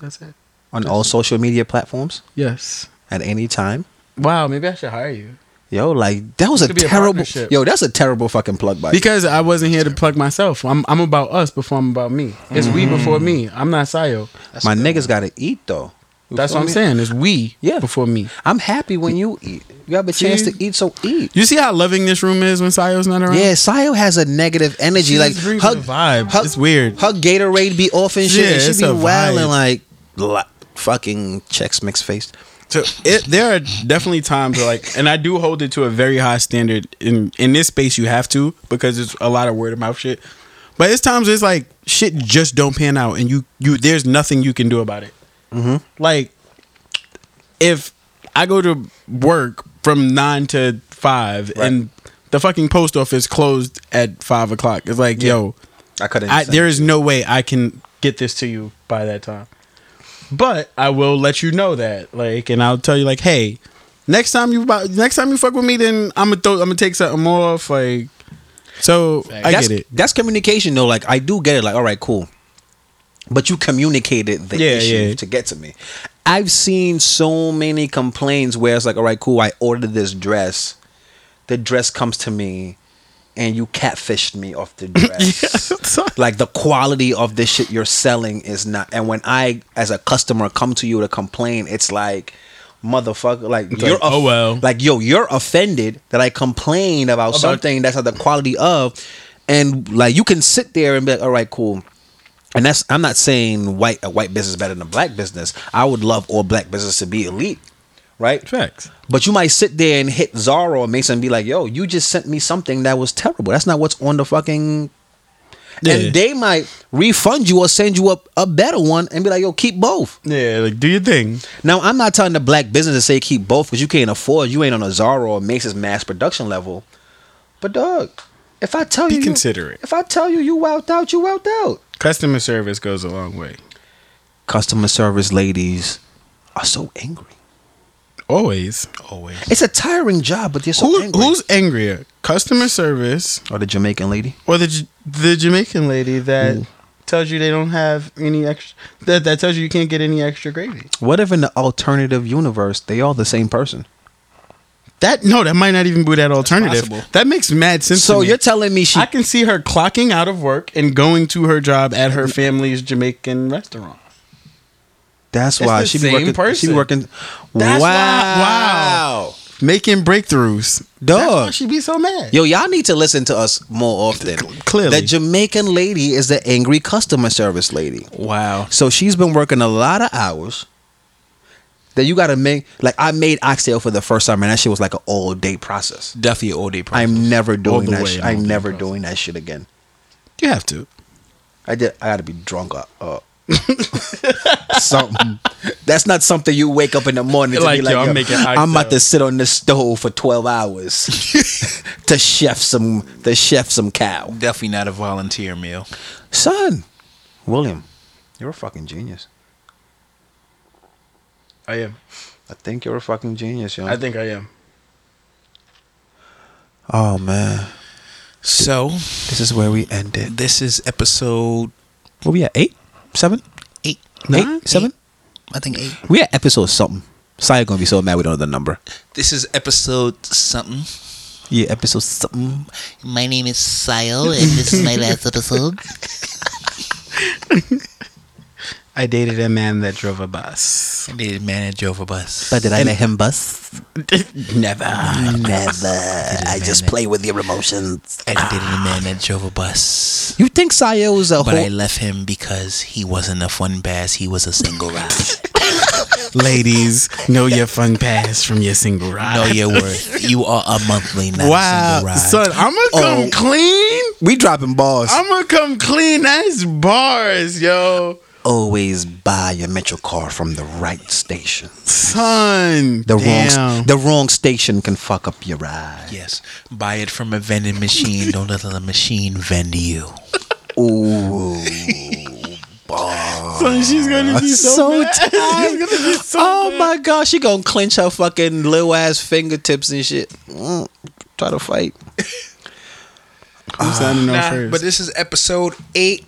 Speaker 3: that's it.
Speaker 4: On all social media platforms?
Speaker 3: Yes.
Speaker 4: at any time.
Speaker 3: Wow. Maybe I should hire you
Speaker 4: Yo, like that was a
Speaker 3: could be a
Speaker 4: terrible.
Speaker 3: partnership.
Speaker 4: yo, that's a terrible fucking plug by.
Speaker 3: because I wasn't here to plug myself. I'm I'm about us before I'm about me. It's we before me. I'm not Sayo.
Speaker 4: My niggas gotta eat though. You
Speaker 3: That's
Speaker 4: feel
Speaker 3: what I'm
Speaker 4: me?
Speaker 3: saying. It's we
Speaker 4: Yeah.
Speaker 3: before me.
Speaker 4: I'm happy when you eat. You have a
Speaker 3: See?
Speaker 4: chance to eat, so eat.
Speaker 3: You see how loving this room is when Sayo's not around?
Speaker 4: Yeah, Sayo has a negative energy.
Speaker 3: She's
Speaker 4: like
Speaker 3: bringing
Speaker 4: her
Speaker 3: the vibe.
Speaker 4: her-
Speaker 3: It's weird.
Speaker 4: Her Gatorade be off and shit.
Speaker 3: Yeah,
Speaker 4: and she
Speaker 3: it's
Speaker 4: be
Speaker 3: a
Speaker 4: wild
Speaker 3: vibe.
Speaker 4: and like la- fucking checks mixed face.
Speaker 3: So it, there are definitely times where like, and I do hold it to a very high standard in in this space. You have to because it's a lot of word of mouth shit. But it's times it's like shit just don't pan out, and you you there's nothing you can do about it. Like if I go to work from nine to five, and the fucking post office closed at five o'clock, it's like yo,
Speaker 4: I couldn't.
Speaker 3: I, there is no way I can get this to you by that time. But I will let you know that, like, and I'll tell you, like, hey, next time you about, next time you fuck with me, then I'm gonna throw, I'm gonna take something more off, like. So I
Speaker 4: that's,
Speaker 3: get it.
Speaker 4: That's communication though. Like I do get it. Like all right, cool. But you communicated the
Speaker 3: Yeah,
Speaker 4: issue
Speaker 3: yeah.
Speaker 4: to get to me. I've seen so many complaints where it's like, all right, cool. I ordered this dress. the dress comes to me and you catfished me off
Speaker 3: [LAUGHS]
Speaker 4: the dress. like the quality of the shit you're selling is not. And when I, as a customer, come to you to complain, it's like, motherfucker, like
Speaker 3: It's
Speaker 4: you're,
Speaker 3: like, oh, well.
Speaker 4: like yo, you're offended that I complained about, something that's not the quality of, and like you can sit there and be like, all right, cool. And that's I'm not saying white a white business is better than a black business. I would love all black business to be elite, right?
Speaker 3: Facts.
Speaker 4: But you might sit there and hit Zara or Mason and be like, yo, you just sent me something that was terrible. That's not what's on the fucking.
Speaker 3: Yeah.
Speaker 4: And they might refund you or send you up a better one and be like, yo, keep both.
Speaker 3: Yeah, like do your thing.
Speaker 4: Now, I'm not telling the black business to say keep both because you can't afford, you ain't on a Zara or Macy's mass production level. But, dog, if I tell
Speaker 3: Be
Speaker 4: you. you-
Speaker 3: considerate.
Speaker 4: If I tell you you wowed out, you wowed out.
Speaker 3: Customer service goes a long way.
Speaker 4: Customer service ladies are so angry.
Speaker 3: Always.
Speaker 4: It's a tiring job, but they're so
Speaker 3: Who,
Speaker 4: angry.
Speaker 3: who's angrier, customer service
Speaker 4: or the Jamaican lady?
Speaker 3: or the J- the Jamaican lady that tells you they don't have any extra that that tells you you can't get any extra gravy?
Speaker 4: What if in the alternative universe they all the same person?
Speaker 3: That no, that might not even be that alternative. That makes mad sense.
Speaker 4: So
Speaker 3: to me.
Speaker 4: you're telling me she
Speaker 3: I can see her clocking out of work and going to her job at her family's Jamaican restaurant.
Speaker 4: That's
Speaker 3: It's
Speaker 4: why
Speaker 3: the
Speaker 4: she
Speaker 3: same
Speaker 4: be working. She
Speaker 3: person.
Speaker 4: be working.
Speaker 3: That's why-
Speaker 4: wow,
Speaker 3: wow. Making breakthrows. That's why
Speaker 4: dog.
Speaker 3: she be so mad.
Speaker 4: Yo, y'all need to listen to us more often.
Speaker 3: clearly.
Speaker 4: the Jamaican lady is the angry customer service lady.
Speaker 6: Wow.
Speaker 4: So she's been working a lot of hours. That you got to make. Like I made oxtail for the first time, and that shit was like an all day process.
Speaker 6: Definitely all day price.
Speaker 4: I'm never doing
Speaker 3: the
Speaker 4: that.
Speaker 3: way
Speaker 4: Sh-
Speaker 3: an
Speaker 4: I'm
Speaker 3: all-day
Speaker 4: never
Speaker 3: process.
Speaker 4: doing that shit again.
Speaker 3: You have to.
Speaker 4: I did. I got to be drunk. Or,
Speaker 3: [LAUGHS]
Speaker 4: uh, something. That's not something you wake up in the morning to
Speaker 3: Like,
Speaker 4: be like.
Speaker 3: yo, I'm
Speaker 4: yo,
Speaker 3: making
Speaker 4: I'm about to
Speaker 3: oxtails.
Speaker 4: sit on this stove for 12
Speaker 3: [LAUGHS]
Speaker 4: hours to chef some to chef some cow.
Speaker 6: Definitely not a volunteer meal.
Speaker 4: Son, William, you're a fucking genius.
Speaker 3: I am.
Speaker 4: I think you're a fucking genius, yo.
Speaker 3: I think I am.
Speaker 4: oh man,
Speaker 6: So
Speaker 4: this is where we ended.
Speaker 6: this is episode
Speaker 4: What we at? Eight, seven,
Speaker 6: eight.
Speaker 4: eight, seven.
Speaker 6: I think eight.
Speaker 4: We at episode something. Saya gonna be so mad we don't know the number.
Speaker 6: This is episode something.
Speaker 4: Yeah, episode something.
Speaker 11: My name is Sile, and this is my last episode.
Speaker 3: I dated a man that drove a bus.
Speaker 6: I needed manager over bus.
Speaker 4: But did I let him bust? Never.
Speaker 3: Never.
Speaker 4: I just play with your emotions.
Speaker 6: I dated a man that drove a bus.
Speaker 4: You think Sayo is a
Speaker 6: But I
Speaker 4: whole
Speaker 6: left him because he wasn't a fun bass. He was a single ride. [LAUGHS]
Speaker 3: Ladies, know your fun pass from your single ride.
Speaker 6: know your worth. You are a monthly, not a single
Speaker 3: Wow,
Speaker 6: ride.
Speaker 3: son, I'm gonna come clean.
Speaker 4: We dropping balls.
Speaker 3: I'm gonna come clean. That's bars, yo,
Speaker 4: Always buy your metro card from the right station.
Speaker 3: son.
Speaker 4: The wrong
Speaker 3: Damn.
Speaker 4: s- the wrong station can fuck up your ride.
Speaker 6: Yes. Buy it from a vending machine. Don't let the machine vend you.
Speaker 3: son, she's gonna be so, mad.
Speaker 4: tired.
Speaker 3: She's gonna be so
Speaker 4: oh
Speaker 3: mad.
Speaker 4: my god, she gonna clench her fucking little ass fingertips and shit. Mm, try to fight.
Speaker 3: I'm signing off first.
Speaker 6: But this is episode eight.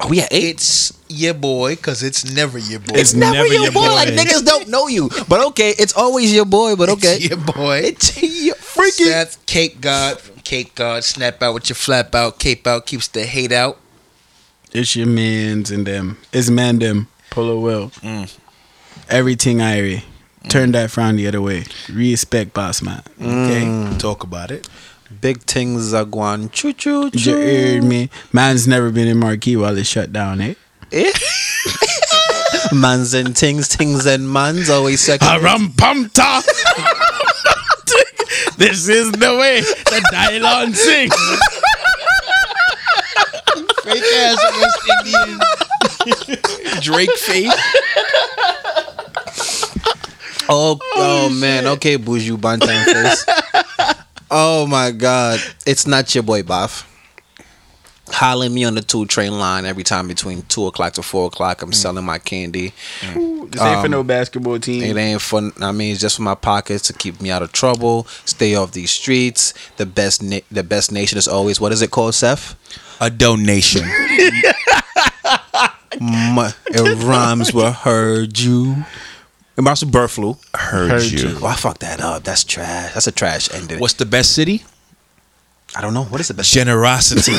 Speaker 4: Oh yeah, eight.
Speaker 6: It's your boy, cause it's never your boy.
Speaker 4: It's never, your, boy. Like niggas don't know you, but okay, it's always your boy. But okay,
Speaker 3: [LAUGHS]
Speaker 6: It's your boy.
Speaker 4: [LAUGHS] It's your freaking
Speaker 6: Seth, Cape God from Cape God. Snap out with your flap out. Cape out keeps the hate out.
Speaker 3: it's your man's and them. It's man them. Polo will. Everything Irie. Turn that frown the other way. Respect boss man. Okay.
Speaker 6: Talk about it.
Speaker 4: big things are going. Choo choo
Speaker 3: You
Speaker 4: choo.
Speaker 3: heard me. Man's never been in marquee while it's shut down, eh?
Speaker 4: Mans and things, things and mans always second.
Speaker 3: Arampamta. this is the way the dialogue sings.
Speaker 6: Fake ass West Indian. Drake face.
Speaker 4: Oh, oh man. Okay, Buju Bantan face. oh my God. It's not your boy Boff. Holler at me on the two train line every time between two o'clock to four o'clock. I'm selling my candy.
Speaker 3: This ain't for no basketball
Speaker 4: It
Speaker 3: team.
Speaker 4: Um, ain't for. I mean, it's just for my pockets to keep me out of trouble. Stay off these streets. The best. Na- the best nation is always. What is it called, Seth?
Speaker 6: A [LAUGHS] donation.
Speaker 4: My, it rhymes with heard you. And Marshall bird flu.
Speaker 6: Heard, you.
Speaker 4: Oh, I fucked that up. That's trash. That's a trash ending.
Speaker 6: What's the best city?
Speaker 4: I don't know. What is the
Speaker 6: [LAUGHS]
Speaker 4: best?
Speaker 6: Generosity.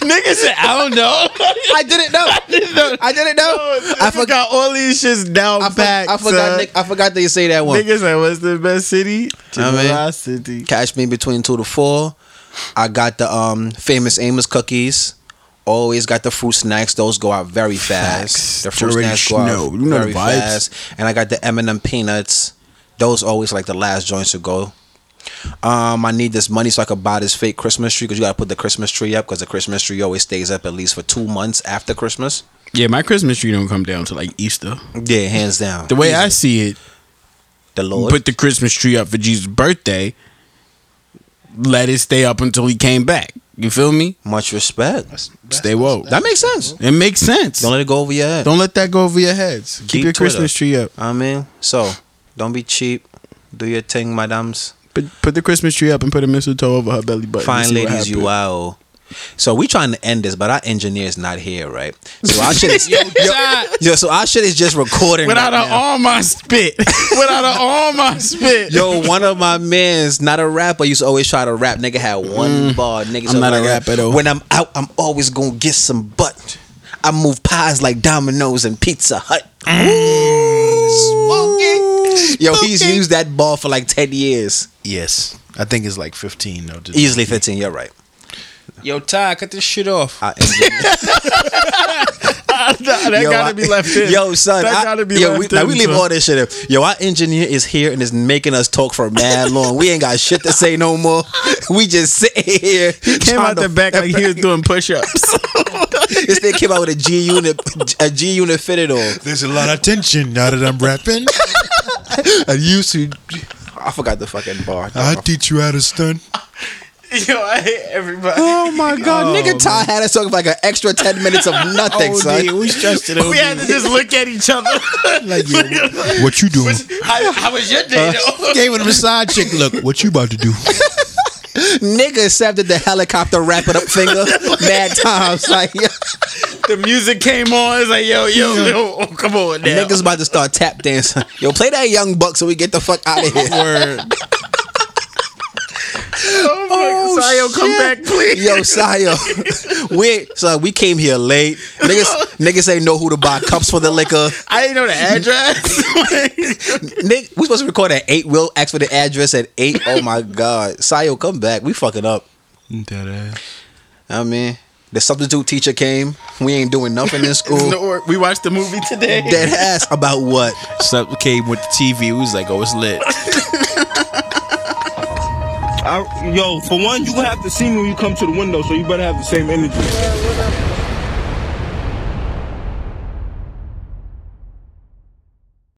Speaker 3: Nigga said, I don't know.
Speaker 4: [LAUGHS] I didn't know. I didn't know. I didn't know. I
Speaker 3: I
Speaker 4: forgot.
Speaker 3: forgot all these shits down
Speaker 4: I,
Speaker 3: I
Speaker 4: for-
Speaker 3: back.
Speaker 4: I forgot. Nick, I forgot that you say that one.
Speaker 3: Nigga said, what's the best city?
Speaker 4: I mean-
Speaker 3: Generosity.
Speaker 4: Catch me between two to four. I got the um famous Amos cookies. Always got the fruit snacks. Those go out very fast.
Speaker 3: Facts.
Speaker 4: The fruit
Speaker 3: You already
Speaker 4: snacks go out
Speaker 3: know. You know the
Speaker 4: very
Speaker 3: vibes.
Speaker 4: fast. And I got the M&M peanuts. Those always like the last joints to go. Um, I need this money so I could buy this fake Christmas tree because you gotta put the Christmas tree up because the Christmas tree always stays up at least for two months after Christmas.
Speaker 3: Yeah, my Christmas tree don't come down to like Easter.
Speaker 4: Yeah, hands down.
Speaker 3: The way I see it,
Speaker 4: the Lord.
Speaker 3: put the Christmas tree up for Jesus' birthday. Let it stay up until he came back. You feel me?
Speaker 4: Much respect.
Speaker 3: stay woke.
Speaker 4: that makes sense.
Speaker 3: It makes sense.
Speaker 4: Don't let it go over your head.
Speaker 3: Don't let that go over your heads. Keep
Speaker 4: Deep
Speaker 3: your
Speaker 4: Twitter.
Speaker 3: Christmas tree up.
Speaker 4: I mean, so don't be cheap. Do your thing, madams.
Speaker 3: Put, put the Christmas tree up and put a mistletoe over her belly button.
Speaker 4: Fine ladies, you
Speaker 3: are.
Speaker 4: out. So we trying to end this, but our engineer's not here, right? So our shit is [LAUGHS] yo, yo, so our shit is just recording
Speaker 3: Without
Speaker 4: right
Speaker 3: an
Speaker 4: now.
Speaker 3: arm,
Speaker 4: [LAUGHS]
Speaker 3: I spit. Without an arm, I spit.
Speaker 4: Yo, one of my men's not a rapper. Used to always try to rap. Nigga had one bar. Nigga, so
Speaker 3: Mm. not a
Speaker 4: like,
Speaker 3: rapper, though.
Speaker 4: When I'm out, I'm always gonna get some butt. I move pies like Domino's and Pizza Hut. Smoking. Yo, he's used that bar for like ten years,
Speaker 6: yes. I think it's like 15 though. today.
Speaker 4: easily fifteen. You're right.
Speaker 6: Yo, Ty, cut this shit off.
Speaker 4: Our engineer.
Speaker 3: [LAUGHS] that
Speaker 4: Yo,
Speaker 3: gotta
Speaker 4: I-
Speaker 3: be left in.
Speaker 4: Yo, son,
Speaker 3: that
Speaker 4: I-
Speaker 3: gotta be
Speaker 4: yo,
Speaker 3: left
Speaker 4: we,
Speaker 3: in.
Speaker 4: like, we leave
Speaker 3: son.
Speaker 4: all this shit. in. Yo, our engineer is here and is making us talk for mad long. We ain't got shit to say no more. We just sitting here. He
Speaker 3: Came out the back like he was doing push-ups.
Speaker 4: [LAUGHS] This thing came out with a G unit, a G unit fitted on.
Speaker 3: [LAUGHS]
Speaker 1: There's a lot of tension now that I'm rapping. I used to.
Speaker 4: I forgot the fucking bar.
Speaker 1: I teach you how to stunt.
Speaker 3: Yo, I hate everybody.
Speaker 4: Oh my god, nigga!
Speaker 3: Oh,
Speaker 4: Ty had us talking for like an extra ten minutes of nothing, son.
Speaker 1: we stressed it
Speaker 3: we had to just look at each other.
Speaker 1: Like, yo, what you doing?
Speaker 3: how, how was your day, though?
Speaker 1: Gave him a side chick look. What you about to do?
Speaker 4: [LAUGHS] Nigga accepted the helicopter wrap it up
Speaker 3: [LAUGHS]
Speaker 4: finger mad times. Like, yo,
Speaker 3: the music came on. It's like, yo, yo, yo, oh, come on now.
Speaker 4: niggas about to start tap dancing. Yo, play that young buck so we get the fuck out of
Speaker 3: [LAUGHS]
Speaker 4: here. [LAUGHS]
Speaker 3: oh, Sayo, come back, please.
Speaker 4: Yo,
Speaker 3: [LAUGHS]
Speaker 4: Sayo, we son, we came here late. Niggas, niggas ain't know who to buy cups for the liquor.
Speaker 3: I didn't know
Speaker 4: [LAUGHS]
Speaker 3: the address. [LAUGHS]
Speaker 4: Nick, we supposed to record at eight. We'll ask for the address at eight. Oh my god, Sayo, come back. We fucking up. I mean, the substitute teacher came. We ain't doing nothing
Speaker 3: [LAUGHS]
Speaker 4: in school.
Speaker 3: No work. we watched the movie today.
Speaker 4: Dead ass about what?
Speaker 6: Something came with the TV. We was like, oh, it's lit.
Speaker 2: I, yo, for one, you have to see me when you come to the window, so you better have the same energy.